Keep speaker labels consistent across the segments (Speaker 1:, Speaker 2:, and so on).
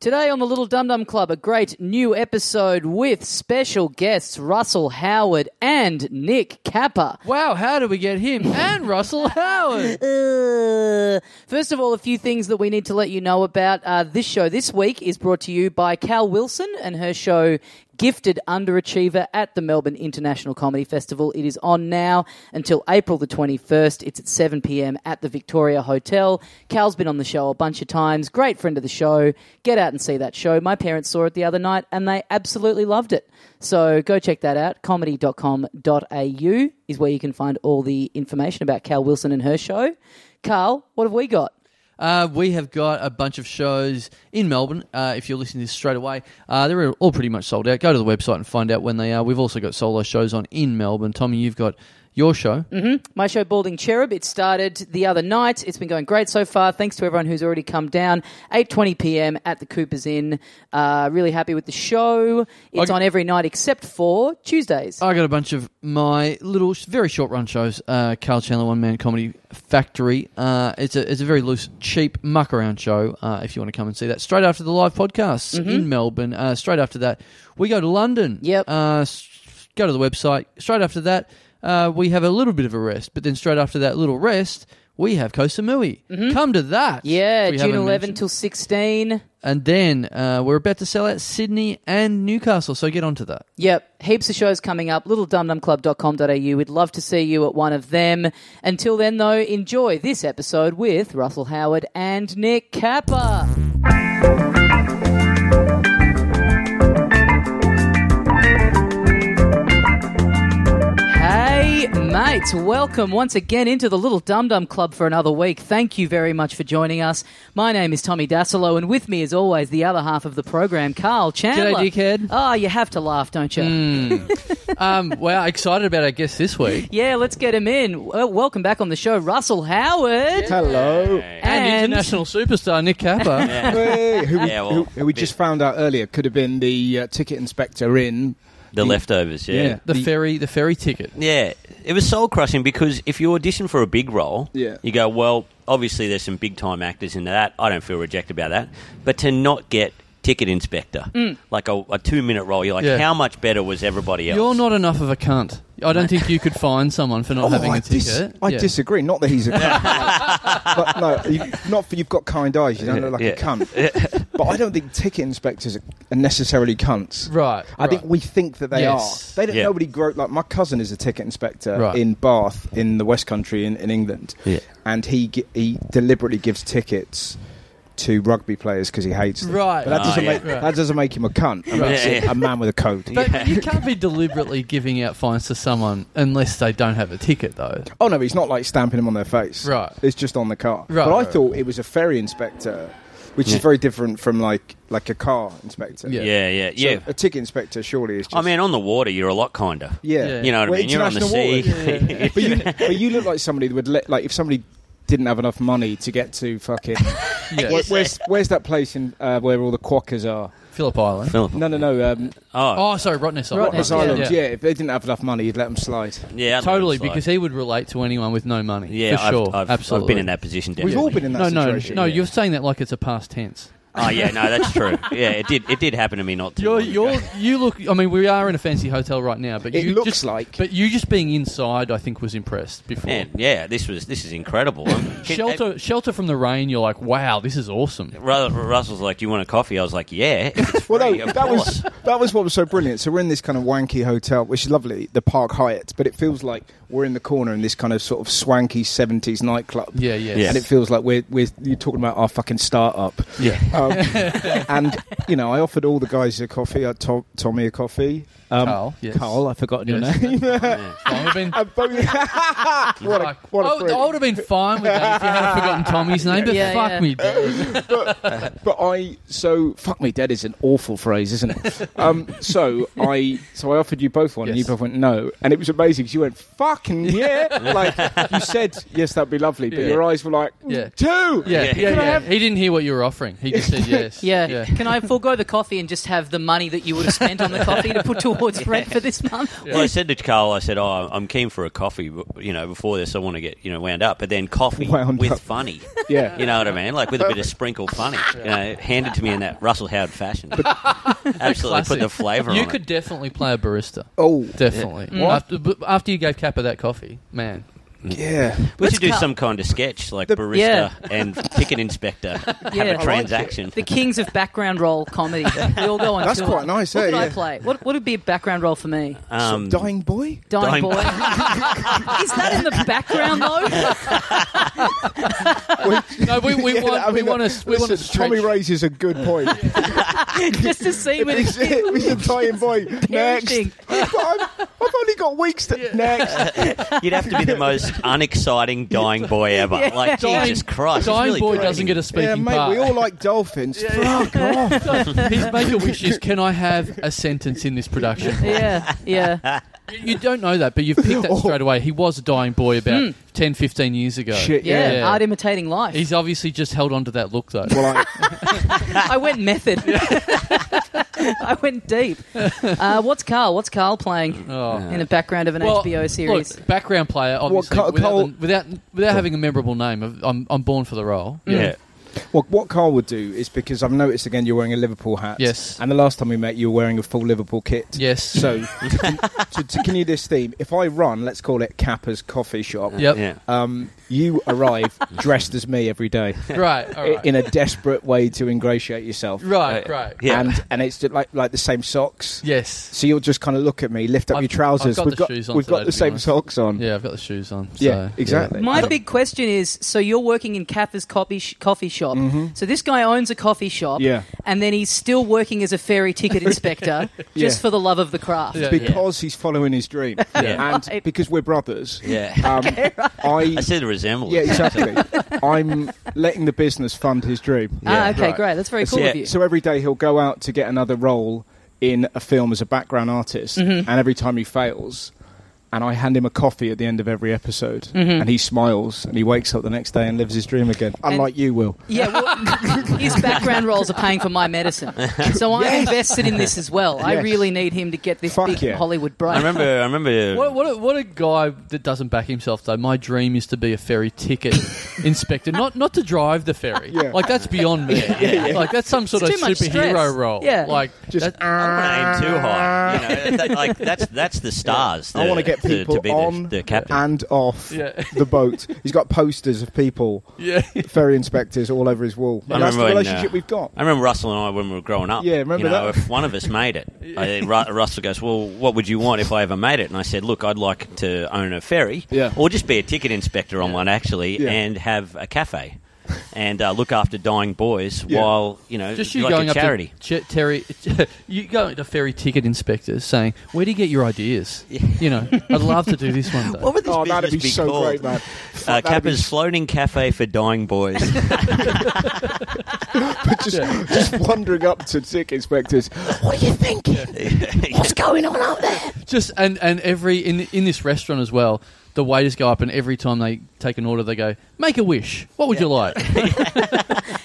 Speaker 1: Today on the Little Dum Dum Club, a great new episode with special guests Russell Howard and Nick Kappa.
Speaker 2: Wow, how did we get him and Russell Howard?
Speaker 1: Uh, First of all, a few things that we need to let you know about. Uh, this show this week is brought to you by Cal Wilson and her show Gifted Underachiever at the Melbourne International Comedy Festival. It is on now until April the 21st. It's at 7 p.m. at the Victoria Hotel. Cal's been on the show a bunch of times. Great friend of the show. Get out and see that show. My parents saw it the other night and they absolutely loved it. So go check that out. Comedy.com.au is where you can find all the information about Cal Wilson and her show. Carl, what have we got?
Speaker 2: Uh, we have got a bunch of shows in Melbourne. Uh, if you're listening to this straight away, uh, they're all pretty much sold out. Go to the website and find out when they are. We've also got solo shows on in Melbourne. Tommy, you've got your show.
Speaker 1: My show, Balding Cherub, it started the other night. It's been going great so far. Thanks to everyone who's already come down. 8.20 p.m. at the Cooper's Inn. Uh, really happy with the show. It's
Speaker 2: Okay.
Speaker 1: on every night except for Tuesdays.
Speaker 2: I got a bunch of my little, very short run shows. Uh, Carl Chandler, One Man Comedy Factory. Uh, it's a it's a very loose, cheap muck around show. Uh, if you want to come and see that, straight after the live podcast in Melbourne. Uh, straight after that, we go to London.
Speaker 1: Mm-hmm. Yep.
Speaker 2: Uh, s- go to the website. Straight after that, uh, we have a little bit of a rest, but then straight after that little rest. We have Koh Samui. Come to that.
Speaker 1: Mm-hmm. yeah,
Speaker 2: if we
Speaker 1: June
Speaker 2: haven't
Speaker 1: 11
Speaker 2: mentioned.
Speaker 1: till 16.
Speaker 2: And then uh, we're about to sell out Sydney and Newcastle, so get onto that.
Speaker 1: Yep, heaps of shows coming up. LittleDumDumClub.com.au. We'd love to see you at one of them. Until then, though, enjoy this episode with Russell Howard and Nick Kappa. Hey, mates, welcome once again into the Little Dum Dum Club for another week. Thank you very much for joining us. My name is Tommy Dasilo, and with me, as always, the other half of the program, Carl Chandler.
Speaker 2: G'day, dickhead. Mm.
Speaker 1: Oh, you have to laugh, don't you?
Speaker 2: um, wow, excited about our guest this week.
Speaker 1: Yeah, let's get him in. Well, welcome back on the show, Russell Howard.
Speaker 3: Hello.
Speaker 2: and, international superstar Nick Kappa.
Speaker 3: Hey, who, we-
Speaker 4: Yeah, well,
Speaker 3: who- who we
Speaker 4: the-
Speaker 3: just found out earlier could have been the uh, ticket inspector in.
Speaker 4: The leftovers, yeah.
Speaker 2: The ferry, the ferry ticket.
Speaker 4: yeah. It was soul crushing because if you audition for a big role,
Speaker 3: Yeah.
Speaker 4: you go, well, obviously there's some big time actors in that. I don't feel rejected about that. But to not get ticket inspector, like a, a two minute role, you're like,
Speaker 2: Yeah.
Speaker 4: how much better was everybody else?
Speaker 2: You're not enough of a cunt. I don't think you could find someone for not having
Speaker 3: Oh, I,
Speaker 2: a
Speaker 3: dis-
Speaker 2: ticket.
Speaker 3: I
Speaker 2: Yeah.
Speaker 3: disagree. Not that he's a cunt. but no, you, not for you've got kind eyes. You don't look like
Speaker 4: Yeah.
Speaker 3: a cunt. but I don't think ticket inspectors are necessarily cunts.
Speaker 2: Right.
Speaker 3: I think
Speaker 2: right.
Speaker 3: we think that they
Speaker 2: Yes.
Speaker 3: are. They don't.
Speaker 4: Yeah.
Speaker 3: Nobody grow like my cousin is a ticket inspector
Speaker 2: Right.
Speaker 3: in Bath in the West Country in, in England,
Speaker 4: Yeah.
Speaker 3: and he gi- he deliberately gives tickets to rugby players because he hates them.
Speaker 2: Right.
Speaker 3: but that
Speaker 4: Ah,
Speaker 3: doesn't
Speaker 4: yeah.
Speaker 3: make
Speaker 2: Right.
Speaker 3: that doesn't make him a cunt. It makes
Speaker 4: Yeah.
Speaker 3: him a man with a code.
Speaker 2: But you can't be deliberately giving out fines to someone unless they don't have a ticket, though.
Speaker 3: Oh no, he's not like stamping him on their face.
Speaker 2: Right.
Speaker 3: It's just on the car.
Speaker 2: Right,
Speaker 3: But I
Speaker 2: right,
Speaker 3: thought it was a ferry inspector, which is very different from like like a car inspector.
Speaker 2: Yeah.
Speaker 4: yeah, yeah,
Speaker 3: So
Speaker 4: yeah.
Speaker 3: A ticket inspector surely is just
Speaker 4: I mean, on the water, you're a lot kinder.
Speaker 3: Yeah.
Speaker 2: Yeah.
Speaker 4: You know what
Speaker 3: Well,
Speaker 4: I mean? You're on the
Speaker 3: international
Speaker 4: sea.
Speaker 3: waters. but, you, but you look like somebody that would let like if somebody didn't have enough money to get to fucking
Speaker 2: Yeah.
Speaker 3: where, where's where's that place in uh, where all the quackers are?
Speaker 2: Phillip Island.
Speaker 3: No, no, no. Um,
Speaker 4: Oh,
Speaker 2: Oh, sorry, Rottnest Island.
Speaker 3: Rottnest Island. Yeah. if they didn't have enough money, you'd let them slide.
Speaker 4: yeah. I'd
Speaker 2: Totally,
Speaker 4: let them slide.
Speaker 2: because he would relate to anyone with no money.
Speaker 4: yeah,
Speaker 2: for
Speaker 4: I've,
Speaker 2: sure.
Speaker 4: I've, I've
Speaker 2: Absolutely.
Speaker 4: been in that position.
Speaker 3: We've all
Speaker 4: definitely.
Speaker 3: been in
Speaker 2: no,
Speaker 3: that
Speaker 2: no,
Speaker 3: situation.
Speaker 2: no. You're saying that like it's a past tense.
Speaker 4: Oh, yeah, no, that's true. Yeah, it did. It did happen to me not
Speaker 2: You're,
Speaker 4: too. long ago.
Speaker 2: you're, you look. I mean, we are in a fancy hotel right now, but
Speaker 3: It
Speaker 2: you
Speaker 3: looks
Speaker 2: just,
Speaker 3: like-
Speaker 2: But you just being inside, I think, was impressed before.
Speaker 4: Man, yeah, this was this is incredible. Um, I'm-
Speaker 2: Shelter, shelter from the rain. You're like, wow, this is awesome.
Speaker 4: uh, Ru- Russell's like, "Do you want a coffee?" I was like, "Yeah." if it's
Speaker 3: Well,
Speaker 4: free,
Speaker 3: no,
Speaker 4: of
Speaker 3: that
Speaker 4: course."
Speaker 3: was that was what was so brilliant. So we're in this kind of wanky hotel, which is lovely, the Park Hyatt, but it feels like we're in the corner in this kind of sort of swanky seventies nightclub.
Speaker 2: Yeah, yeah.
Speaker 4: Yes.
Speaker 3: and it feels like we're we're you're talking about our fucking startup.
Speaker 2: Yeah.
Speaker 3: Um, and you know, I offered all the guys a coffee. I to- Tommy a coffee. Um,
Speaker 2: Carl, yes.
Speaker 3: Carl, I've forgotten
Speaker 2: Yes.
Speaker 3: your name. Um,
Speaker 2: I would have been.
Speaker 3: And both- what a,
Speaker 2: like,
Speaker 3: what a
Speaker 2: I would-
Speaker 3: prick.
Speaker 2: I would have been fine with that if you hadn't forgotten Tommy's name, but
Speaker 1: Yeah,
Speaker 2: fuck
Speaker 1: yeah.
Speaker 2: me, dude.
Speaker 3: But I so fuck me dead is an awful phrase, isn't it? um, so I so I offered you both one, and you
Speaker 2: Yes.
Speaker 3: both went no, and it was amazing. 'cause You went fucking yeah, like you said yes, that'd be lovely, but
Speaker 2: Yeah.
Speaker 3: your eyes were like
Speaker 2: Yeah.
Speaker 3: two.
Speaker 2: Yeah, yeah,
Speaker 4: Yeah.
Speaker 2: yeah.
Speaker 3: Can I have-
Speaker 2: He didn't hear what you were offering. He just said yes.
Speaker 1: Yeah. Can I have forego the coffee and just have the money that you would have spent on the coffee to put towards rent for this month.
Speaker 4: Well, I said to Carl, I said, "Oh, I'm keen for a coffee." but, You know, before this, I want to get you know wound up, but then coffee
Speaker 3: Wound
Speaker 4: with
Speaker 3: up.
Speaker 4: funny.
Speaker 3: Yeah.
Speaker 4: you know what I mean, like with a bit of sprinkle funny. You know, handed to me in that Russell Howard fashion. Absolutely, put the
Speaker 2: Classic.
Speaker 4: flavour on
Speaker 2: You
Speaker 4: it.
Speaker 2: could definitely play a barista.
Speaker 3: Oh,
Speaker 2: Definitely.
Speaker 3: What?
Speaker 2: After, but after you gave Kappa that coffee, man.
Speaker 3: yeah.
Speaker 4: we should do
Speaker 1: Let's cut-
Speaker 4: some kind of sketch, like
Speaker 3: The-
Speaker 4: barista
Speaker 1: Yeah.
Speaker 4: and ticket inspector have
Speaker 1: Yeah. I like
Speaker 4: a transaction.
Speaker 1: The kings of background role comedy. We all go on
Speaker 3: That's
Speaker 1: tour.
Speaker 3: quite nice,
Speaker 1: What
Speaker 3: eh?
Speaker 1: could I
Speaker 3: Yeah.
Speaker 1: play? What, what would be a background role for me?
Speaker 4: Um,
Speaker 3: Dying boy?
Speaker 1: Dying
Speaker 4: Dying-
Speaker 1: boy. Is that in the background though?
Speaker 2: No, we, we
Speaker 3: Yeah,
Speaker 2: want
Speaker 3: I
Speaker 2: we
Speaker 3: mean,
Speaker 2: want to we want to
Speaker 3: listen, Tommy raises a good point.
Speaker 1: Just to see when
Speaker 3: He's
Speaker 1: it's
Speaker 3: a dying boy. Next.
Speaker 1: parenting.
Speaker 3: But I'm, I've only got weeks to. Next.
Speaker 4: You'd have to be the most unexciting dying boy ever.
Speaker 1: Yeah.
Speaker 4: Like Jesus Christ,
Speaker 2: Dying
Speaker 4: it's really
Speaker 2: boy
Speaker 4: draining.
Speaker 2: doesn't get a speaking
Speaker 3: yeah, mate,
Speaker 2: part.
Speaker 3: we all like dolphins. Fuck off.
Speaker 2: His make a wish is, can I have a sentence in this production?
Speaker 1: Yeah, yeah.
Speaker 2: You don't know that, but you've picked that straight away. He was a dying boy about
Speaker 3: Hmm.
Speaker 2: 10, 15 years ago.
Speaker 3: Shit,
Speaker 1: Yeah,
Speaker 3: yeah.
Speaker 2: Yeah.
Speaker 1: art imitating life.
Speaker 2: He's obviously just held on to that look, though.
Speaker 3: Well, I,
Speaker 1: I went method. I went deep. Uh, what's Carl? What's Carl playing
Speaker 2: Oh.
Speaker 1: in the background of an
Speaker 2: Well,
Speaker 1: HBO series?
Speaker 2: Look, background player, obviously,
Speaker 3: Col-
Speaker 2: without,
Speaker 3: Col-
Speaker 2: the- without, without having a memorable name. I'm, I'm born for the role.
Speaker 3: Hmm.
Speaker 4: Yeah.
Speaker 3: Well, what Carl would do is because I've noticed again you're wearing a Liverpool hat.
Speaker 2: Yes.
Speaker 3: And the last time we met, you were wearing a full Liverpool kit.
Speaker 2: Yes.
Speaker 3: So to, to continue this theme, if I run, let's call it Kappa's Coffee Shop.
Speaker 2: Yep.
Speaker 4: Yeah.
Speaker 3: Um, you arrive dressed as me every day
Speaker 2: Right, all
Speaker 3: i-
Speaker 2: right.
Speaker 3: in a desperate way to ingratiate yourself.
Speaker 2: right, right.
Speaker 4: Yeah.
Speaker 3: And and it's just like like the same socks.
Speaker 2: Yes.
Speaker 3: So you'll just kind of look at me, lift up
Speaker 2: I've-
Speaker 3: your trousers.
Speaker 2: I've got the
Speaker 3: we've got
Speaker 2: shoes on
Speaker 3: we've
Speaker 2: today,
Speaker 3: got
Speaker 2: to
Speaker 3: the
Speaker 2: be
Speaker 3: same
Speaker 2: honest.
Speaker 3: socks on.
Speaker 2: Yeah, I've got the shoes on. so,
Speaker 3: Yeah, exactly.
Speaker 1: My big question is: so you're working in Kaffa's coffee sh- coffee shop. So this guy owns a coffee shop,
Speaker 3: Yeah.
Speaker 1: and then he's still working as a ferry ticket inspector just
Speaker 3: Yeah.
Speaker 1: for the love of the craft.
Speaker 2: Yeah.
Speaker 3: Because he's following his dream,
Speaker 4: Yeah.
Speaker 3: and because we're brothers,
Speaker 4: Yeah.
Speaker 3: um, I
Speaker 4: I see the resemblance.
Speaker 3: Yeah, exactly. I'm letting the business fund his dream.
Speaker 1: ah, okay,
Speaker 2: right.
Speaker 1: great. That's very cool
Speaker 4: Yeah.
Speaker 1: of you.
Speaker 3: So every day he'll go out to get another role in a film as a background artist,
Speaker 1: Mm-hmm.
Speaker 3: and every time he fails, and I hand him a coffee at the end of every episode,
Speaker 1: Mm-hmm.
Speaker 3: and he smiles, and he wakes up the next day and lives his dream again. Unlike you, Will.
Speaker 1: Yeah, well, his background roles are paying for my medicine, so I'm invested in this as well. I
Speaker 3: Yes.
Speaker 1: really need him to get this
Speaker 3: Fuck
Speaker 1: big
Speaker 3: yeah.
Speaker 1: Hollywood break.
Speaker 4: I remember. I remember.
Speaker 2: What, what, a, what a guy that doesn't back himself though. My dream is to be a ferry ticket inspector, not not to drive the ferry.
Speaker 3: Yeah.
Speaker 2: Like that's beyond me. Like that's some sort
Speaker 1: It's
Speaker 2: of
Speaker 1: too much
Speaker 2: superhero
Speaker 1: stress.
Speaker 2: role.
Speaker 1: Yeah.
Speaker 2: Like
Speaker 3: Just
Speaker 2: that-
Speaker 4: I don't want to aim too high. You know, that, like that's that's the stars.
Speaker 3: I
Speaker 4: the-
Speaker 3: want to get people
Speaker 4: to, be
Speaker 3: on
Speaker 4: the, the captain.
Speaker 3: and off
Speaker 2: Yeah.
Speaker 3: the boat. He's got posters of people,
Speaker 2: yeah.
Speaker 3: ferry inspectors, all over his wall.
Speaker 4: I
Speaker 3: And that's the
Speaker 4: remember when,
Speaker 3: relationship
Speaker 4: uh,
Speaker 3: we've got.
Speaker 4: I remember Russell and I when we were growing up.
Speaker 3: Yeah, remember
Speaker 4: you know,
Speaker 3: that?
Speaker 4: If one of us made it, I think Ru- Russell goes, "Well, what would you want if I ever made it?" And I said, "Look, I'd like to own a ferry,
Speaker 3: Yeah.
Speaker 4: or just be a ticket inspector on one actually,
Speaker 3: Yeah.
Speaker 4: and have a cafe, and uh, look after dying boys
Speaker 3: Yeah.
Speaker 4: while you know,
Speaker 2: Just you
Speaker 4: like
Speaker 2: going
Speaker 4: a
Speaker 2: up
Speaker 4: charity."
Speaker 2: to Ch- Terry, you going to ferry ticket inspectors saying, "Where do you get your ideas?" You know, I'd love to do this one day.
Speaker 4: what would this
Speaker 3: Oh,
Speaker 4: business
Speaker 3: that'd be, so
Speaker 4: called?
Speaker 3: great, man.
Speaker 4: Uh,
Speaker 3: that'd be
Speaker 4: Kappa's
Speaker 3: s-
Speaker 4: floating cafe for dying boys.
Speaker 3: just, just wandering up to tick inspectors.
Speaker 5: What are you thinking? What's going on out there?
Speaker 2: Just and and every in in this restaurant as well. The waiters go up, and every time they take an order, they go, "Make a wish. What would you like?"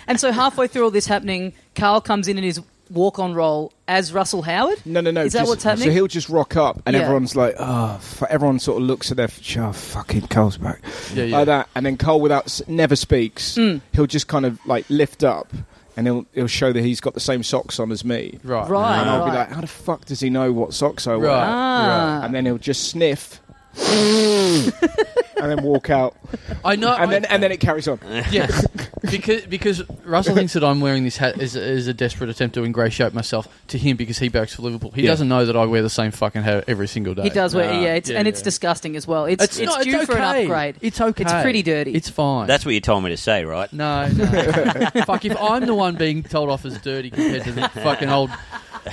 Speaker 1: And so halfway through all this happening, Carl comes in in his walk-on role as Russell Howard.
Speaker 3: No, no, no.
Speaker 1: Is that
Speaker 3: 'cause-
Speaker 1: what's happening?
Speaker 3: So he'll just rock up, and
Speaker 1: Yeah.
Speaker 3: everyone's like, "Oh!" F-, everyone sort of looks at their, f- "Oh, fucking Cole's back,"
Speaker 2: Yeah, yeah.
Speaker 3: like that. And then Cole, without s- never speaks,
Speaker 1: Mm.
Speaker 3: he'll just kind of like lift up, and he'll he'll show that he's got the same socks on as me.
Speaker 2: Right.
Speaker 1: Right.
Speaker 3: And I'll be like, "How the fuck does he know what socks I wear?"
Speaker 2: Right.
Speaker 1: Ah.
Speaker 3: And then he'll just sniff, and then walk out,
Speaker 2: I know.
Speaker 3: and
Speaker 2: I-
Speaker 3: then and then it carries on.
Speaker 2: Yes, because because Russell thinks that I'm wearing this hat is, is a desperate attempt to ingratiate myself to him because he backs for Liverpool. He
Speaker 3: Yeah.
Speaker 2: doesn't know that I wear the same fucking hat every single day.
Speaker 1: He does wear, yeah, it's,
Speaker 2: yeah,
Speaker 1: and it's
Speaker 2: yeah.
Speaker 1: disgusting as well. It's, it's,
Speaker 2: not-
Speaker 1: due for an
Speaker 2: okay.
Speaker 1: upgrade.
Speaker 2: It's okay.
Speaker 1: It's pretty dirty.
Speaker 2: It's fine.
Speaker 4: That's what you told me to say, right?
Speaker 2: no, no. fuck. If I'm the one being told off as dirty compared to the fucking old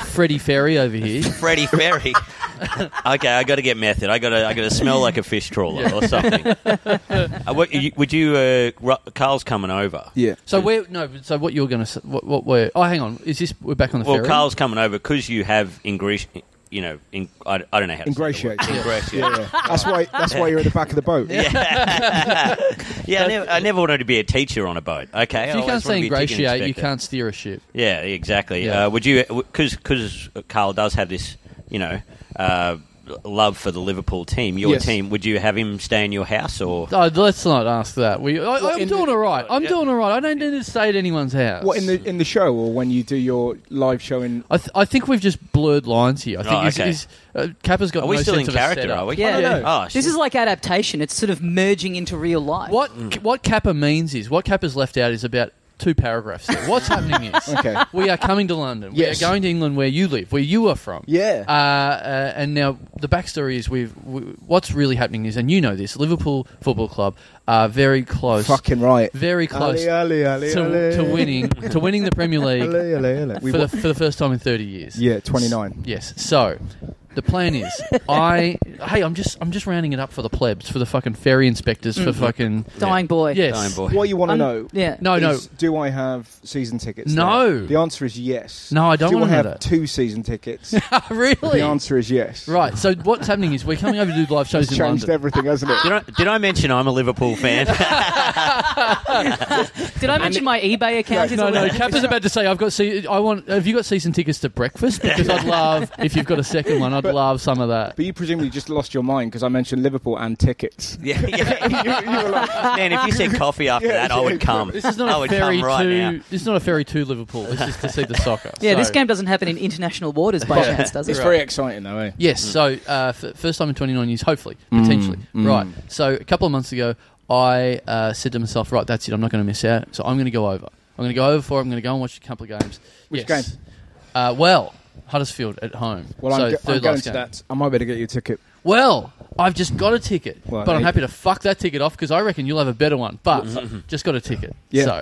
Speaker 2: Freddie Ferry over here,
Speaker 4: Freddie Ferry. okay, I got to get method. I got to I got to smell like a fish trawler or something. uh, what, you, would you? Uh, Ru- Carl's coming over.
Speaker 3: Yeah.
Speaker 2: so we're no. but- So what you're going to what what we're oh hang on is this we're back on the
Speaker 4: Well,
Speaker 2: ferry?
Speaker 4: Carl's coming over because you have ingrati You know, in, I, I don't know how to say the word.
Speaker 3: Ingratiate.
Speaker 4: Ingratiate.
Speaker 3: Yeah, yeah. That's why. That's why you're at the back of the boat.
Speaker 4: Yeah. Yeah, I never, I never wanted to be a teacher on a boat. Okay,
Speaker 2: If
Speaker 4: I
Speaker 2: you
Speaker 4: always
Speaker 2: can't
Speaker 4: wanted to
Speaker 2: say
Speaker 4: be a ticket
Speaker 2: ingratiate, you
Speaker 4: inspector.
Speaker 2: can't steer a ship.
Speaker 4: Yeah, exactly.
Speaker 2: Yeah.
Speaker 4: Uh, would you? Because because Carl does have this, you know, uh, love for the Liverpool team. Your
Speaker 3: Yes.
Speaker 4: team. Would you have him stay in your house or?
Speaker 2: Oh, let's not ask that. We, I, I'm
Speaker 3: in
Speaker 2: doing
Speaker 3: the-
Speaker 2: all right. I'm
Speaker 4: Yeah.
Speaker 2: doing all right. I don't need to stay at anyone's house.
Speaker 3: What in the in the show or when you do your live show in?
Speaker 2: I, th- I think we've just blurred lines here. I think
Speaker 4: Oh,
Speaker 2: he's,
Speaker 4: okay.
Speaker 2: he's, uh, Kappa's got
Speaker 4: Are we
Speaker 2: no
Speaker 4: still in
Speaker 2: sense of a
Speaker 4: character?
Speaker 2: setup.
Speaker 4: Are we?
Speaker 1: Yeah.
Speaker 3: I don't know.
Speaker 4: Oh,
Speaker 1: This is like adaptation. It's sort of merging into real life.
Speaker 2: What
Speaker 4: Mm.
Speaker 2: what Kappa means is what Kappa's left out is about two paragraphs. There. What's happening is
Speaker 3: Okay.
Speaker 2: we are coming to London.
Speaker 3: Yes.
Speaker 2: We are going to England, where you live, where you are from.
Speaker 3: Yeah.
Speaker 2: Uh, uh, and now the backstory is we've we, what's really happening is, and you know this, Liverpool Football Club are very close,
Speaker 3: Fucking right.
Speaker 2: very close
Speaker 3: Ali, Ali, Ali,
Speaker 2: to,
Speaker 3: Ali.
Speaker 2: to winning to winning the Premier League
Speaker 3: Ali, Ali, Ali. We
Speaker 2: for the,
Speaker 3: wa-
Speaker 2: for the first time in thirty years.
Speaker 3: yeah, twenty nine.
Speaker 2: Yes. So the plan is I hey, I'm just I'm just rounding it up for the plebs, for the fucking ferry inspectors,
Speaker 3: Mm.
Speaker 2: for fucking
Speaker 1: Dying boy.
Speaker 2: Yes.
Speaker 4: Dying boy.
Speaker 3: What you want
Speaker 2: Um,
Speaker 3: to
Speaker 1: Un-
Speaker 3: know?
Speaker 1: Yeah.
Speaker 2: No, no.
Speaker 3: is, Do I have season tickets?
Speaker 2: No.
Speaker 3: now? The answer is yes.
Speaker 2: No, I don't
Speaker 3: Do I
Speaker 2: wanna know
Speaker 3: have
Speaker 2: that.
Speaker 3: two season tickets?
Speaker 2: really?
Speaker 3: The answer is yes.
Speaker 2: Right. So what's happening is we're coming over to do live shows
Speaker 3: It's
Speaker 2: in
Speaker 3: changed
Speaker 2: London.
Speaker 3: everything, hasn't it?
Speaker 4: Did I, did I mention I'm a Liverpool fan?
Speaker 1: Did I mention my eBay account? is
Speaker 2: no,
Speaker 1: all
Speaker 2: no.
Speaker 1: that?
Speaker 2: Kappa's about to say, "I've got. Se- I want. Have you got season tickets to breakfast? Because I'd love if you've got a second one. I'd love some of that.
Speaker 3: But you presumably just lost your mind because I mentioned Liverpool and tickets.
Speaker 4: yeah, yeah.
Speaker 3: you, you were like,
Speaker 4: Man, if you said coffee after
Speaker 3: Yeah,
Speaker 4: that, I
Speaker 3: yeah.
Speaker 4: would come.
Speaker 2: This is not
Speaker 4: I
Speaker 2: a
Speaker 4: would
Speaker 2: ferry
Speaker 4: come right
Speaker 2: to.
Speaker 4: now.
Speaker 2: This is not a ferry to Liverpool. This is to see the soccer.
Speaker 1: Yeah, this
Speaker 2: So-
Speaker 1: game doesn't happen in international waters by
Speaker 2: Yeah.
Speaker 1: chance, does it?
Speaker 3: it's very exciting, though, eh?
Speaker 2: Yes. So uh, f- first time in 29 years, hopefully,
Speaker 3: Mm,
Speaker 2: potentially. Right. So a couple of months ago, I uh, said to myself, right, that's it. I'm not going to miss out. So I'm going to go over. I'm going to go over for. it. I'm going to go and watch a couple of games.
Speaker 3: Which
Speaker 2: Yes.
Speaker 3: game?
Speaker 2: Uh, well, Huddersfield at home.
Speaker 3: Well,
Speaker 2: so
Speaker 3: I'm, go-
Speaker 2: third
Speaker 3: I'm going
Speaker 2: last
Speaker 3: to
Speaker 2: game.
Speaker 3: that. I might better get you a ticket.
Speaker 2: Well, I've just got a ticket,
Speaker 3: Well,
Speaker 2: but I'm
Speaker 3: hey. Mm-hmm.
Speaker 2: happy to fuck that ticket off because I reckon you'll have a better one. But just got a ticket,
Speaker 3: Yeah.
Speaker 2: so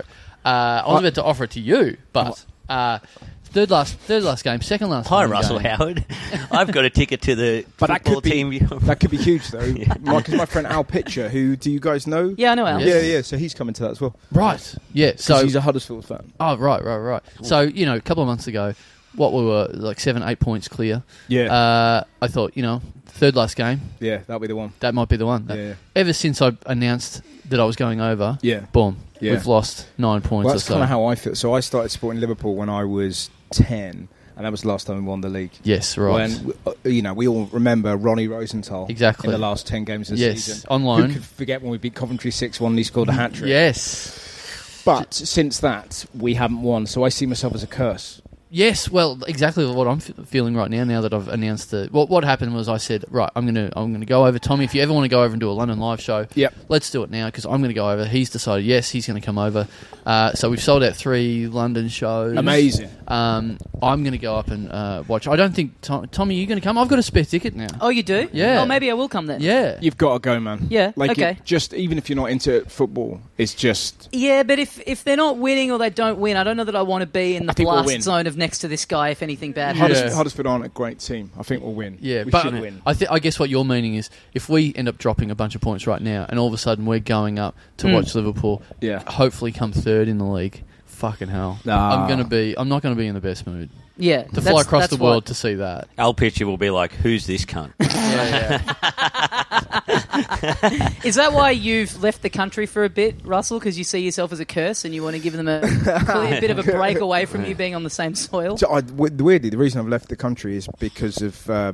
Speaker 2: uh, I was
Speaker 3: I-
Speaker 2: about to offer it to you, but uh, third last, third last game, second last.
Speaker 4: Hi,
Speaker 2: home
Speaker 4: Russell
Speaker 2: game.
Speaker 4: Howard. I've got a ticket to the
Speaker 3: But that
Speaker 4: football
Speaker 3: could be-
Speaker 4: team. you-
Speaker 3: That could be huge, though. Because my friend Al Pitcher, who do you guys know?
Speaker 1: Yeah, I know Al.
Speaker 3: Yeah, yeah. So he's coming to that as well.
Speaker 2: Right? Yeah.
Speaker 3: So
Speaker 2: So
Speaker 3: he's a Huddersfield fan.
Speaker 2: Oh right, right, right. So you know, a couple of months ago, what we were like seven, eight points clear.
Speaker 3: Yeah.
Speaker 2: Uh, I thought, you know, third last game,
Speaker 3: yeah, that'll be the one.
Speaker 2: that might be the one.
Speaker 3: Yeah.
Speaker 2: Ever since I announced that I was going over,
Speaker 3: Yeah.
Speaker 2: boom,
Speaker 3: Yeah.
Speaker 2: we've lost nine points
Speaker 3: Well,
Speaker 2: or
Speaker 3: that's
Speaker 2: so.
Speaker 3: kind of how I feel. So I started supporting Liverpool when I was 10, and that was the last time we won the league.
Speaker 2: yes, right.
Speaker 3: When, uh, you know, we all remember Ronnie Rosenthal
Speaker 2: Exactly.
Speaker 3: in the last 10 games of the
Speaker 2: Yes, Mm,
Speaker 3: season.
Speaker 2: on loan.
Speaker 3: Who could forget when we beat Coventry 6 1 and he scored a hat trick?
Speaker 2: yes,
Speaker 3: But since that, we haven't won, so I see myself as a curse.
Speaker 2: yes. Well, exactly what I'm f- feeling right now. Now that I've announced the what what happened was I said, right, I'm gonna I'm gonna go over. Tommy, if you ever want to go over and do a London live show,
Speaker 3: Yep.
Speaker 2: let's do it now because I'm going to go over. He's decided, yes, he's going to come over. Uh, so we've sold out three London shows.
Speaker 3: Amazing.
Speaker 2: Um, I'm going to go up and uh, watch. I don't think Tom, Tommy, you're going to come. I've got a spare ticket now.
Speaker 1: Oh, you do?
Speaker 2: Yeah.
Speaker 1: Oh, maybe I will come then.
Speaker 2: yeah.
Speaker 3: You've got to go, man.
Speaker 1: Yeah,
Speaker 3: Like,
Speaker 1: okay.
Speaker 3: it- just even if you're not into football, it's just.
Speaker 1: Yeah, but if, if they're not winning or they don't win, I don't know that I want to be in the
Speaker 3: I think we'll
Speaker 1: blast
Speaker 3: win.
Speaker 1: zone of next to this guy if anything bad
Speaker 2: Yeah.
Speaker 1: happens.
Speaker 3: Hudders- Huddersfield aren't a great team. I think we'll win.
Speaker 2: yeah,
Speaker 3: we
Speaker 2: but
Speaker 3: should win.
Speaker 2: I, th- I guess what you're meaning is if we end up dropping a bunch of points right now, and all of a sudden we're going up to watch Liverpool,
Speaker 3: Hmm. Yeah.
Speaker 2: hopefully come third in the league. Fucking hell!
Speaker 3: Nah.
Speaker 2: I'm gonna be. I'm not gonna be in the best mood
Speaker 1: Yeah.
Speaker 2: to
Speaker 1: that's-
Speaker 2: fly across
Speaker 1: that's
Speaker 2: the
Speaker 1: why.
Speaker 2: world to see that.
Speaker 4: Al Pitcher will be like, "Who's this cunt?"
Speaker 1: Is that why you've left the country for a bit, Russell? Because you see yourself as a curse and you want to give them a, a bit of a break away from you being on the same soil?
Speaker 3: So I, w- weirdly, the reason I've left the country is because of uh,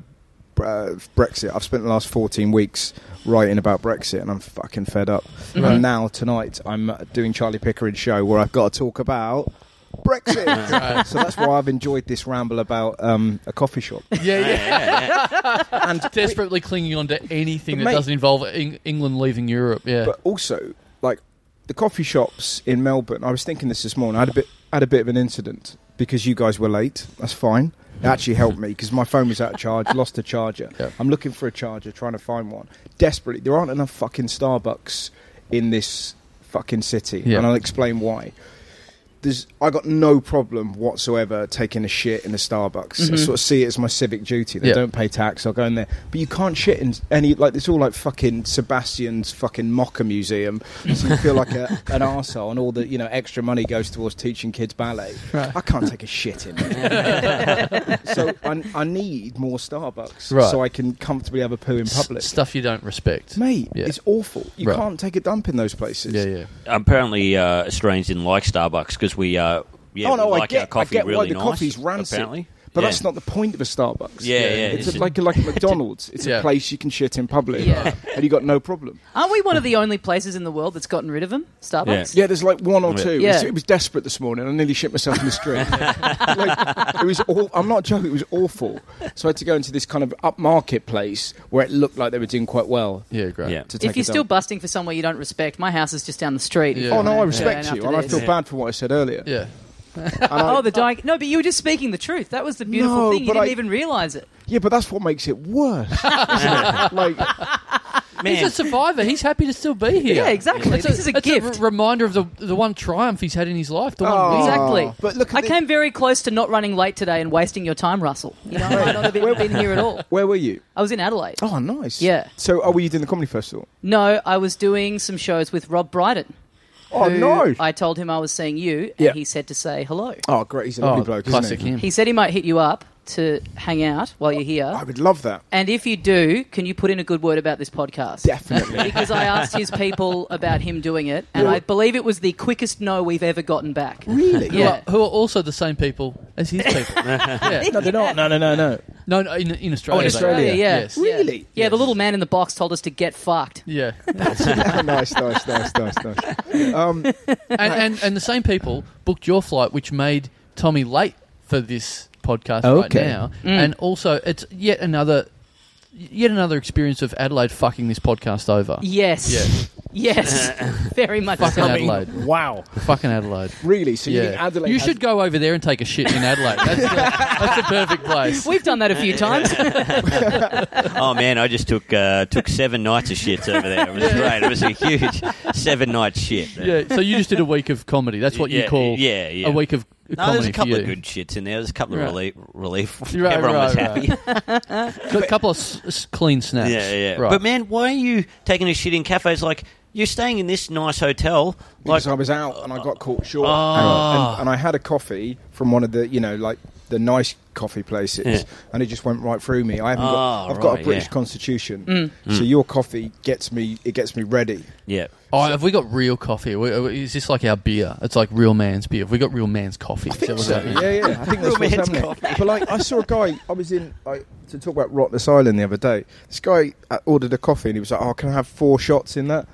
Speaker 3: bre- uh, Brexit. I've spent the last 14 weeks writing about Brexit, and I'm fucking fed up. And now tonight, I'm uh, doing Charlie Pickering's show where I've got to talk about. Brexit. so that's why I've enjoyed this ramble about um, a coffee shop.
Speaker 2: Yeah, yeah.
Speaker 3: And
Speaker 2: desperately clinging on to anything
Speaker 3: But
Speaker 2: that
Speaker 3: mate-
Speaker 2: doesn't involve Eng- England leaving Europe. Yeah,
Speaker 3: but also like the coffee shops in Melbourne. I was thinking this this morning. I had a bit had a bit of an incident because you guys were late. That's fine. It actually helped me because my phone was out of charge. Lost a charger.
Speaker 2: Yeah.
Speaker 3: I'm looking for a charger, trying to find one desperately. There aren't enough fucking Starbucks in this fucking city,
Speaker 2: Yeah.
Speaker 3: and I'll explain why. there's I got no problem whatsoever taking a shit in a Starbucks. I
Speaker 2: Mm-hmm.
Speaker 3: sort of see it as my civic duty. They
Speaker 2: Yeah.
Speaker 3: don't pay tax. I'll go in there, but you can't shit in any like it's all like fucking Sebastian's fucking mocker museum. So you feel like a, an arsehole and all the you know extra money goes towards teaching kids ballet. I can't take a shit in there. so I, I need more Starbucks
Speaker 2: Right.
Speaker 3: so I can comfortably have a poo in public.
Speaker 2: S- stuff you don't respect.
Speaker 3: Mate,
Speaker 2: Yeah.
Speaker 3: it's awful. You
Speaker 2: Right.
Speaker 3: can't take a dump in those places.
Speaker 2: Yeah, yeah.
Speaker 4: Apparently, uh, Australians didn't like Starbucks because we, uh, yeah,
Speaker 3: oh no,
Speaker 4: we
Speaker 3: I
Speaker 4: like
Speaker 3: get,
Speaker 4: our coffee
Speaker 3: I get
Speaker 4: really
Speaker 3: why the
Speaker 4: nice.
Speaker 3: coffee's rancid.
Speaker 4: Apparently,
Speaker 3: But
Speaker 4: Yeah.
Speaker 3: that's not the point of a Starbucks.
Speaker 4: Yeah, yeah,
Speaker 3: It's,
Speaker 4: it's
Speaker 3: a,
Speaker 4: a-
Speaker 3: like like a McDonald's. It's
Speaker 2: Yeah.
Speaker 3: a place you can shit in public,
Speaker 1: Yeah.
Speaker 3: and you got no problem.
Speaker 1: Aren't we one of the only places in the world that's gotten rid of them? Starbucks.
Speaker 3: Yeah, there's like one or
Speaker 4: Yeah.
Speaker 3: two. It
Speaker 1: Yeah.
Speaker 3: was- It was desperate this morning. I nearly shit myself in the street. like, it was. All, I'm not joking. It was awful. So I had to go into this kind of upmarket place where it looked like they were doing quite well.
Speaker 2: Yeah, great.
Speaker 4: Yeah.
Speaker 3: To take
Speaker 1: If you're
Speaker 3: a dump.
Speaker 1: still busting for somewhere you don't respect, my house is just down the street.
Speaker 2: Yeah.
Speaker 3: Oh no, I
Speaker 1: Yeah,
Speaker 3: respect
Speaker 1: and
Speaker 3: you,
Speaker 1: after
Speaker 3: and I
Speaker 1: this-
Speaker 3: feel bad for what I said earlier.
Speaker 2: Yeah.
Speaker 3: And I-
Speaker 1: Oh, the dyke. No, but you were just speaking the truth. That was the beautiful
Speaker 3: No,
Speaker 1: thing. You
Speaker 3: but
Speaker 1: didn't
Speaker 3: I-
Speaker 1: even realise it.
Speaker 3: yeah, but that's what makes it worse. isn't it? Like,
Speaker 4: man,
Speaker 2: He's a survivor. He's happy to still be here.
Speaker 1: Yeah, exactly.
Speaker 2: It's
Speaker 1: this is a
Speaker 2: it's
Speaker 1: gift.
Speaker 2: re- reminder of the the one triumph he's had in his life. The one
Speaker 3: Oh.
Speaker 2: win.
Speaker 1: exactly.
Speaker 3: But look at
Speaker 1: I
Speaker 3: the-
Speaker 1: came very close to not running late today and wasting your time, Russell. You know, I might not have even been here at all.
Speaker 3: where were you?
Speaker 1: I was in Adelaide.
Speaker 3: Oh, nice.
Speaker 1: Yeah.
Speaker 3: So, oh, were you doing the comedy festival?
Speaker 1: No, I was doing some shows with Rob Brydon.
Speaker 3: Oh
Speaker 1: who
Speaker 3: no!
Speaker 1: I told him I was seeing you, and
Speaker 3: Yeah.
Speaker 1: he said to say hello.
Speaker 3: oh, great. He's a lovely
Speaker 2: Oh,
Speaker 3: bloke. isn't
Speaker 2: classic
Speaker 3: he?
Speaker 2: him.
Speaker 1: He said he might hit you up to hang out while you're
Speaker 3: I
Speaker 1: here.
Speaker 3: would love that.
Speaker 1: And if you do, can you put in a good word about this podcast?
Speaker 3: Definitely.
Speaker 1: Because I asked his people about him doing it, and
Speaker 3: Yeah.
Speaker 1: I believe it was the quickest no we've ever gotten back.
Speaker 3: really?
Speaker 2: Who
Speaker 1: Yeah.
Speaker 2: are- who are also the same people as his people. yeah.
Speaker 3: No, they're not. No, no, no, no.
Speaker 2: No, no, in, in Australia.
Speaker 3: Oh, in
Speaker 2: they-
Speaker 3: Australia.
Speaker 1: Yeah, yeah.
Speaker 2: Yes.
Speaker 1: Yeah.
Speaker 3: Really?
Speaker 1: Yeah, the little man in the box told us to get fucked.
Speaker 2: Yeah,
Speaker 3: Oh, nice, nice, nice, nice, nice. Um,
Speaker 2: and, and and the same people booked your flight, which made Tommy late for this podcast
Speaker 3: Okay.
Speaker 2: right now. And also, it's yet another, yet another experience of Adelaide fucking this podcast over.
Speaker 1: Yes. Yes. Very much
Speaker 2: Fucking
Speaker 1: so.
Speaker 2: Adelaide.
Speaker 6: Wow.
Speaker 2: Fucking Adelaide.
Speaker 3: really? So you
Speaker 2: Yeah.
Speaker 3: think Adelaide?
Speaker 2: you
Speaker 3: has-
Speaker 2: should go over there and take a shit in Adelaide. That's the, that's the perfect place.
Speaker 1: We've done that a few times.
Speaker 4: oh man, I just took uh, took seven nights of shits over there. It was great. It was a huge seven night shit.
Speaker 2: Yeah, so you just did a week of comedy. That's what you
Speaker 4: Yeah,
Speaker 2: call
Speaker 4: yeah, yeah.
Speaker 2: a week of
Speaker 4: No,
Speaker 2: comedy
Speaker 4: there's
Speaker 2: for
Speaker 4: a couple of
Speaker 2: you.
Speaker 4: good shits in there. There's a couple
Speaker 2: Right.
Speaker 4: of relief. relief.
Speaker 2: Right,
Speaker 4: Everyone was
Speaker 2: right,
Speaker 4: happy.
Speaker 2: right. A couple of s- s- clean snaps.
Speaker 4: Yeah, yeah.
Speaker 2: Right.
Speaker 4: But man, why are you taking a shit in cafes? Like you're staying in this nice hotel. Like
Speaker 3: Because I was out and I got caught short,
Speaker 2: Ah.
Speaker 3: and, and I had a coffee from one of the, you know, like the nice coffee places,
Speaker 4: Yeah.
Speaker 3: and it just went right through me. I haven't got.
Speaker 4: Ah,
Speaker 3: I've got a
Speaker 4: right,
Speaker 3: British
Speaker 4: yeah.
Speaker 3: constitution,
Speaker 2: Mm.
Speaker 3: so your coffee gets me. It gets me ready.
Speaker 4: yeah.
Speaker 2: Oh, have we got real coffee? We- uh, Is this like our beer? It's like real man's beer. Have we got real man's coffee? Is that what's happening?
Speaker 3: Yeah, yeah. I think that's what's
Speaker 4: Romance
Speaker 3: happening. But like, I saw a guy. I was in I, to talk about Rottnest Island the other day. This guy uh, ordered a coffee and he was like, "Oh, can I have four shots in that?"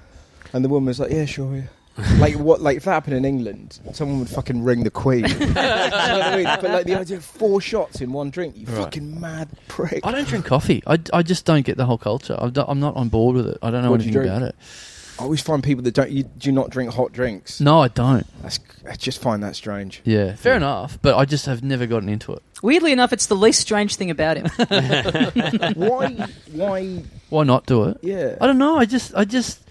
Speaker 3: And the woman was like, "Yeah, sure." Yeah. like what? Like if that happened in England, someone would fucking ring the Queen. You know what I mean? But like the idea of four shots in one drink, you fucking mad prick.
Speaker 2: I don't drink coffee. I, I just don't get the whole culture. I'm, do- I'm not on board with it. I don't know
Speaker 3: What do you
Speaker 2: anything
Speaker 3: drink?
Speaker 2: about it.
Speaker 3: I always find people that don't you do not drink hot drinks.
Speaker 2: No, I don't.
Speaker 3: That's, I just find that strange.
Speaker 2: Yeah, fair enough. But I just have never gotten into it.
Speaker 1: Weirdly enough, it's the least strange thing about him.
Speaker 3: why? Why?
Speaker 2: Why not do it?
Speaker 3: Yeah.
Speaker 2: I don't know. I just I just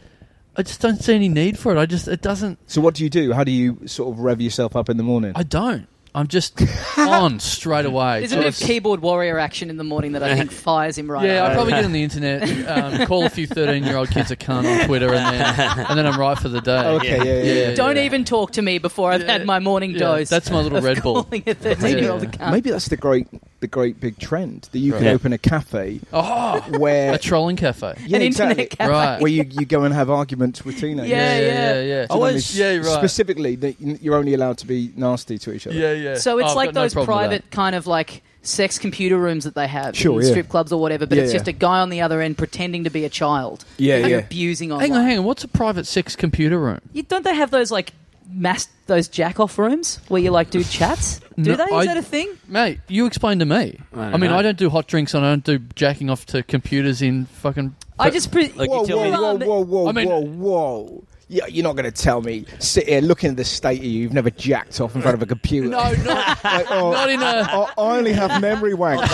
Speaker 2: I just don't see any need for it. I just it doesn't.
Speaker 3: So what do you do? How do you sort of rev yourself up in the morning?
Speaker 2: I don't. I'm just on straight away.
Speaker 1: There's a bit of
Speaker 2: Just-
Speaker 1: keyboard warrior action in the morning that I think fires him right
Speaker 2: Yeah,
Speaker 1: up.
Speaker 2: I probably get on the internet, um, call a few 13 year old kids a cunt on Twitter, and then, and then I'm right for the day.
Speaker 3: Okay, yeah, yeah, yeah.
Speaker 1: Don't even talk to me before I've
Speaker 2: Yeah.
Speaker 1: had my morning
Speaker 2: Yeah,
Speaker 1: dose.
Speaker 2: That's my little
Speaker 1: of
Speaker 2: Red Bull.
Speaker 1: calling a 13 year old
Speaker 2: Yeah.
Speaker 3: Maybe that's the great, the great big trend that you can
Speaker 4: Right.
Speaker 3: open a cafe
Speaker 2: Oh,
Speaker 3: where
Speaker 2: a trolling cafe.
Speaker 3: Yeah,
Speaker 1: An internet
Speaker 3: exactly.
Speaker 1: cafe.
Speaker 2: Right.
Speaker 3: where you, you go and have arguments with teenagers.
Speaker 1: Yeah, yeah.
Speaker 2: yeah, yeah.
Speaker 3: Do you know what I mean?
Speaker 2: yeah, you're right.
Speaker 3: Specifically, that you- you're only allowed to be nasty to each other.
Speaker 2: Yeah, yeah.
Speaker 1: So it's
Speaker 2: Oh, I've
Speaker 1: like
Speaker 2: got no
Speaker 1: those
Speaker 2: problem with
Speaker 1: private kind of like sex computer rooms that they have
Speaker 3: Sure,
Speaker 1: in
Speaker 3: yeah.
Speaker 1: strip clubs or whatever, but
Speaker 3: Yeah,
Speaker 1: it's
Speaker 3: yeah.
Speaker 1: just a guy on the other end pretending to be a child.
Speaker 3: Yeah,
Speaker 1: and
Speaker 3: yeah.
Speaker 1: Abusing
Speaker 2: that.
Speaker 1: online.
Speaker 2: Hang on, hang on. What's a private sex computer room?
Speaker 1: You, don't they have those like mass those jack off rooms where you like do chats? Do
Speaker 2: No,
Speaker 1: they? Is
Speaker 2: I-
Speaker 1: that a thing?
Speaker 2: Mate, you explain to me. I,
Speaker 4: don't
Speaker 2: mean,
Speaker 4: know.
Speaker 2: I don't do hot drinks and I don't do jacking off to computers in fucking.
Speaker 1: I just pre-
Speaker 4: Look,
Speaker 3: Whoa,
Speaker 4: You tell
Speaker 3: whoa,
Speaker 4: me-
Speaker 3: whoa, whoa, whoa,
Speaker 2: I mean-
Speaker 3: whoa, whoa! "Yeah, you're not going to tell me sit here looking at the state of you. You've never jacked off in front of a computer."
Speaker 2: No, not,
Speaker 3: Like, oh,
Speaker 2: not in a.
Speaker 3: I, I only have memory wanks.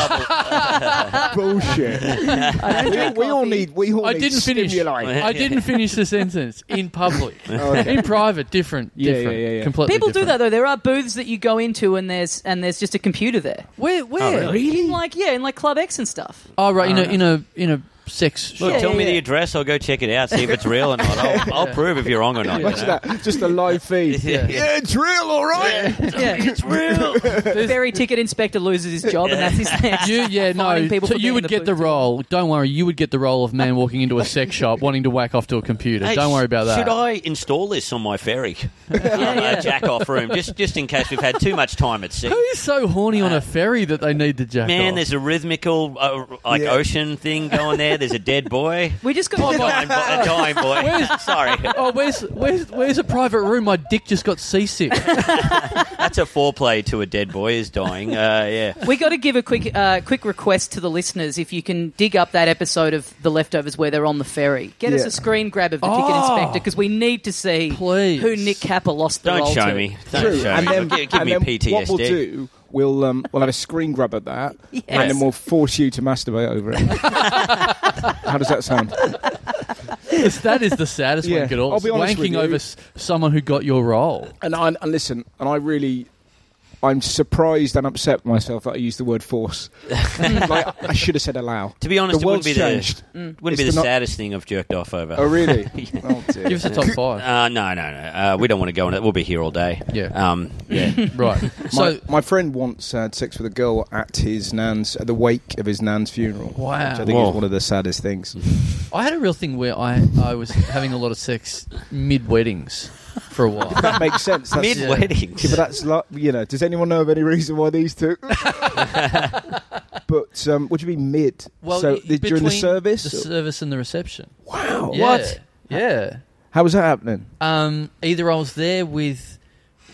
Speaker 3: Bullshit. we, we all need. We all
Speaker 2: I
Speaker 3: need
Speaker 2: didn't finish.
Speaker 3: stimuli. Oh,
Speaker 2: I didn't finish the sentence in public.
Speaker 3: okay.
Speaker 2: In private, different,
Speaker 3: Yeah, yeah,
Speaker 2: different,
Speaker 3: yeah, yeah.
Speaker 2: completely.
Speaker 1: People do
Speaker 2: different.
Speaker 1: that though. There are booths that you go into and there's and there's just a computer there.
Speaker 3: Oh,
Speaker 2: Where? Where?
Speaker 4: really?
Speaker 1: In like yeah, in like Club X and stuff.
Speaker 2: Oh, right. In a in a in a sex
Speaker 4: Look,
Speaker 1: Yeah,
Speaker 2: shop.
Speaker 4: tell
Speaker 1: yeah,
Speaker 4: me
Speaker 1: yeah.
Speaker 4: the address. I'll go check it out, see if it's real or not. I'll, I'll prove if you're wrong or not. you
Speaker 3: Imagine
Speaker 4: know?
Speaker 3: that. Just a live feed.
Speaker 4: Yeah.
Speaker 3: yeah, it's real, all right.
Speaker 1: Yeah, it's real. Ferry ticket inspector loses his job and that's his next.
Speaker 2: You, yeah, no.
Speaker 1: Finding people
Speaker 2: t-
Speaker 1: for
Speaker 2: you
Speaker 1: being
Speaker 2: would
Speaker 1: the
Speaker 2: get the
Speaker 1: booth.
Speaker 2: role. Don't worry, you would get the role of man walking into a sex shop wanting to whack off to a computer.
Speaker 4: Hey,
Speaker 2: Don't worry
Speaker 4: sh-
Speaker 2: about that.
Speaker 4: Should I install this on my ferry?
Speaker 1: yeah.
Speaker 4: Uh, jack off room, just just in case we've had too much time at sea.
Speaker 2: Who is so horny on a ferry that they need to jack
Speaker 4: Man,
Speaker 2: off?
Speaker 4: there's a rhythmical uh, like
Speaker 3: Yeah.
Speaker 4: ocean thing going there. There's a dead boy,
Speaker 1: We just got.
Speaker 4: dying bo- a dying boy. Sorry,
Speaker 2: Oh, where's where's where's a private room? My dick just got seasick.
Speaker 4: that's a foreplay to a dead boy is dying. Uh, yeah.
Speaker 1: We got to give a quick, uh, quick request to the listeners. If you can dig up that episode of The Leftovers where they're on the ferry, get us
Speaker 3: Yeah.
Speaker 1: a screen grab of the ticket
Speaker 2: Oh.
Speaker 1: inspector because we need to see
Speaker 2: Please.
Speaker 1: who Nick Kappa lost the
Speaker 4: Don't
Speaker 1: role
Speaker 4: show
Speaker 1: to.
Speaker 4: me. Don't
Speaker 3: True.
Speaker 4: show
Speaker 3: And
Speaker 4: me.
Speaker 3: then,
Speaker 4: give give
Speaker 3: and
Speaker 4: me
Speaker 3: then
Speaker 4: PTSD.
Speaker 3: What we'll do, we'll um, we'll have a screen grab at that, and then we'll force you to masturbate over it. How does that sound?
Speaker 2: Yes, that is the saddest
Speaker 3: Yeah.
Speaker 2: one. Get all
Speaker 3: I'll be honest with
Speaker 2: wanking
Speaker 3: you.
Speaker 2: over s- someone who got your role.
Speaker 3: And I and listen, and I really, I'm surprised and upset with myself that I used the word force. like, I should have said allow.
Speaker 4: To be honest,
Speaker 3: the
Speaker 4: it
Speaker 3: world's
Speaker 4: wouldn't be
Speaker 3: changed. Mm.
Speaker 4: the Mm. wouldn't
Speaker 3: It's
Speaker 4: be the,
Speaker 3: the not-
Speaker 4: saddest thing I've jerked off over.
Speaker 3: Oh really? Oh, dear.
Speaker 2: Give us a top five.
Speaker 4: Uh, no, no, no. Uh, we don't want to go on it. We'll be here all day.
Speaker 2: Yeah.
Speaker 4: Um, yeah.
Speaker 2: right.
Speaker 3: my,
Speaker 2: So
Speaker 3: my friend once had sex with a girl at his nan's at the wake of his nan's funeral.
Speaker 2: Wow.
Speaker 3: which I think
Speaker 4: Whoa.
Speaker 3: is one of the saddest things.
Speaker 2: I had a real thing where I, I was having a lot of sex mid weddings for a while.
Speaker 3: that makes sense. That's,
Speaker 4: Mid weddings.
Speaker 3: Yeah, but that's like you know. Does anyone know of any reason why these two? but um, what do you mean mid? so
Speaker 2: y-
Speaker 3: the, during the
Speaker 2: between
Speaker 3: service.
Speaker 2: the service and the reception.
Speaker 3: wow.
Speaker 2: Yeah.
Speaker 3: What?
Speaker 2: Yeah.
Speaker 3: How was that happening?
Speaker 2: Um, either I was there with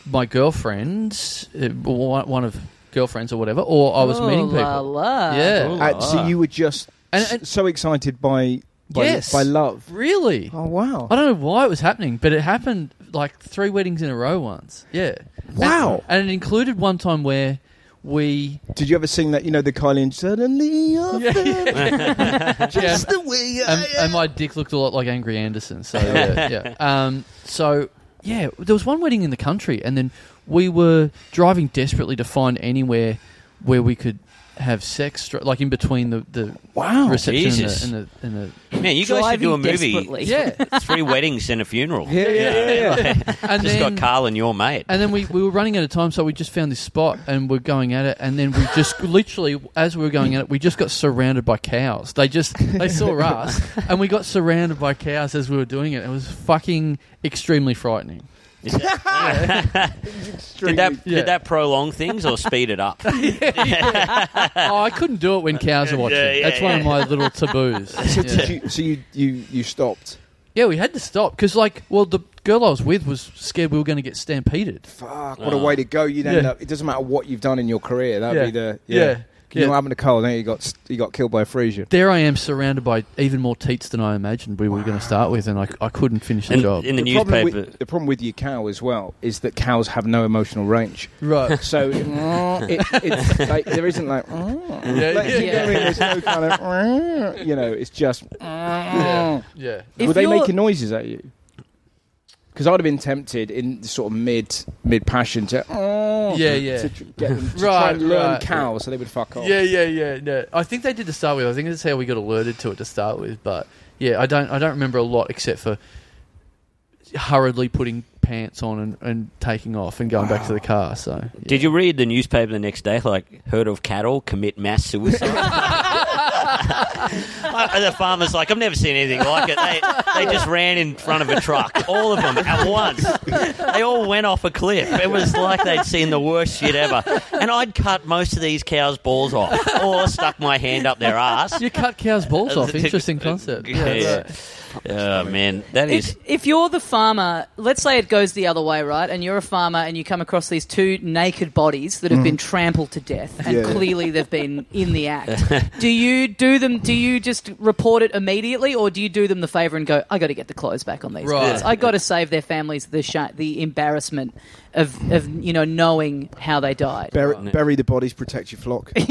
Speaker 2: my girlfriend, uh, one one of girlfriends or whatever, or I was
Speaker 1: Oh,
Speaker 2: meeting people.
Speaker 1: la la.
Speaker 2: Yeah.
Speaker 4: Cool.
Speaker 3: Uh, so
Speaker 4: Ah.
Speaker 3: you were just
Speaker 2: Oh. And-
Speaker 3: s-
Speaker 2: and-
Speaker 3: so excited by by,
Speaker 2: Yes.
Speaker 3: by love.
Speaker 2: Really?
Speaker 3: Oh wow.
Speaker 2: I don't know why it was happening, but it happened like three weddings in a row once. Yeah.
Speaker 3: Wow.
Speaker 2: And, and it included one time where we
Speaker 3: Did you ever sing that? You know the Kylie and suddenly I
Speaker 2: Yeah.
Speaker 3: felt
Speaker 2: yeah,
Speaker 3: just the way I
Speaker 2: um, and, and
Speaker 3: am."
Speaker 2: my dick looked a lot like Angry Anderson. So yeah, yeah. Um, so yeah, there was one wedding in the country, and then we were driving desperately to find anywhere where we could have sex, stra- like in between the the
Speaker 3: Wow.
Speaker 2: reception
Speaker 4: Jesus.
Speaker 2: and the, and the, and
Speaker 4: Man, you guys should do a
Speaker 1: Driving
Speaker 4: movie.
Speaker 1: desperately.
Speaker 2: the yeah.
Speaker 4: Three weddings and a funeral.
Speaker 3: Yeah, yeah, yeah, yeah.
Speaker 2: And
Speaker 4: Just
Speaker 2: then,
Speaker 4: got Carl and your mate.
Speaker 2: And then we, we were running out of time, so we just found this spot and we're going at it. And then we just literally, as we were going at it, we just got surrounded by cows. They just they saw us, and we got surrounded by cows as we were doing it. It was fucking extremely frightening.
Speaker 4: Did that
Speaker 2: Yeah.
Speaker 4: did that prolong things or speed it up?
Speaker 2: oh, I couldn't do it when cows are watching.
Speaker 4: Yeah, yeah,
Speaker 2: That's one of
Speaker 4: yeah.
Speaker 2: my little taboos.
Speaker 3: So,
Speaker 2: yeah.
Speaker 3: did you, so you you you stopped.
Speaker 2: Yeah, we had to stop because, like, well, the girl I was with was scared we were going to get stampeded.
Speaker 3: Fuck! What a way to go. You'd end
Speaker 2: Yeah.
Speaker 3: up. It doesn't matter what you've done in your career. That'd
Speaker 2: Yeah.
Speaker 3: be the
Speaker 2: Yeah.
Speaker 3: yeah.
Speaker 2: Yeah.
Speaker 3: You know what happened to Cole? Then you got you got killed by a Frisian.
Speaker 2: There I am, surrounded by even more teats than I imagined we were going to start with, and I, I couldn't finish the
Speaker 4: In,
Speaker 2: job.
Speaker 4: in the,
Speaker 3: problem
Speaker 4: newspaper.
Speaker 3: with, the problem with your cow as well is that cows have no emotional range.
Speaker 2: right.
Speaker 3: So it, it's like there isn't like,
Speaker 2: Yeah,
Speaker 3: like, you know
Speaker 1: yeah.
Speaker 3: what I mean? there's no kind of you know it's just Mm.
Speaker 2: Yeah. yeah.
Speaker 1: If
Speaker 3: were they
Speaker 1: you're-
Speaker 3: making noises at you? Because I'd have been tempted in the sort of mid mid passion to "Oh,
Speaker 2: Yeah, yeah.
Speaker 3: to tr- get them to
Speaker 2: Right,
Speaker 3: try and learn
Speaker 2: right.
Speaker 3: cows so they would fuck off.
Speaker 2: Yeah, yeah, yeah. No, I think they did to start with. I think that's how we got alerted to it to start with. But yeah, I don't, I don't remember a lot except for hurriedly putting pants on and, and taking off and going back to the car. So yeah.
Speaker 4: Did you read the newspaper the next day? Like, herd of cattle commit mass suicide. And the farmer's like, I've never seen anything like it. They, they just ran in front of a truck, all of them at once. They all went off a cliff. It was like they'd seen the worst shit ever. And I'd cut most of these cows' balls off, or stuck my hand up their ass.
Speaker 2: you cut cows' balls off? Interesting concept.
Speaker 4: Yeah,
Speaker 2: Yeah,
Speaker 4: yeah.
Speaker 2: right.
Speaker 4: Oh man, that is.
Speaker 1: If, if you're the farmer, let's say it goes the other way, right? And you're a farmer and you come across these two naked bodies that have been trampled to death and
Speaker 3: Mm-hmm. Yeah.
Speaker 1: clearly they've been in the act. do you do them do you you just report it immediately, or do you do them the favour and go, "I got to get the clothes back on these
Speaker 2: Right.
Speaker 1: kids. I got to save their families the sh- the embarrassment of of you know knowing how they died."
Speaker 3: Bury, bury the bodies, protect your flock.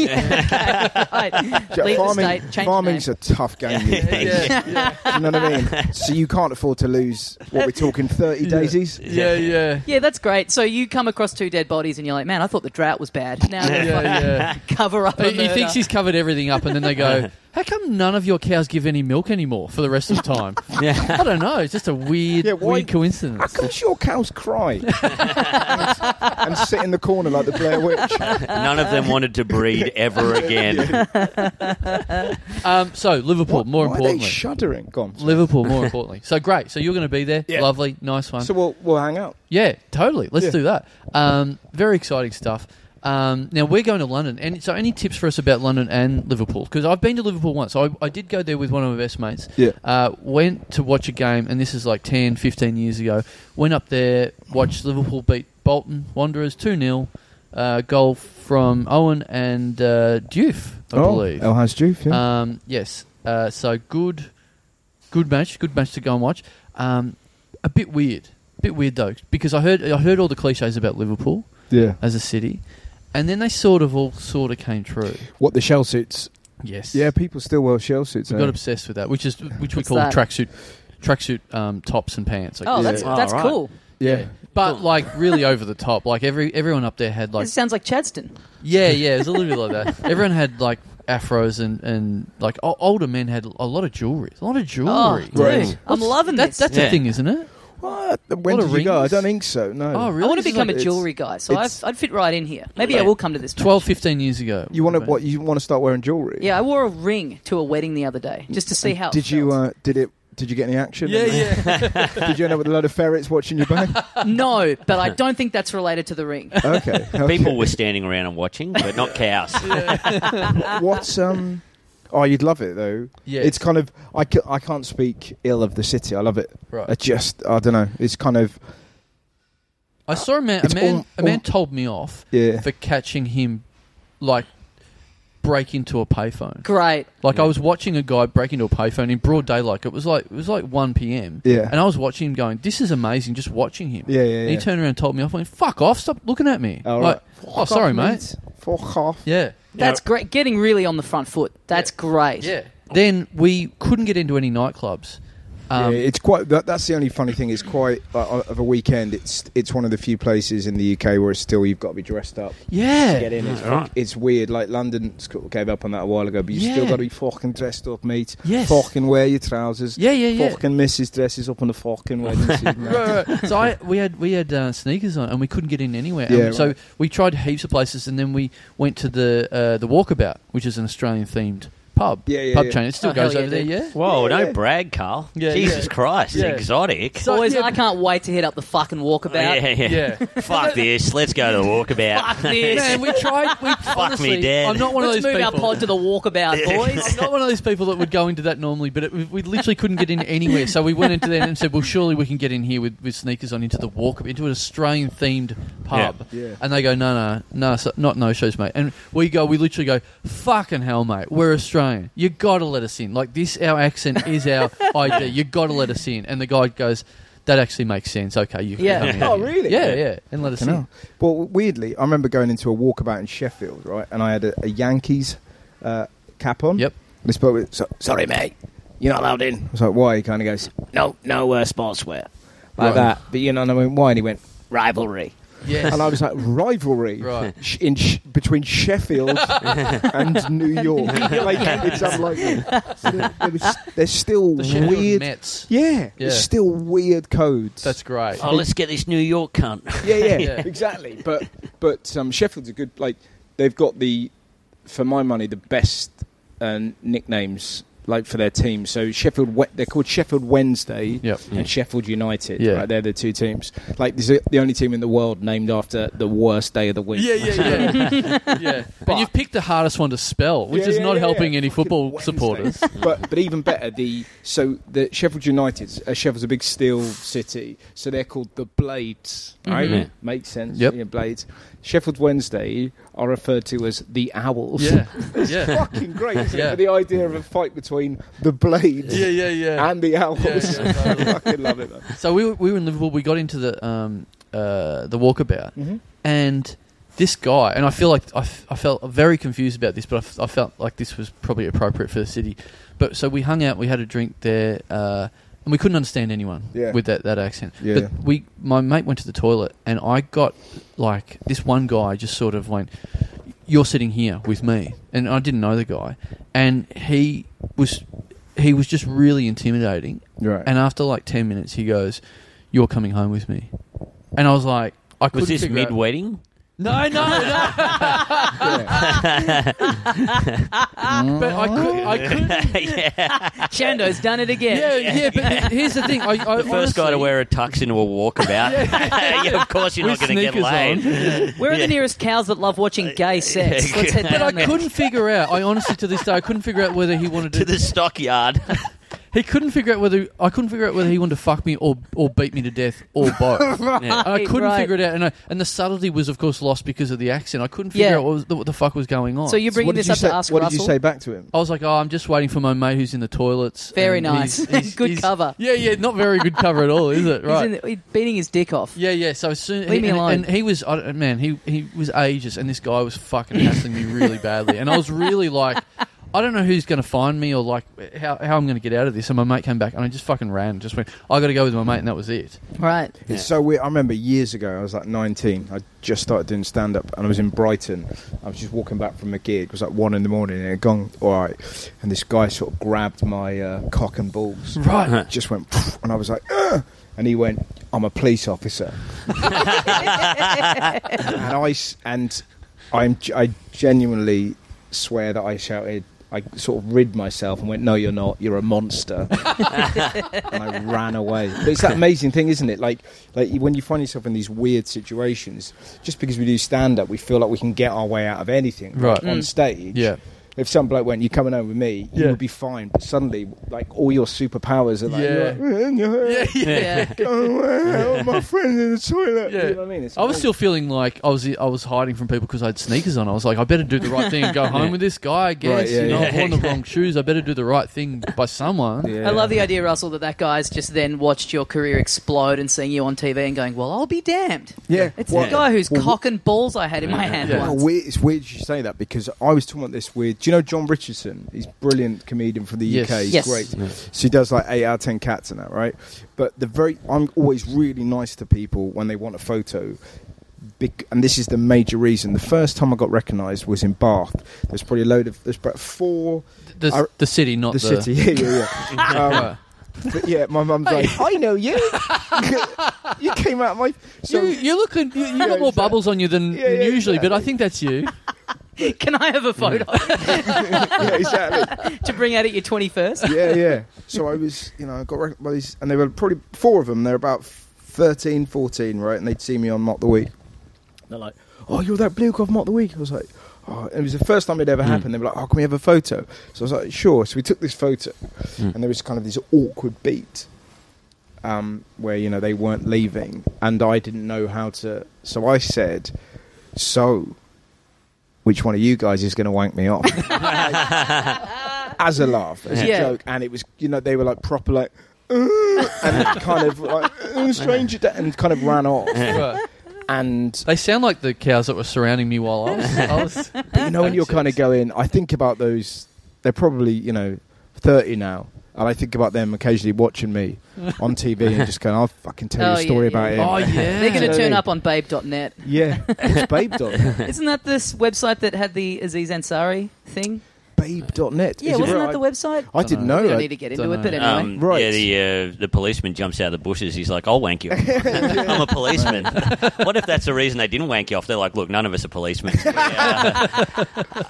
Speaker 1: Right. Leave the state, change the
Speaker 3: farming's
Speaker 1: name.
Speaker 3: a tough game. these days.
Speaker 2: yeah,
Speaker 3: Do you know what I mean? So you can't afford to lose. What we're talking, thirty daisies.
Speaker 2: yeah, yeah.
Speaker 1: yeah, that's great. So you come across two dead bodies, and you're like, "Man, I thought the drought was bad. Now
Speaker 2: Yeah,
Speaker 1: they
Speaker 2: yeah.
Speaker 1: cover up." A
Speaker 2: He
Speaker 1: murder.
Speaker 2: thinks he's covered everything up, and then they go, "How come none of your cows give any milk anymore for the rest of time?" I don't know. It's just a weird,
Speaker 3: Yeah, why-
Speaker 2: weird
Speaker 3: Of
Speaker 2: coincidence.
Speaker 3: course, your cows cry and sit in the corner like the Blair Witch.
Speaker 4: None of them wanted to breed ever again.
Speaker 2: Um, so Liverpool,
Speaker 3: What-
Speaker 2: more
Speaker 3: why Are
Speaker 2: importantly,
Speaker 3: they shuddering? Gone.
Speaker 2: Liverpool, more importantly. So great. So you're going to be there.
Speaker 3: Yeah.
Speaker 2: Lovely, nice one.
Speaker 3: So we'll we'll hang out.
Speaker 2: Yeah, totally. Let's
Speaker 3: Yeah.
Speaker 2: do that. Um, very exciting stuff. Um, now we're going to London, and so any tips for us about London and Liverpool? Because I've been to Liverpool once. I, I did go there with one of my best mates.
Speaker 3: Yeah.
Speaker 2: Uh, went to watch a game, and this is like 10, 15 years ago. Went up there, watched Liverpool beat Bolton Wanderers two 0 uh, Goal from Owen and uh, Diouf, I believe.
Speaker 3: Oh, El Hasdruf, yeah.
Speaker 2: Um, yes. Uh, so good, good match. Good match to go and watch. Um, a bit weird. Bit weird though, because I heard I heard all the cliches about Liverpool
Speaker 3: yeah.
Speaker 2: as a city, and then they sort of all sort of came true.
Speaker 7: What the shell suits?
Speaker 2: Yes.
Speaker 3: Yeah, people still wear shell suits.
Speaker 2: We
Speaker 3: eh?
Speaker 2: got obsessed with that, which is which we
Speaker 1: What's
Speaker 2: call
Speaker 1: that?
Speaker 2: tracksuit, tracksuit um, tops and pants. I
Speaker 1: Oh,
Speaker 2: guess.
Speaker 1: that's
Speaker 4: Yeah.
Speaker 1: that's
Speaker 4: All right.
Speaker 1: cool.
Speaker 3: yeah.
Speaker 2: But like really over the top. Like every everyone up there had like
Speaker 1: It sounds like Chadston.
Speaker 2: Yeah, yeah, it was a little bit like that. Everyone had like afros and and like o- older men had a lot of jewelry, a lot of
Speaker 1: Oh,
Speaker 2: jewelry.
Speaker 1: dude,
Speaker 3: Right.
Speaker 1: I'm loving
Speaker 2: That,
Speaker 1: this.
Speaker 2: that's a
Speaker 4: Yeah.
Speaker 2: thing, isn't it?
Speaker 3: What? When
Speaker 2: What
Speaker 3: did
Speaker 2: are
Speaker 3: you go? I
Speaker 2: rings?
Speaker 3: don't think so. No.
Speaker 2: Oh, really?
Speaker 1: I want to
Speaker 2: It's
Speaker 1: become
Speaker 3: like-
Speaker 1: a jewelry guy, so I've,
Speaker 3: it's-
Speaker 1: I'd fit right in here. Maybe I
Speaker 4: Yeah.
Speaker 1: will come to this. match.
Speaker 2: 12, 15 years ago.
Speaker 3: You want to what? You want to start wearing jewelry?
Speaker 1: Yeah, I wore a ring to a wedding the other day just to see how. it
Speaker 3: Did you?
Speaker 1: felt.
Speaker 3: Uh, did it? Did you get any action?
Speaker 2: Yeah, yeah.
Speaker 3: did you end up with a load of ferrets watching your back?
Speaker 1: No, but I don't think that's related to the ring.
Speaker 3: Okay.
Speaker 4: People were standing around and watching, but not cows.
Speaker 3: What's um? Oh, you'd love it though.
Speaker 2: Yeah.
Speaker 3: It's kind of I, ca- I can't speak ill of the city. I love it.
Speaker 2: Right.
Speaker 3: I just I don't know. It's kind of
Speaker 2: I saw a man. A
Speaker 3: It's
Speaker 2: man,
Speaker 3: all-
Speaker 2: a man
Speaker 3: all-
Speaker 2: told me off
Speaker 3: yeah.
Speaker 2: for catching him, like break into a payphone.
Speaker 1: Great.
Speaker 2: Like I was watching a guy break into a payphone in broad daylight. It was like it was like one p.m.
Speaker 3: Yeah.
Speaker 2: and I was watching him going, "This is amazing." Just watching him.
Speaker 3: Yeah, yeah,
Speaker 2: And he
Speaker 3: yeah.
Speaker 2: turned around and told me off. I went, "Fuck off! Stop looking at me."
Speaker 3: All
Speaker 2: Like, oh,
Speaker 3: Fuck
Speaker 2: sorry,
Speaker 3: off,
Speaker 2: mate.
Speaker 3: Fuck off.
Speaker 2: Yeah.
Speaker 1: That's great. Getting really on the front foot. That's great.
Speaker 2: Then we couldn't get into any nightclubs. Um,
Speaker 3: yeah, it's quite. That, that's the only funny thing. It's quite uh, of a weekend. It's it's one of the few places in the UK where it's still you've got to be dressed up.
Speaker 2: yeah.
Speaker 3: to Get in. It's,
Speaker 4: Right.
Speaker 3: it's weird. Like London sort of gave up on that a while ago, but you have still
Speaker 2: Yeah.
Speaker 3: got to be fucking dressed up, mate.
Speaker 2: Yes.
Speaker 3: Fucking wear your trousers.
Speaker 2: Yeah, yeah, yeah.
Speaker 3: Fucking missus dresses up on the fucking wedding seat. mate.
Speaker 2: Right, right. So I, we had we had uh, sneakers on and we couldn't get in anywhere.
Speaker 3: Yeah,
Speaker 2: And So
Speaker 3: right.
Speaker 2: we tried heaps of places and then we went to the uh, the Walkabout, which is an Australian themed pub.
Speaker 3: Yeah, yeah,
Speaker 2: pub
Speaker 3: yeah.
Speaker 2: chain. It still
Speaker 1: Oh, hell
Speaker 2: goes
Speaker 1: yeah,
Speaker 2: over there.
Speaker 1: dude.
Speaker 2: Yeah.
Speaker 4: Whoa,
Speaker 3: Yeah.
Speaker 4: don't brag, Carl.
Speaker 2: Yeah,
Speaker 4: Jesus
Speaker 2: yeah.
Speaker 4: Christ,
Speaker 2: Yeah.
Speaker 4: exotic.
Speaker 2: So-
Speaker 1: Boys,
Speaker 2: yeah.
Speaker 1: I can't wait to hit up the fucking walkabout.
Speaker 4: yeah, yeah. Fuck this. Let's go to the walkabout.
Speaker 1: Fuck this.
Speaker 2: Man, we tried. We honestly,
Speaker 4: me dead.
Speaker 2: I'm not one
Speaker 1: Let's
Speaker 2: of those
Speaker 1: move our
Speaker 2: people.
Speaker 1: pod to the walkabout, boys.
Speaker 2: I'm not one of those people that would go into that normally, but it, we, we literally couldn't get in anywhere. So we went into there and said, "Well, surely we can get in here with, with sneakers on into the walk into an Australian themed pub."
Speaker 3: Yeah. Yeah.
Speaker 2: And they go, "No, no, no, so, not no shows, mate." And we go, we literally go, "Fucking hell, mate, we're Australian. You got to let us in. Like this, our accent is our ID. You got to let us in." And the guy goes. That actually makes sense. Okay, you can
Speaker 1: Yeah.
Speaker 2: come in
Speaker 3: Oh,
Speaker 2: here."
Speaker 3: really?
Speaker 2: Yeah, yeah. And let us
Speaker 3: Fucking
Speaker 2: in.
Speaker 3: hell. Well, weirdly, I remember going into a walkabout in Sheffield, right? And I had a, a Yankees uh, cap on.
Speaker 2: Yep.
Speaker 3: And I spoke with. So,
Speaker 8: Sorry, mate. You're not allowed in.
Speaker 3: I was like, why? He kind of goes,
Speaker 8: No, no uh, sportswear.
Speaker 3: like
Speaker 2: Right.
Speaker 3: that. But, you know, and I went, why? And he went,
Speaker 8: Rivalry.
Speaker 2: Yes.
Speaker 3: and I was like, rivalry
Speaker 2: Right.
Speaker 3: sh- in sh- between Sheffield and New York. like, it's unlikely. So there, there was, there's still
Speaker 2: The Sheffield
Speaker 3: weird.
Speaker 2: Mets.
Speaker 3: Yeah,
Speaker 2: Yeah.
Speaker 3: There's still weird codes.
Speaker 2: That's great.
Speaker 4: Oh, let's get this New York cunt.
Speaker 3: yeah, yeah,
Speaker 2: Yeah.
Speaker 3: exactly. But but um, Sheffield's a good like they've got the for my money the best uh, nicknames like for their team. So Sheffield we- they're called Sheffield Wednesday
Speaker 2: Yep. Mm.
Speaker 3: and Sheffield United.
Speaker 2: Yeah.
Speaker 3: Right, they're the two teams. Like this is the only team in the world named after the worst day of the week.
Speaker 2: Yeah, yeah, yeah. yeah.
Speaker 3: But-
Speaker 2: and you've picked the hardest one to spell, which
Speaker 3: Yeah,
Speaker 2: is
Speaker 3: yeah,
Speaker 2: not
Speaker 3: yeah,
Speaker 2: helping
Speaker 3: yeah.
Speaker 2: any
Speaker 3: Fucking
Speaker 2: football
Speaker 3: Wednesday.
Speaker 2: supporters.
Speaker 3: but but even better, the so the Sheffield United, uh, Sheffield's a big steel city, so they're called the Blades, right?
Speaker 2: Mhm.
Speaker 3: Makes sense.
Speaker 2: Yep.
Speaker 3: yeah, Blades. Sheffield Wednesday are referred to as the Owls.
Speaker 2: Yeah, yeah,
Speaker 3: Fucking great, isn't
Speaker 2: Yeah.
Speaker 3: it? The idea of a fight between the Blades
Speaker 2: yeah, yeah, yeah.
Speaker 3: and the Owls.
Speaker 2: Yeah, yeah, totally.
Speaker 3: I fucking love it. Man.
Speaker 2: So we were, we were in Liverpool. We got into the um, uh, the walkabout,
Speaker 3: Mm-hmm.
Speaker 2: and this guy and I feel like I, f- I felt very confused about this, but I, f- I felt like this was probably appropriate for the city. But so we hung out, we had a drink there, uh, and we couldn't understand anyone
Speaker 3: Yeah.
Speaker 2: with that, that accent.
Speaker 3: Yeah.
Speaker 2: But we, my mate went to the toilet, and I got like this one guy just sort of went, "You're sitting here with me," and I didn't know the guy, and he was he was just really intimidating,
Speaker 3: Right.
Speaker 2: and after like 10 minutes, he goes, You're coming home with me. And I was like, I
Speaker 4: Was
Speaker 2: couldn't
Speaker 4: this
Speaker 2: figure out-
Speaker 4: mid wedding?
Speaker 2: No, no, no. but I, could,
Speaker 1: Oh.
Speaker 2: I couldn't.
Speaker 4: yeah.
Speaker 1: Shando's done it again.
Speaker 2: Yeah, yeah, but here's the thing. I, I
Speaker 4: The first guy to wear a tux into a walkabout. yeah, of course, you're not
Speaker 2: With
Speaker 4: going to get
Speaker 2: sneakers
Speaker 4: laid.
Speaker 2: on.
Speaker 1: Where are the nearest cows that love watching gay sex? Let's head
Speaker 2: But I
Speaker 1: down there.
Speaker 2: couldn't figure out. I honestly, to this day, I couldn't figure out whether he wanted
Speaker 4: To
Speaker 2: to.
Speaker 4: the stockyard.
Speaker 2: he couldn't figure out whether I couldn't figure out whether he wanted to fuck me or or beat me to death or both.
Speaker 4: Yeah.
Speaker 2: And I couldn't
Speaker 1: right.
Speaker 2: figure it out, and I, and the subtlety was, of course, lost because of the accent. I couldn't figure
Speaker 1: Yeah.
Speaker 2: out what, was, what the fuck was going on.
Speaker 1: So you're bringing
Speaker 3: What did
Speaker 1: this
Speaker 3: you
Speaker 1: up
Speaker 3: say-
Speaker 1: to ask
Speaker 3: What
Speaker 1: Russell?
Speaker 3: did you say back to him?
Speaker 2: I was like, oh, I'm just waiting for my mate who's in the toilets.
Speaker 1: Very
Speaker 2: and
Speaker 1: nice. Good cover.
Speaker 2: Yeah, yeah, not very good cover at all, is it?
Speaker 1: He's
Speaker 2: Right.
Speaker 1: in the- he's beating his dick off.
Speaker 2: yeah, yeah. So as soon
Speaker 1: Leave me
Speaker 2: and,
Speaker 1: alone.
Speaker 2: and he was, I don't- man, he he was ages, and this guy was fucking hassling me really badly, and I was really like, I don't know who's going to find me or like how how I'm going to get out of this. And my mate came back, and I just fucking ran, just went, I got to go with my mate, and that was it.
Speaker 1: Right.
Speaker 3: It's so weird. I remember years ago, I was like 19. I just started doing stand up and I was in Brighton. I was just walking back from a gig. It was like one in the morning and it had gone all right. And this guy sort of grabbed my uh, cock and balls.
Speaker 2: Right.
Speaker 3: It Just went, "Pff," and I was like, "Ugh." and he went, I'm a police officer. and I, s- and I'm, I genuinely swear that I shouted, I sort of rid myself and went, No, you're not. You're a monster and I ran away. But it's that amazing thing, isn't it? Like, like when you find yourself in these weird situations, just because we do stand up, we feel like we can get our way out of anything
Speaker 2: Right.
Speaker 3: on
Speaker 1: Mm.
Speaker 3: stage.
Speaker 2: Yeah.
Speaker 3: If some bloke went, "You're coming home with me," you
Speaker 2: Yeah.
Speaker 3: would be fine. But suddenly, like all your superpowers are like,
Speaker 2: Yeah.
Speaker 3: you're
Speaker 2: Yeah,
Speaker 3: like,
Speaker 2: yeah.
Speaker 1: Yeah.
Speaker 3: "Oh, my friend's in the toilet."
Speaker 2: Yeah.
Speaker 3: You know what I mean? It's
Speaker 2: I was
Speaker 3: amazing.
Speaker 2: still feeling like I was I was hiding from people because I had sneakers on. I was like, I better do the right thing and go home with this guy. I guess
Speaker 3: Right, yeah,
Speaker 2: you know
Speaker 3: yeah.
Speaker 2: I've worn the wrong shoes. I better do the right thing by someone.
Speaker 3: Yeah.
Speaker 1: I love the idea, Russell, that that guy's just then watched your career explode and seeing you on TV and going, "Well, I'll be damned."
Speaker 3: Yeah.
Speaker 1: It's
Speaker 3: Well,
Speaker 1: the guy whose
Speaker 3: well,
Speaker 1: cock and balls I had in my hand
Speaker 2: Yeah.
Speaker 1: once.
Speaker 3: Well, weird, it's weird you say that because I was talking about this with. Do you know John Richardson? He's a brilliant comedian from the
Speaker 2: Yes.
Speaker 3: UK. He's
Speaker 1: Yes.
Speaker 3: great. So he does like eight out of ten cats and that, right? But the very, I'm always really nice to people when they want a photo. Bec- and this is the major reason. The first time I got recognised was in Bath. There's probably a load of there's about four
Speaker 2: The,
Speaker 3: I-
Speaker 2: the city, not
Speaker 3: the,
Speaker 2: the,
Speaker 3: city. Yeah, yeah, yeah. Um,
Speaker 2: Right.
Speaker 3: but yeah, my mum's like, I know you. you came out of my. So
Speaker 2: you, you look you, you got more
Speaker 3: exactly.
Speaker 2: bubbles on you than
Speaker 3: Yeah, yeah,
Speaker 2: usually, but I think that's you.
Speaker 1: Can I have a photo
Speaker 3: yeah, exactly.
Speaker 1: to bring out at your twenty first?
Speaker 3: yeah, yeah. So I was, you know, I got recognised, by these- and they were probably four of them. They're about 13, 14, right? And they'd see me on Mock the Week. They're like, "Oh, you're that bloke off Mock the Week." I was like, "Oh," and it was the first time it ever happened. They were like, "Oh, can we have a photo?" So I was like, "Sure." So we took this photo, and there was kind of this awkward beat. Um, where you know they weren't leaving, and I didn't know how to. So I said, "So, which one of you guys is going to wank me off?" as a laugh, as
Speaker 1: Yeah.
Speaker 3: a joke, and it was you know they were like proper like "Ugh," and kind of like "Ugh, stranger da-" and kind of ran off.
Speaker 2: Right.
Speaker 3: And
Speaker 2: They sound like the cows that were surrounding me while I was. I was
Speaker 3: but you know when you're
Speaker 2: Makes
Speaker 3: kind of
Speaker 2: sense.
Speaker 3: going, I think about those. They're probably you know thirty now. And I think about them occasionally watching me on TV and just going, I'll fucking tell
Speaker 1: Oh,
Speaker 3: you a story
Speaker 1: yeah,
Speaker 3: about
Speaker 1: yeah.
Speaker 3: him.
Speaker 2: oh yeah,
Speaker 1: They're going to
Speaker 3: Yeah.
Speaker 1: turn up on Babe.net.
Speaker 3: yeah, it's babe.net.
Speaker 1: Isn't that this website that had the Aziz Ansari thing?
Speaker 3: Babe.net.
Speaker 1: Yeah,
Speaker 3: Is it
Speaker 1: wasn't
Speaker 3: right?
Speaker 1: that the website?
Speaker 3: I didn't
Speaker 2: Dunno.
Speaker 3: know.
Speaker 1: we don't
Speaker 3: I-
Speaker 1: need to get into
Speaker 2: Dunno.
Speaker 1: it, but anyway.
Speaker 4: Um,
Speaker 3: Right.
Speaker 4: Yeah, the, uh, the policeman jumps out of the bushes. He's like, I'll wank you. I'm a policeman. what if that's the reason they didn't wank you off? They're like, look, none of us are policemen. Yeah.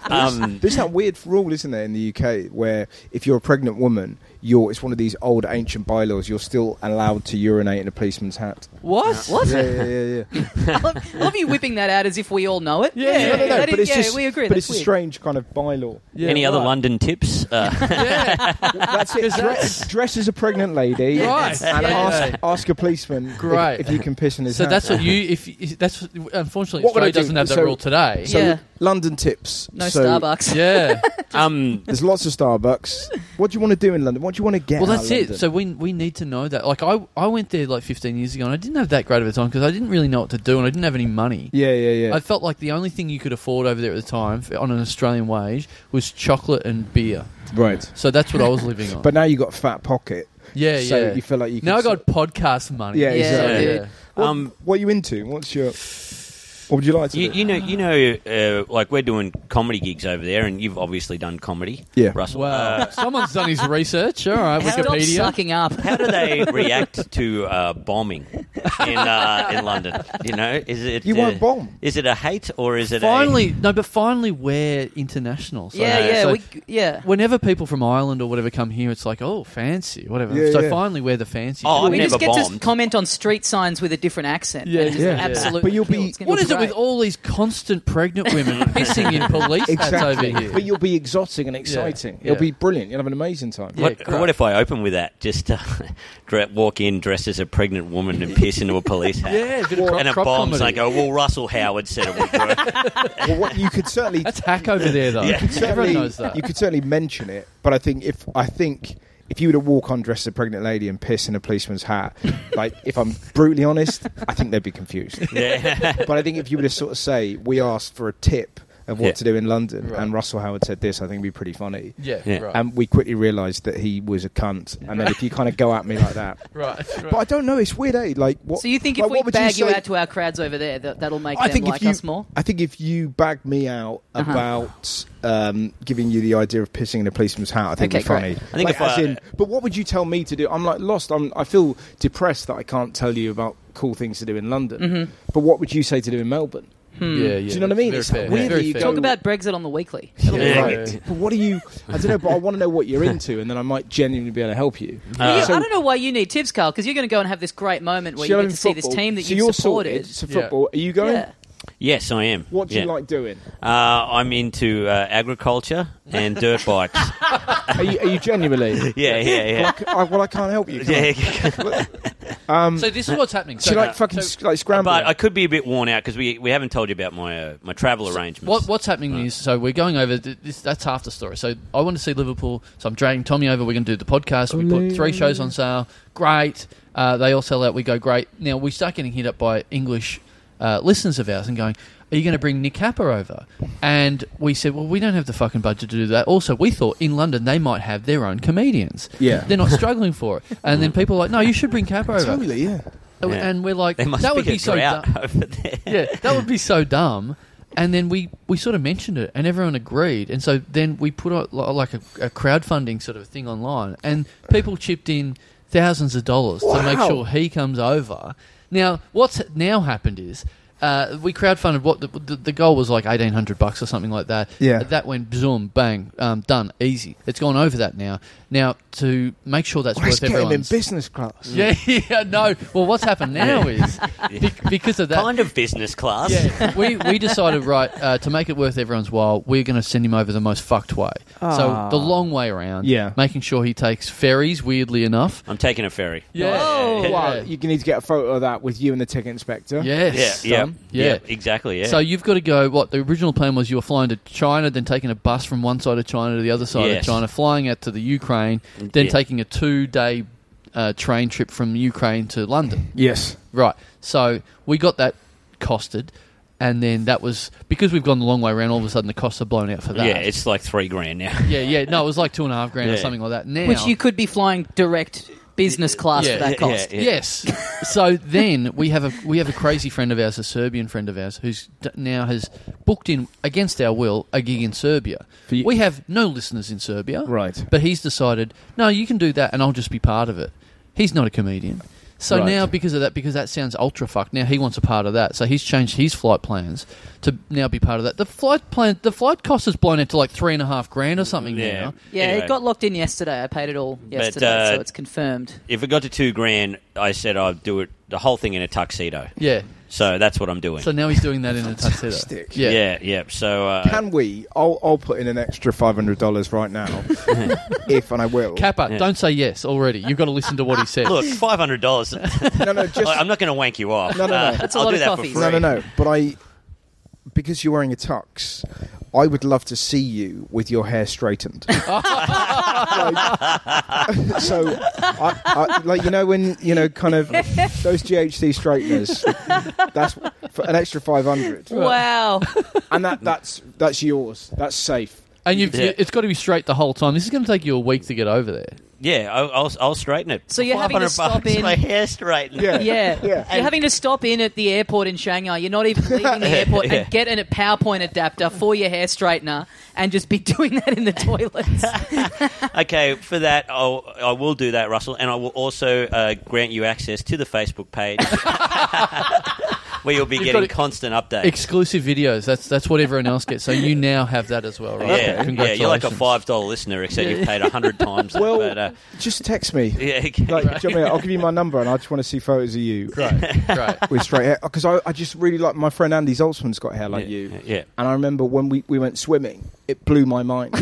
Speaker 4: um,
Speaker 1: Um,
Speaker 3: There's that weird rule, isn't there, in the UK, where if you're a pregnant woman, you're it's one of these old ancient bylaws. You're still allowed to urinate in a policeman's hat.
Speaker 2: What?
Speaker 1: What?
Speaker 3: Yeah, yeah, yeah, yeah.
Speaker 1: I love, love you whipping that out as if we all know it.
Speaker 3: Yeah, I don't know,
Speaker 1: that
Speaker 3: but
Speaker 1: is-
Speaker 3: it's
Speaker 1: yeah,
Speaker 3: just-
Speaker 1: we agree.
Speaker 3: But
Speaker 1: that's
Speaker 3: it's a
Speaker 1: weird.
Speaker 3: strange kind of bylaw.
Speaker 2: Yeah,
Speaker 4: Any other
Speaker 2: right.
Speaker 4: London tips? Uh,
Speaker 3: That's it. Dress, dress as a pregnant lady.
Speaker 2: Right.
Speaker 3: And
Speaker 1: Yeah.
Speaker 3: ask, ask a policeman if-
Speaker 2: Great.
Speaker 3: If, you can piss in his
Speaker 2: So
Speaker 3: hat.
Speaker 2: that's what you. If, if that's what- unfortunately
Speaker 3: What would I
Speaker 2: Australia
Speaker 3: do?
Speaker 2: doesn't have that
Speaker 3: So-
Speaker 2: rule today.
Speaker 3: So
Speaker 1: Yeah.
Speaker 3: London tips.
Speaker 1: No
Speaker 3: So
Speaker 1: Starbucks.
Speaker 2: yeah.
Speaker 4: um,
Speaker 3: There's lots of Starbucks. What do you want to do in London? What do you want to get?
Speaker 2: Well,
Speaker 3: out
Speaker 2: that's
Speaker 3: of
Speaker 2: it.
Speaker 3: London?
Speaker 2: So we we need to know that. Like I I went there like 15 years ago, and I didn't have that great of a time because I didn't really know what to do, and I didn't have any money.
Speaker 3: yeah, yeah, yeah.
Speaker 2: I felt like the only thing you could afford over there at the time f- on an Australian wage was chocolate and beer.
Speaker 3: right.
Speaker 2: So that's what I was living on.
Speaker 3: But now you got fat pocket.
Speaker 2: yeah,
Speaker 3: so
Speaker 2: yeah.
Speaker 3: you feel like you.
Speaker 2: now I
Speaker 3: can
Speaker 2: got podcast money.
Speaker 3: Yeah,
Speaker 1: Yeah,
Speaker 3: exactly.
Speaker 1: dude.
Speaker 3: What,
Speaker 4: Um,
Speaker 3: what are you into? What's your? What would you like to
Speaker 4: you,
Speaker 3: do?
Speaker 4: you know, you know, uh, like we're doing comedy gigs over there, and you've obviously done comedy,
Speaker 3: Yeah.
Speaker 4: Russell.
Speaker 2: Wow.
Speaker 4: Uh,
Speaker 2: Someone's done his research. All right,
Speaker 1: Stop
Speaker 2: Wikipedia.
Speaker 1: sucking up.
Speaker 4: How do they react to uh, bombing in uh, in London? You know, is it
Speaker 3: You
Speaker 4: uh,
Speaker 3: won't bomb.
Speaker 4: Is it a hate or is it
Speaker 2: Finally, no, but finally we're international. So,
Speaker 1: yeah, yeah,
Speaker 2: so
Speaker 1: we, yeah.
Speaker 2: Whenever people from Ireland or whatever come here, it's like, oh, fancy, whatever.
Speaker 3: Yeah,
Speaker 2: so
Speaker 3: yeah.
Speaker 2: finally we're the fancy.
Speaker 4: Oh,
Speaker 2: people.
Speaker 4: I've
Speaker 1: we
Speaker 4: never
Speaker 1: just get to
Speaker 4: bombed.
Speaker 1: comment on street signs with a different accent.
Speaker 2: Yeah,
Speaker 1: and it's
Speaker 2: yeah.
Speaker 1: absolutely.
Speaker 3: But you'll
Speaker 1: kill.
Speaker 3: be-
Speaker 1: It's gonna
Speaker 2: What
Speaker 1: be
Speaker 2: is it with
Speaker 1: great.
Speaker 2: all these constant pregnant women pissing in police hats over here?
Speaker 3: But you'll be exotic and exciting. It'll
Speaker 2: Yeah.
Speaker 3: be brilliant. You'll have an amazing time.
Speaker 2: Yeah.
Speaker 4: What,
Speaker 2: correct.
Speaker 4: what if I open with that? Just uh, dre- walk in, dress as a pregnant woman, and pierce into a police hat.
Speaker 2: yeah, a bit of crop,
Speaker 4: and it
Speaker 2: crop
Speaker 4: bombs. I
Speaker 2: comedy.
Speaker 4: go, well, Russell Howard said it would work.
Speaker 3: Well, what you could certainly
Speaker 2: That's hack over there, though. Everyone
Speaker 3: certainly-
Speaker 2: knows that.
Speaker 3: You could certainly mention it, but I think if I think if you were to walk on dressed as a pregnant lady and piss in a policeman's hat, like if I'm brutally honest, I think they'd be confused.
Speaker 4: yeah.
Speaker 3: But I think if you were to sort of say, "We asked for a tip of what
Speaker 4: Yeah.
Speaker 3: to do in London,"
Speaker 2: Right.
Speaker 3: and Russell Howard said this, I think it'd be pretty funny.
Speaker 2: yeah,
Speaker 4: Yeah.
Speaker 2: Right.
Speaker 3: And we quickly realised that he was a cunt. And then if you kind of go at me like that,
Speaker 2: right, right.
Speaker 3: but I don't know, it's weird, eh? Like, what?
Speaker 1: So you think
Speaker 3: like,
Speaker 1: if we
Speaker 3: what would
Speaker 1: bag you,
Speaker 3: say-
Speaker 1: out to our crowds over there, that, that'll make
Speaker 3: I
Speaker 1: them
Speaker 3: think
Speaker 1: like
Speaker 3: if you,
Speaker 1: us more?
Speaker 3: I think if you bag me out
Speaker 1: Uh-huh.
Speaker 3: about um, giving you the idea of pissing in a policeman's hat, I think
Speaker 1: Okay,
Speaker 3: it'd be funny.
Speaker 1: great.
Speaker 4: I think
Speaker 3: Like,
Speaker 4: if
Speaker 3: as
Speaker 4: I-
Speaker 3: in, but what would you tell me to do? I'm like lost. I'm, I feel depressed that I can't tell you about cool things to do in London.
Speaker 1: Mm-hmm.
Speaker 3: But what would you say to do in Melbourne?
Speaker 2: yeah, yeah.
Speaker 3: Hmm. Do you know what I mean?
Speaker 2: Very
Speaker 3: It's
Speaker 2: fair.
Speaker 3: weird
Speaker 2: Yeah.
Speaker 3: that
Speaker 2: Very
Speaker 3: you
Speaker 2: fair.
Speaker 3: go-
Speaker 1: Talk about Brexit on the weekly.
Speaker 2: Uh,
Speaker 4: Yeah.
Speaker 3: Right. But what are you? I don't know. But I want to know what you're into, and then I might genuinely be able to help you.
Speaker 1: Uh, Well, you-
Speaker 3: So-
Speaker 1: I don't know why you need tips, Carl, because you're going to go and have this great moment where
Speaker 3: So
Speaker 1: you
Speaker 3: you're
Speaker 1: get
Speaker 3: in
Speaker 1: to see this
Speaker 3: football.
Speaker 1: team that
Speaker 3: So
Speaker 1: you've
Speaker 3: you're
Speaker 1: supported.
Speaker 3: sorted. So
Speaker 2: Yeah.
Speaker 3: football. Are you going?
Speaker 1: Yeah.
Speaker 4: Yes, I am.
Speaker 3: What do
Speaker 4: Yeah.
Speaker 3: you like doing?
Speaker 4: Uh, I'm into uh, agriculture and dirt bikes.
Speaker 3: Are you, are you genuinely?
Speaker 4: yeah, yeah,
Speaker 3: Like, I, well, I can't help you.
Speaker 4: yeah.
Speaker 3: can I?
Speaker 4: yeah.
Speaker 3: Um,
Speaker 2: So this is what's happening.
Speaker 3: do
Speaker 2: So,
Speaker 3: you like fucking
Speaker 2: so
Speaker 3: sc- like scramble?
Speaker 4: But I could be a bit worn out because we, we haven't told you about my uh, my travel arrangements.
Speaker 2: what, what's happening is so we're going over. th- This, that's half the story. So I want to see Liverpool. So I'm dragging Tommy over. We're going to do the podcast. We put three shows on sale. Great. Uh, they all sell out. We go great. Now we start getting hit up by English uh, listeners of ours and going, "Are you going to bring Nick Capper over?" And we said, "Well, we don't have the fucking budget to do that." Also, we thought in London they might have their own comedians.
Speaker 3: Yeah.
Speaker 2: they're not struggling for it. And then people are like, "No, you should bring Capper over."
Speaker 3: totally, yeah.
Speaker 2: And-
Speaker 4: Yeah.
Speaker 2: And we're like,
Speaker 4: there must
Speaker 2: "That
Speaker 4: be
Speaker 2: would be
Speaker 4: a
Speaker 2: so."
Speaker 4: drought
Speaker 2: dumb."
Speaker 4: over there.
Speaker 2: yeah, that would be so dumb. And then we, we sort of mentioned it, and everyone agreed. And so then we put out li- like a, a crowdfunding sort of thing online, and people chipped in thousands of dollars to make
Speaker 3: Wow.
Speaker 2: sure he comes over. Now, what's now happened is uh, we crowdfunded what the, the, the goal was like eighteen hundred bucks or something like that.
Speaker 3: Yeah.
Speaker 2: that went zoom bang um, done easy. It's gone over that now. Now to make sure that's worth
Speaker 3: Let's get him in
Speaker 2: everyone's.
Speaker 3: business class.
Speaker 2: Yeah, yeah, no. Well, what's happened now is bec- because of that,
Speaker 4: Kind of business class.
Speaker 2: yeah, we, we decided right uh, to make it worth everyone's while. We're going to send him over the most fucked way, so the long way around.
Speaker 3: Yeah.
Speaker 2: making sure he takes ferries. Weirdly enough,
Speaker 4: I'm taking a ferry.
Speaker 2: yeah,
Speaker 1: Oh.
Speaker 3: Wow, you can need to get a photo of that with you and the ticket inspector.
Speaker 2: yes,
Speaker 4: yeah,
Speaker 2: Done.
Speaker 4: yeah,
Speaker 2: yeah.
Speaker 4: exactly. Yeah.
Speaker 2: So you've got to go. What the original plan was, you were flying to China, then taking a bus from one side of China to the other side
Speaker 4: Yes.
Speaker 2: of China, flying out to the Ukraine, then
Speaker 4: Yeah.
Speaker 2: taking a two-day uh, train trip from Ukraine to London.
Speaker 3: Yes.
Speaker 2: Right. So we got that costed, and then that was because we've gone the long way around. All of a sudden, the costs are blown out for that.
Speaker 4: yeah, it's like three grand now.
Speaker 2: yeah, yeah. No, it was like two and a half grand or
Speaker 4: Yeah.
Speaker 2: something like that. Now,
Speaker 1: Which you could be flying direct business class
Speaker 2: Yeah,
Speaker 1: for that
Speaker 4: yeah,
Speaker 1: cost.
Speaker 4: yeah.
Speaker 2: yes. so then we have a we have a crazy friend of ours, a Serbian friend of ours, who's d- now has booked in against our will a gig in Serbia.
Speaker 3: For you-
Speaker 2: we have no listeners in Serbia,
Speaker 3: Right.
Speaker 2: But he's decided, no, you can do that, and I'll just be part of it. He's not a comedian. So
Speaker 7: Right.
Speaker 2: now, because of that, because that sounds ultra fucked. Now he wants a part of that, so he's changed his flight plans to now be part of that. The flight plan, the flight cost has blown out to like three and a half grand or something
Speaker 4: Yeah.
Speaker 2: now.
Speaker 1: Yeah,
Speaker 4: Anyway.
Speaker 1: it got locked in yesterday. I paid it all yesterday,
Speaker 4: uh,
Speaker 1: so it's confirmed.
Speaker 4: If it got to two grand, I said I'd do it the whole thing in a tuxedo.
Speaker 2: Yeah.
Speaker 4: So that's what I'm doing.
Speaker 2: So now he's doing that in a tuxedo.
Speaker 3: Fantastic.
Speaker 2: Yeah.
Speaker 4: yeah, yeah. So uh,
Speaker 3: Can we? I'll, I'll put in an extra five hundred dollars right now, if and I will.
Speaker 2: Kappa,
Speaker 4: Yeah.
Speaker 2: don't say yes already. You've got to listen to what he says.
Speaker 4: look, five hundred dollars.
Speaker 3: no, no, just
Speaker 4: I'm not going to wank you off.
Speaker 3: No, no, no.
Speaker 4: Uh,
Speaker 1: That's a
Speaker 4: I'll
Speaker 1: lot
Speaker 4: do
Speaker 1: of
Speaker 4: that
Speaker 1: coffees.
Speaker 4: for
Speaker 3: no,
Speaker 4: free.
Speaker 3: no, no. But I, because you're wearing a tux, I would love to see you with your hair straightened. Like, so, I, I, like you know when you know kind of those GHD straighteners. That's for an extra five hundred,
Speaker 1: Wow.
Speaker 3: and that that's that's yours. That's safe.
Speaker 2: And you've,
Speaker 4: Yeah.
Speaker 2: it's got to be straight the whole time. This is going to take you a week to get over there.
Speaker 4: Yeah, I'll, I'll, I'll straighten it.
Speaker 1: So you're having to
Speaker 4: 500
Speaker 1: stop
Speaker 4: bucks,
Speaker 1: in-
Speaker 4: My hair straightened.
Speaker 3: Yeah.
Speaker 1: Yeah.
Speaker 3: Yeah.
Speaker 1: You're having to stop in at the airport in Shanghai. You're not even leaving the airport
Speaker 4: Yeah.
Speaker 1: and get in a PowerPoint adapter for your hair straightener and just be doing that in the toilets.
Speaker 4: Okay, for that, I'll, I will do that, Russell, and I will also uh, grant you access to the Facebook page where you'll be
Speaker 2: You've
Speaker 4: getting
Speaker 2: got it-
Speaker 4: constant updates.
Speaker 2: Exclusive videos. That's that's what everyone else gets. So you now have that as well, right?
Speaker 4: yeah, yeah,
Speaker 2: Congratulations.
Speaker 4: you're like a five dollar listener, except you've paid a hundred times. that,
Speaker 3: Well,
Speaker 4: but, uh,
Speaker 3: just text me.
Speaker 4: yeah,
Speaker 3: Like, do you
Speaker 4: okay.
Speaker 3: know what I mean? I'll give you my number, and I just want to see photos of you
Speaker 2: Great.
Speaker 3: with straight hair. Because I, I just really like my friend Andy Zoltzman's got hair like
Speaker 4: Yeah,
Speaker 3: you.
Speaker 4: yeah.
Speaker 3: And I remember when we, we went swimming, it blew my mind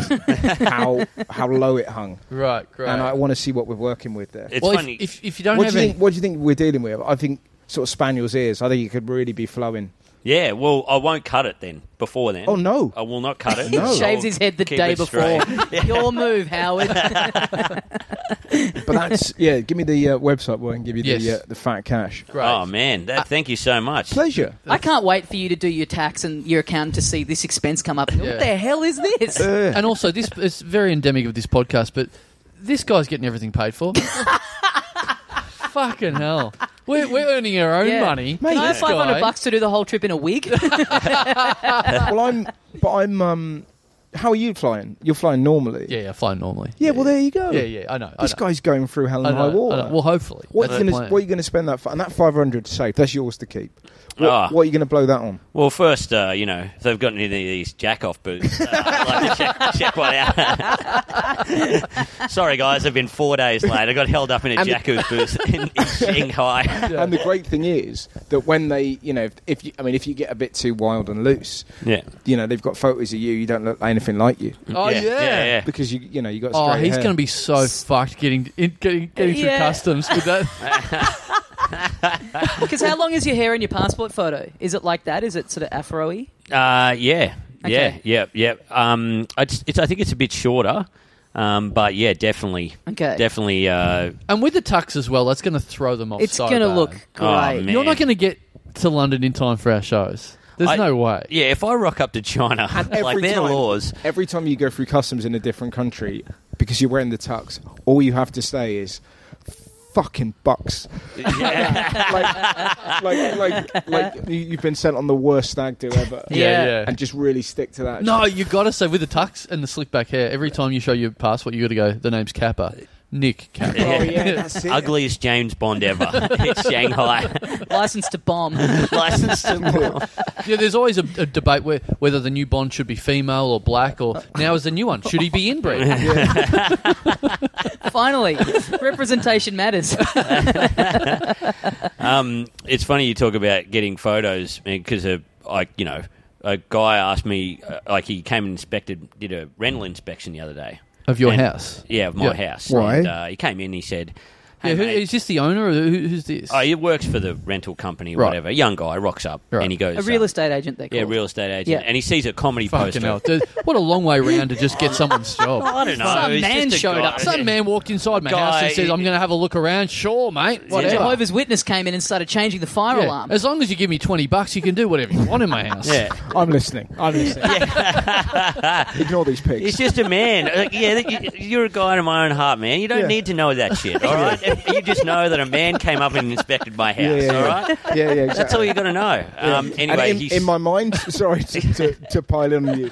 Speaker 3: how how low it hung.
Speaker 2: Right, great.
Speaker 3: And I want to see what we're working with there.
Speaker 4: It's
Speaker 2: well, if,
Speaker 4: funny.
Speaker 2: if, if you don't
Speaker 3: What
Speaker 2: have
Speaker 3: do you
Speaker 2: any,
Speaker 3: think? What do you think we're dealing with? I think sort of spaniel's ears. I think it could really be flowing.
Speaker 4: yeah, well, I won't cut it then. Before then,
Speaker 3: Oh, no.
Speaker 4: I will not cut it.
Speaker 3: No.
Speaker 1: He shaves his head the
Speaker 4: Keep
Speaker 1: day
Speaker 4: it
Speaker 1: before.
Speaker 4: straight.
Speaker 1: Your move, Howard.
Speaker 3: But that's yeah. Give me the uh, website. We'll give you the
Speaker 2: Yes.
Speaker 3: uh, the fat cash.
Speaker 2: great.
Speaker 4: Oh man, that, thank you so much.
Speaker 3: Pleasure.
Speaker 1: I can't wait for you to do your tax and your account to see this expense come up.
Speaker 2: Yeah.
Speaker 1: What the hell is this?
Speaker 3: Uh,
Speaker 2: and also, this it's very endemic of this podcast, but this guy's getting everything paid for. Fucking hell. We're, we're earning our own
Speaker 1: Yeah.
Speaker 2: money.
Speaker 1: Can I have
Speaker 2: This guy-
Speaker 1: five hundred bucks to do the whole trip in a week?
Speaker 3: well, I'm. But I'm. Um, how are you flying? You're flying normally.
Speaker 2: Yeah, yeah, flying normally.
Speaker 3: Yeah, well, there you go.
Speaker 2: Yeah, yeah, I know. I
Speaker 3: This
Speaker 2: know.
Speaker 3: guy's going through hell
Speaker 2: I
Speaker 3: and
Speaker 2: know,
Speaker 3: high
Speaker 2: I
Speaker 3: water.
Speaker 2: know. Well, hopefully.
Speaker 3: What are,
Speaker 2: That's
Speaker 3: you
Speaker 2: the
Speaker 3: gonna,
Speaker 2: plan.
Speaker 3: what are you going to spend that? Fi- and that five hundred safe. That's yours to keep. What,
Speaker 4: Ah.
Speaker 3: what are you going to blow that on?
Speaker 4: Well, first, uh, you know, if they've got any of these jack off boots, uh, I'd like to check, check one out. Sorry, guys, I've been four days late. I got held up in a
Speaker 3: And-
Speaker 4: jackoos booth in, in Shanghai.
Speaker 3: And the great thing is that when they, you know, if, if you, I mean, if you get a bit too wild and loose,
Speaker 4: Yeah. Mm.
Speaker 3: you know, they've got photos of you. You don't look anything like you
Speaker 2: Oh, yeah.
Speaker 4: Yeah, yeah, yeah.
Speaker 3: because you, you know, you got.
Speaker 2: Oh,
Speaker 3: straight
Speaker 2: he's
Speaker 3: hair.
Speaker 2: going to be so fucked getting in, getting, getting through
Speaker 1: Yeah.
Speaker 2: customs with that.
Speaker 1: Because how long is your hair in your passport photo? Is it like that? Is it sort of afro-y?
Speaker 4: Uh, yeah, yeah,
Speaker 1: Okay.
Speaker 4: yeah, yeah. Um, I, just, it's, I think it's a bit shorter, um, but yeah, definitely.
Speaker 1: Okay.
Speaker 4: Definitely. Uh,
Speaker 2: and with the tux as well, that's going to throw them off.
Speaker 1: It's
Speaker 2: so
Speaker 1: going to
Speaker 2: bad.
Speaker 1: look
Speaker 4: Oh,
Speaker 1: great.
Speaker 4: man.
Speaker 2: You're not going to get to London in time for our shows. There's
Speaker 4: I-
Speaker 2: no way.
Speaker 4: Yeah, if I rock up to China, like their laws.
Speaker 3: Every time you go through customs in a different country, because you're wearing the tux, all you have to say is fucking bucks. like, like, like, like you- you've been sent on the worst stag do ever.
Speaker 1: Yeah.
Speaker 3: And just really stick to that.
Speaker 2: No, you got to say with the tux and the slick back hair. Every time you show your passport, you got to go. The name's Kappa, Nick Kappa.
Speaker 3: Oh, yeah, that's it.
Speaker 4: Ugliest James Bond ever. it's Shanghai.
Speaker 1: License to bomb.
Speaker 4: Licensed to law.
Speaker 2: Yeah, there's always a, a debate where, whether the new Bond should be female or black, or now is the new one should he be inbred?
Speaker 1: Finally, representation matters.
Speaker 4: Um, it's funny you talk about getting photos because of like you know a guy asked me uh, like he came and inspected did a rental inspection the other day
Speaker 2: Of your
Speaker 4: And-
Speaker 2: house?
Speaker 4: Yeah, of my
Speaker 2: Uh, Yeah.
Speaker 4: house.
Speaker 3: Why?
Speaker 4: And, uh, he came in. He said, "Hey,
Speaker 2: yeah, who,
Speaker 4: mate."
Speaker 2: is this the owner or who, who's this?
Speaker 4: Oh, he works for the rental company or
Speaker 2: Right.
Speaker 4: whatever. Young guy rocks up
Speaker 2: Right.
Speaker 4: and he goes
Speaker 1: A real
Speaker 4: uh,
Speaker 1: estate agent, they call.
Speaker 4: yeah, real estate agent,
Speaker 1: Yeah.
Speaker 4: and he sees a comedy
Speaker 2: Fucking
Speaker 4: poster.
Speaker 2: hell! Dude, What a long way round to just get someone's job.
Speaker 4: I don't know.
Speaker 1: Some
Speaker 4: he's
Speaker 1: man
Speaker 4: just a
Speaker 1: showed
Speaker 4: guy.
Speaker 1: up.
Speaker 2: Some man walked inside my house
Speaker 4: Guy-
Speaker 2: and says, "I'm going to have a look around." Sure, mate.
Speaker 1: A
Speaker 2: Whatever.
Speaker 1: Jehovah's Witness came in and started changing the fire
Speaker 2: Yeah.
Speaker 1: alarm.
Speaker 2: As long as you give me twenty bucks, you can do whatever you want in my house.
Speaker 4: Yeah.
Speaker 3: I'm listening. I'm listening. Ignore these pigs.
Speaker 4: It's just a man. Like, yeah, you- you're a guy in my own heart, man. You don't
Speaker 3: Yeah.
Speaker 4: need to know that shit, all right? You just know that a man came up and inspected my
Speaker 3: yeah,
Speaker 4: house,
Speaker 3: yeah.
Speaker 4: all right?
Speaker 3: Yeah, yeah, exactly.
Speaker 4: That's all you got to know.
Speaker 3: And
Speaker 4: Um, anyway,
Speaker 3: in,
Speaker 4: he's,
Speaker 3: in my mind, sorry to, to, to pile in on you,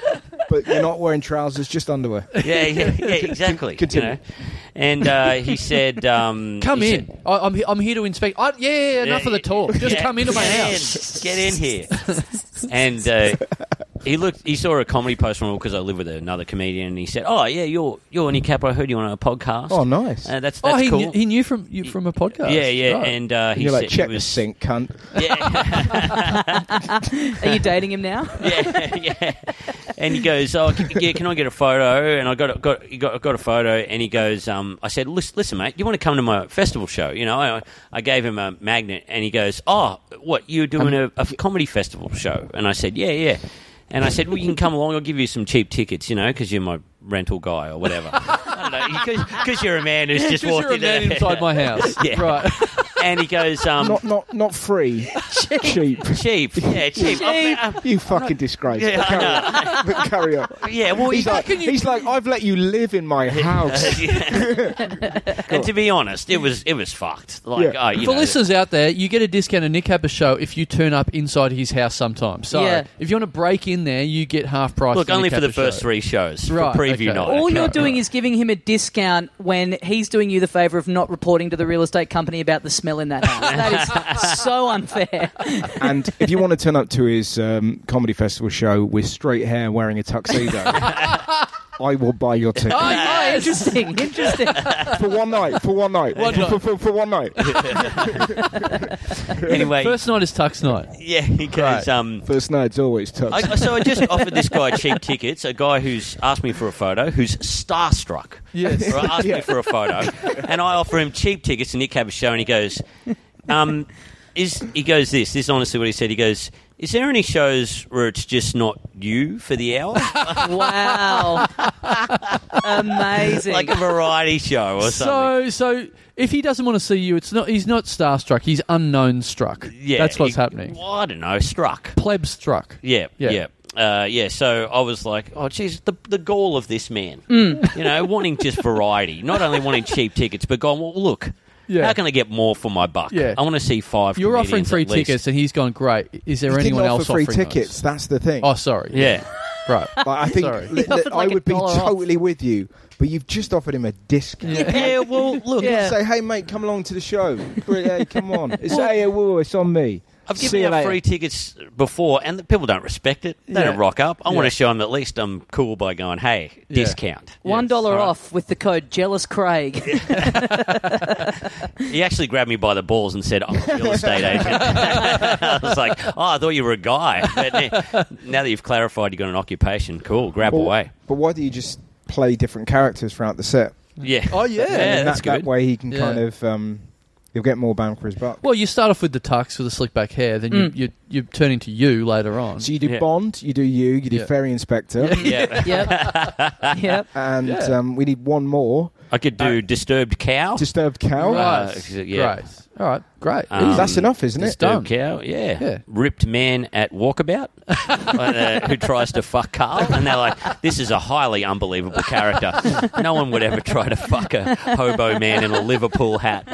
Speaker 3: but you're not wearing trousers, just underwear.
Speaker 4: yeah, yeah, yeah, exactly.
Speaker 3: Continue.
Speaker 4: You know? And uh, he said, um,
Speaker 2: Come
Speaker 4: he
Speaker 2: in.
Speaker 4: said-
Speaker 2: I, I'm, he- I'm here to inspect. I, yeah, yeah, yeah, enough of the talk. Just
Speaker 4: Yeah,
Speaker 2: come into my
Speaker 4: get
Speaker 2: house.
Speaker 4: in. Get in here. and uh, he looked. He saw a comedy post from because I live with another comedian, and he said, "Oh yeah, you're you're Annie Capo. I heard you on a podcast.
Speaker 3: Oh, nice.
Speaker 4: Uh, that's that's
Speaker 2: Oh, he,
Speaker 4: cool.
Speaker 2: knew, he knew from you from a podcast.
Speaker 4: yeah, yeah.
Speaker 2: Right.
Speaker 4: And uh, he
Speaker 3: you're
Speaker 4: said
Speaker 3: like, check the
Speaker 4: he was,
Speaker 3: sink, cunt.
Speaker 4: Yeah,
Speaker 1: Are you dating him now?
Speaker 4: yeah, yeah. And he goes, "Oh, c- yeah, can I get a photo?" And I got a, got he got, got a photo, and he goes, um, "I said, listen, listen, mate, you want to come to my festival show?" You know, I, I gave him a magnet, and he goes, "Oh, what you're doing a, a comedy festival show?" And I said, "Yeah, yeah." And I said, "Well, you can come along. I'll give you some cheap tickets, you know, because you're my rental guy or whatever. I don't know, because you're a man who's just
Speaker 2: Because
Speaker 4: walked
Speaker 2: you're a
Speaker 4: into
Speaker 2: man inside my house.
Speaker 4: Yeah.
Speaker 2: Right.
Speaker 4: And he goes, um,
Speaker 3: Not, not, not free. Cheap.
Speaker 4: cheap, yeah, cheap. I'm- I'm-
Speaker 3: You fucking disgrace.
Speaker 4: Yeah,
Speaker 3: But
Speaker 4: I
Speaker 3: carry
Speaker 4: know.
Speaker 3: on. But carry on.
Speaker 4: yeah, well,
Speaker 3: He's
Speaker 4: he-
Speaker 3: like, he's like, I've let you live in my house.
Speaker 4: and to be honest, it was it was fucked. Like,
Speaker 3: Yeah.
Speaker 4: oh, you
Speaker 2: For
Speaker 4: know,
Speaker 2: listeners out there, you get a discount at Nick Capper's show if you turn up inside his house sometime. So
Speaker 1: Yeah.
Speaker 2: if you want to break in there, you get half price.
Speaker 4: look
Speaker 2: at
Speaker 4: only
Speaker 2: Nick
Speaker 4: for the
Speaker 2: Capper's
Speaker 4: first
Speaker 2: show.
Speaker 4: three shows
Speaker 2: Right,
Speaker 4: for preview
Speaker 2: okay.
Speaker 4: night.
Speaker 2: All
Speaker 1: All
Speaker 4: okay.
Speaker 1: you're doing is giving him a discount when he's doing you the favour of not reporting to the real estate company about the smell in that house. that is so unfair.
Speaker 4: Oh,
Speaker 3: and if you want to turn up to his um, comedy festival show with straight hair wearing a tuxedo, I will buy your ticket.
Speaker 1: Oh, yeah, interesting, interesting.
Speaker 3: for one night. For one night.
Speaker 2: One
Speaker 3: for,
Speaker 2: night.
Speaker 3: For, for, for one night.
Speaker 4: anyway.
Speaker 2: First night is Tux night.
Speaker 4: yeah, he goes.
Speaker 2: Right.
Speaker 4: Um,
Speaker 3: First night's always tough.
Speaker 4: I, so I just offered this guy cheap tickets. A guy who's asked me for a photo, who's starstruck.
Speaker 2: Yes.
Speaker 4: right, asked me for a photo, and I offer him cheap tickets to Nick Cabbage's show, and he goes, um, "Is he goes this? This is honestly what he said. He goes." Is there any shows where it's just not you for the hour,
Speaker 1: Wow, amazing.
Speaker 4: like a variety show or something?
Speaker 2: So, so if he doesn't want to see you, it's not. He's not starstruck. He's unknown struck.
Speaker 4: yeah,
Speaker 2: that's what's
Speaker 4: he-
Speaker 2: happening.
Speaker 4: Well, I don't know. Struck.
Speaker 2: Pleb struck.
Speaker 4: Yeah, yeah.
Speaker 2: Yeah.
Speaker 4: Uh, yeah, so I was like, oh, geez, the, the goal of this man.
Speaker 2: Mm.
Speaker 4: You know, wanting just variety, not only wanting cheap tickets, but going, well, look,
Speaker 2: Yeah.
Speaker 4: how can I get more for my buck?
Speaker 2: Yeah.
Speaker 4: I want to see five.
Speaker 2: You're offering
Speaker 4: comedians
Speaker 2: free
Speaker 4: at least.
Speaker 2: tickets, and he's gone. Great. Is there
Speaker 3: He didn't
Speaker 2: anyone
Speaker 3: offer
Speaker 2: else
Speaker 3: free
Speaker 2: offering those?
Speaker 3: tickets. That's the thing.
Speaker 2: Oh, sorry.
Speaker 4: Yeah.
Speaker 2: Right.
Speaker 3: Like, I think
Speaker 2: Sorry.
Speaker 3: li- li-
Speaker 1: offered
Speaker 3: I
Speaker 1: like a
Speaker 3: would be
Speaker 1: dollar off.
Speaker 3: totally with you, but you've just offered him a discount.
Speaker 4: yeah, well, look,
Speaker 1: Yeah.
Speaker 3: Say, hey mate, come along to the show. hey, come on. It's hey, whoa, it's on me.
Speaker 4: I've
Speaker 3: See you
Speaker 4: given out
Speaker 3: later.
Speaker 4: free tickets before, and the people don't respect it. They don't
Speaker 2: Yeah.
Speaker 4: rock up. I want
Speaker 2: Yeah.
Speaker 4: to show them at least I'm cool by going, hey,
Speaker 2: Yeah.
Speaker 4: discount.
Speaker 1: One dollar
Speaker 4: All right.
Speaker 1: off with the code Jealous Craig.
Speaker 4: He actually grabbed me by the balls and said, I'm a real estate agent. I was like, oh, I thought you were a guy. But now, now that you've clarified you've got an occupation, cool, grab
Speaker 3: Well,
Speaker 4: away.
Speaker 3: But why do you just play different characters throughout the set?
Speaker 4: Yeah.
Speaker 2: Oh, yeah.
Speaker 3: And
Speaker 4: Yeah,
Speaker 3: then
Speaker 4: that's
Speaker 3: that, that
Speaker 4: good.
Speaker 3: way he can
Speaker 2: Yeah.
Speaker 3: kind of um, you'll get more bang for his buck.
Speaker 2: Well, you start off with the tux with the slick back hair, then you, you you turn into you later on.
Speaker 3: So you do
Speaker 4: Yeah.
Speaker 3: Bond, you do you, you do
Speaker 2: Yeah.
Speaker 3: Ferry Inspector,
Speaker 4: yeah.
Speaker 1: yep, yep.
Speaker 3: and
Speaker 2: Yeah.
Speaker 3: um, we need one more
Speaker 4: I could do Disturbed Cow.
Speaker 3: Disturbed Cow.
Speaker 2: right. Uh-huh.
Speaker 4: Uh, yeah.
Speaker 2: Great. All right. Great.
Speaker 4: Um,
Speaker 2: Easy.
Speaker 3: That's enough, isn't it?
Speaker 4: Disturbed
Speaker 2: done.
Speaker 4: Cow, yeah.
Speaker 2: Yeah.
Speaker 4: Ripped man at walkabout uh, who tries to fuck Carl. And they're like, this is a highly unbelievable character. No one would ever try to fuck a hobo man in a Liverpool hat.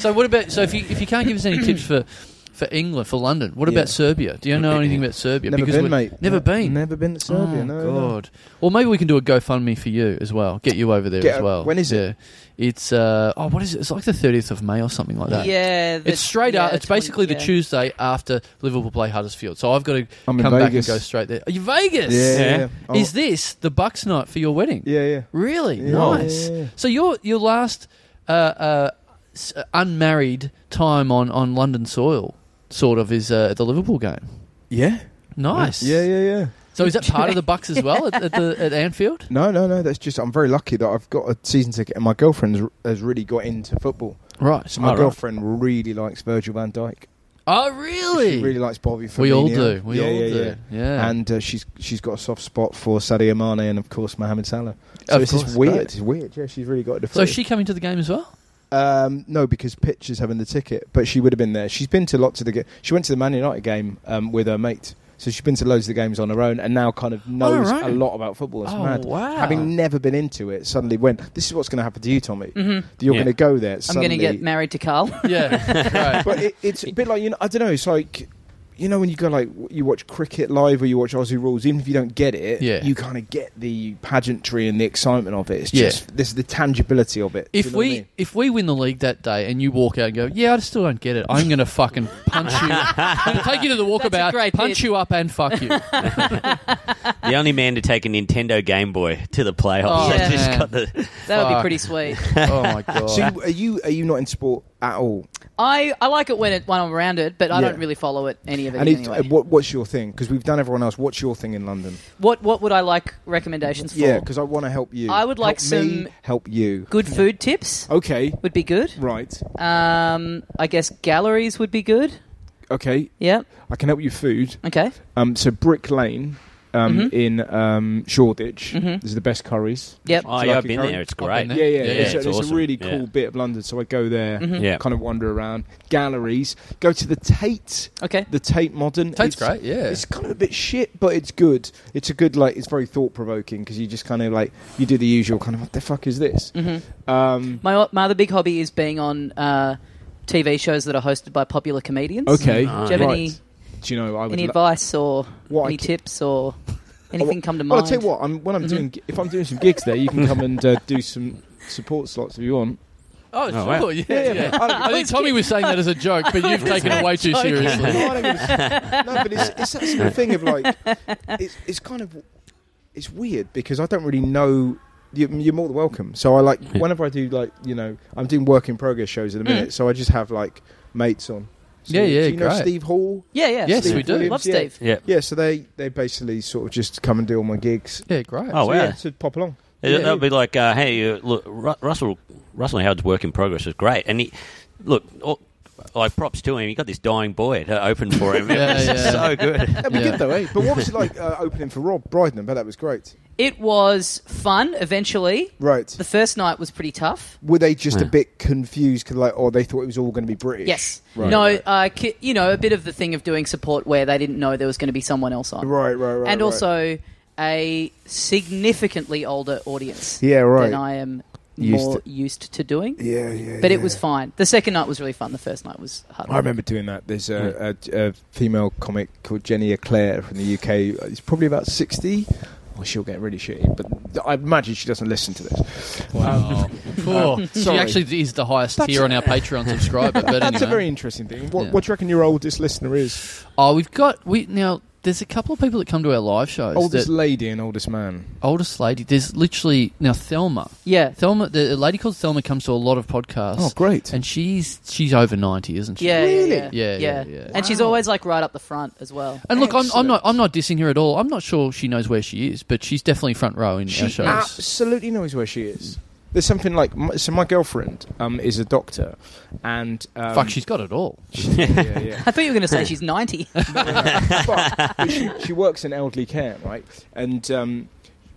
Speaker 2: So what about so if you if you can't give us any tips for for England for London, what
Speaker 3: Yeah.
Speaker 2: about Serbia? Do you know anything about Serbia?
Speaker 3: Never been,
Speaker 2: we-
Speaker 3: mate.
Speaker 2: Never
Speaker 3: No,
Speaker 2: been.
Speaker 3: Never been to Serbia.
Speaker 2: Oh,
Speaker 3: no, no.
Speaker 2: God. Well, maybe we can do a GoFundMe for you as well. Get you over there
Speaker 3: Get-
Speaker 2: as well.
Speaker 3: when is it?
Speaker 2: Yeah. It's uh oh, what is it? It's like the thirtieth of May or something like that.
Speaker 1: Yeah, the-
Speaker 2: It's straight
Speaker 1: yeah,
Speaker 2: up. It's
Speaker 1: 20
Speaker 2: basically
Speaker 1: yeah.
Speaker 2: the Tuesday after Liverpool play Huddersfield. So I've got to
Speaker 3: I'm in
Speaker 2: come back and
Speaker 3: Vegas.
Speaker 2: go straight there. Are you Vegas?
Speaker 3: Yeah, yeah. yeah. Oh,
Speaker 2: Is this the Bucks night for your wedding?
Speaker 3: yeah, yeah.
Speaker 2: Really
Speaker 3: Yeah.
Speaker 2: nice.
Speaker 3: Yeah, yeah, yeah.
Speaker 2: So your your last uh, uh, s- unmarried time on, on London soil, sort of, is uh, at the Liverpool game.
Speaker 3: Yeah.
Speaker 2: Nice.
Speaker 3: Yeah, yeah, yeah.
Speaker 2: So is that part of the Bucks as well at, at the at Anfield?
Speaker 3: No, no, no. That's just I'm very lucky that I've got a season ticket, and my girlfriend has really got into football.
Speaker 2: Right.
Speaker 3: So my
Speaker 2: Oh, right.
Speaker 3: girlfriend really likes Virgil Van Dijk.
Speaker 2: Oh, really?
Speaker 3: She really likes Bobby Firmino.
Speaker 2: we all do. We
Speaker 3: Yeah,
Speaker 2: all
Speaker 3: yeah,
Speaker 2: do.
Speaker 3: yeah.
Speaker 2: Yeah.
Speaker 3: And uh, she's she's got a soft spot for Sadio Mane and of course Mohamed Salah. So
Speaker 2: Of
Speaker 3: this is
Speaker 2: course,
Speaker 3: weird.
Speaker 2: great.
Speaker 3: It's weird. Yeah, she's really got into
Speaker 2: so
Speaker 3: football.
Speaker 2: is she coming to the game as well?
Speaker 3: Um, no, because Pitch is having the ticket, but she would have been there. She's been to lots of the. Ga- she went to the Man United game um, with her mate, so she's been to loads of the games on her own, and now kind of knows
Speaker 2: Oh, right.
Speaker 3: a lot about football. It's
Speaker 2: Oh,
Speaker 3: mad.
Speaker 2: wow.
Speaker 3: Having never been into it, suddenly went. This is what's going to happen to you, Tommy.
Speaker 2: Mm-hmm.
Speaker 1: Mhm.
Speaker 3: You're
Speaker 4: Yeah.
Speaker 3: going to go there.
Speaker 1: I'm going to
Speaker 3: suddenly-
Speaker 1: get married to Carl.
Speaker 2: Yeah. right.
Speaker 3: But it, it's a bit like you know. I don't know. It's like you know when you go like w- you watch cricket live or you watch Aussie rules, even if you don't get it,
Speaker 2: Yeah.
Speaker 3: you kind of get the pageantry and the excitement of it. It's
Speaker 2: Yeah.
Speaker 3: just this is the tangibility of it. Do you
Speaker 2: If
Speaker 3: know what
Speaker 2: we
Speaker 3: I mean?
Speaker 2: if we win the league that day and you walk out and go, yeah, I still don't get it. I'm gonna fucking punch you, I'm gonna take you to the
Speaker 1: That's a
Speaker 2: walkabout,
Speaker 1: great
Speaker 2: punch
Speaker 1: bit.
Speaker 2: you up and fuck you.
Speaker 4: The only man to take a Nintendo Game Boy to the playoffs.
Speaker 1: Oh,
Speaker 4: They've just
Speaker 2: man.
Speaker 4: got the-
Speaker 1: That would be
Speaker 2: Fuck.
Speaker 1: pretty sweet.
Speaker 2: oh my god.
Speaker 3: so you- are you are you not in sport at all?
Speaker 1: I, I like it when it when I'm around it, but I
Speaker 3: Yeah.
Speaker 1: don't really follow it any of it
Speaker 3: And it,
Speaker 1: anyway.
Speaker 3: uh, what, what's your thing? Because we've done everyone else. What's your thing in London?
Speaker 1: what what would I like recommendations for?
Speaker 3: Yeah, because I want to help you.
Speaker 1: I would like
Speaker 3: help me,
Speaker 1: some-
Speaker 3: help you.
Speaker 1: good food tips
Speaker 3: Okay,
Speaker 1: would be good.
Speaker 3: right.
Speaker 1: Um, I guess galleries would be good.
Speaker 3: Okay,
Speaker 1: Yeah.
Speaker 3: I can help you. with Food.
Speaker 1: Okay.
Speaker 3: Um, so Brick Lane um,
Speaker 1: Mhm.
Speaker 3: in um, Shoreditch
Speaker 1: Mhm.
Speaker 3: is the best curries.
Speaker 1: Yep.
Speaker 4: Oh, yeah, I've
Speaker 3: Lucky
Speaker 4: been
Speaker 3: curry.
Speaker 4: there. It's
Speaker 2: I've
Speaker 4: great.
Speaker 2: been
Speaker 3: Yeah,
Speaker 2: there.
Speaker 3: yeah,
Speaker 2: Yeah,
Speaker 3: it's,
Speaker 4: it's
Speaker 3: a, it's a
Speaker 4: awesome.
Speaker 3: really cool
Speaker 4: Yeah.
Speaker 3: bit of London. So I go there,
Speaker 2: Mm-hmm.
Speaker 1: Mhm.
Speaker 4: Yeah.
Speaker 3: kind of wander around galleries, go to the Tate,
Speaker 1: Okay.
Speaker 3: the Tate Modern.
Speaker 2: Tate's
Speaker 3: It's-
Speaker 2: great, yeah.
Speaker 3: It's kind of a bit shit, but it's good. It's a good like. It's very thought provoking because you just kind of like you do the usual kind of what the fuck is this?
Speaker 1: Mhm.
Speaker 2: Mm-hmm.
Speaker 3: Um,
Speaker 1: My my other big hobby is being on uh, TV shows that are hosted by popular comedians.
Speaker 3: okay,
Speaker 4: Mm,
Speaker 1: Do you have
Speaker 3: right.
Speaker 1: any
Speaker 3: Do you know? I would
Speaker 1: any
Speaker 3: lo-
Speaker 1: advice or
Speaker 3: What I
Speaker 1: any
Speaker 3: ca-
Speaker 1: tips or anything come to mind?
Speaker 3: Well, I'll tell you what. I'm, when I'm
Speaker 2: Mm-hmm.
Speaker 3: doing, gi- if I'm doing some gigs there, you can come and uh, do some support slots if you want.
Speaker 2: oh, sure,
Speaker 4: wow.
Speaker 2: yeah,
Speaker 3: Yeah, yeah,
Speaker 2: yeah.
Speaker 3: man. I don't-
Speaker 2: I think Tommy was saying that as a joke, but you've taken it way too
Speaker 1: Joking.
Speaker 2: seriously.
Speaker 3: no, I don't give a- no, but it's, it's that sort of thing of like, it's, it's kind of, it's weird because I don't really know. You're, you're more than welcome. So I like whenever I do like you know I'm doing work in progress shows at the minute, so I just have like mates on. So,
Speaker 2: Mm. Yeah, yeah,
Speaker 3: Do you know
Speaker 2: great.
Speaker 3: Steve Hall?
Speaker 1: Yeah, yeah.
Speaker 2: Yes,
Speaker 3: Steve
Speaker 2: we do.
Speaker 3: Williams?
Speaker 1: Love
Speaker 3: yeah.
Speaker 1: Steve.
Speaker 4: Yeah.
Speaker 3: Yeah, so they they basically sort of just come and do all my gigs.
Speaker 2: Yeah, great.
Speaker 4: Oh,
Speaker 3: so,
Speaker 4: wow.
Speaker 3: yeah, so pop along.
Speaker 4: It-
Speaker 2: Yeah.
Speaker 4: That would be like, uh, hey, uh, look, Ru- Russell, Russell Howard's work in progress was great, and he, look, all, like props to him. He got this dying boy to open for him.
Speaker 2: Yeah,
Speaker 4: it was
Speaker 2: yeah.
Speaker 4: so good.
Speaker 3: That'd be
Speaker 2: Yeah.
Speaker 3: good though, eh? But what was it like uh, opening for Rob Brydon? But that was great.
Speaker 1: It was fun. Eventually,
Speaker 3: Right.
Speaker 1: the first night was pretty tough.
Speaker 3: Were they just a
Speaker 4: Yeah.
Speaker 3: bit confused? 'cause, like, or they thought it was all going to be British?
Speaker 1: Yes.
Speaker 3: Right,
Speaker 1: no.
Speaker 3: Right.
Speaker 1: Uh, ki- you know, a bit of the thing of doing support where they didn't know there was going to be someone else on.
Speaker 3: right, right, right.
Speaker 1: and
Speaker 3: right.
Speaker 1: also a significantly older audience
Speaker 3: Yeah, right.
Speaker 1: than I am
Speaker 3: Used
Speaker 1: more
Speaker 3: to-
Speaker 1: used to doing.
Speaker 3: Yeah, yeah.
Speaker 1: But it
Speaker 3: yeah.
Speaker 1: was fine. The second night was really fun. The first night was hard.
Speaker 3: I remember doing that. There's a, a, a female comic called Jenny Eclair from the UK. It's probably about sixty. Well, she'll get really shitty, but I imagine she doesn't listen to this.
Speaker 2: Wow. Cool. Oh, she
Speaker 3: sorry.
Speaker 2: actually is the highest
Speaker 3: That's-
Speaker 2: tier on our Patreon subscriber. But
Speaker 3: That's a
Speaker 2: anyway.
Speaker 3: very interesting thing. What,
Speaker 2: Yeah.
Speaker 3: what do you reckon your oldest listener is?
Speaker 2: Oh, we've got we now. There's a couple of people that come to our live shows.
Speaker 3: Oldest
Speaker 2: that,
Speaker 3: lady and oldest man.
Speaker 2: oldest lady. There's literally now Thelma.
Speaker 1: Yeah.
Speaker 2: Thelma, the a lady called Thelma, comes to a lot of podcasts.
Speaker 3: Oh, great!
Speaker 2: And she's she's over ninety, isn't she?
Speaker 1: Yeah,
Speaker 3: Really?
Speaker 1: yeah,
Speaker 2: Yeah,
Speaker 1: yeah,
Speaker 2: yeah, yeah.
Speaker 1: And she's always like right up the front as well.
Speaker 2: And look, I'm, I'm
Speaker 3: Excellent.
Speaker 2: not I'm not dissing her at all. I'm not sure she knows where she is, but she's definitely front row in our
Speaker 3: She
Speaker 2: shows.
Speaker 3: absolutely knows where she is. There's something like my, so. My girlfriend um, is a doctor, and
Speaker 1: Ah,
Speaker 3: um,
Speaker 2: Fuck, she's got it all.
Speaker 3: yeah, yeah.
Speaker 1: I thought you were going to say she's 90.
Speaker 3: but but she, she works in elderly care, right? And um,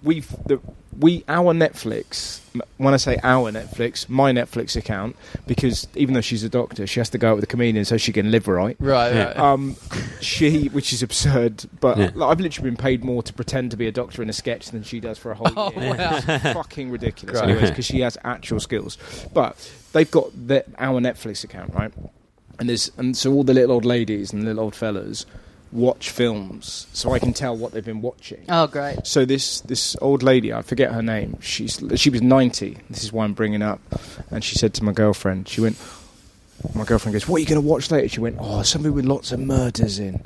Speaker 3: we've the, we our Netflix. m- When I say our Netflix, my Netflix account, because even though she's a doctor, she has to go out with a comedian so she can live right.
Speaker 2: Right,
Speaker 4: Yeah.
Speaker 2: right.
Speaker 3: Um, she, which is absurd, but
Speaker 4: Yeah.
Speaker 3: like, I've literally been paid more to pretend to be a doctor in a sketch than she does for a whole
Speaker 2: Oh,
Speaker 3: year.
Speaker 2: wow.
Speaker 3: It's fucking ridiculous,
Speaker 2: Great.
Speaker 3: anyways, because she has actual skills. But they've got the, our Netflix account, right? And there's and so all the little old ladies and little old fellas watch films, so I can tell what they've been watching.
Speaker 1: oh, great.
Speaker 3: So this this old lady, I forget her name. She's she was ninety. This is why I'm bringing up. And she said to my girlfriend, she went. My girlfriend goes, "What are you going to watch later?" She went, "Oh, something with lots of murders in.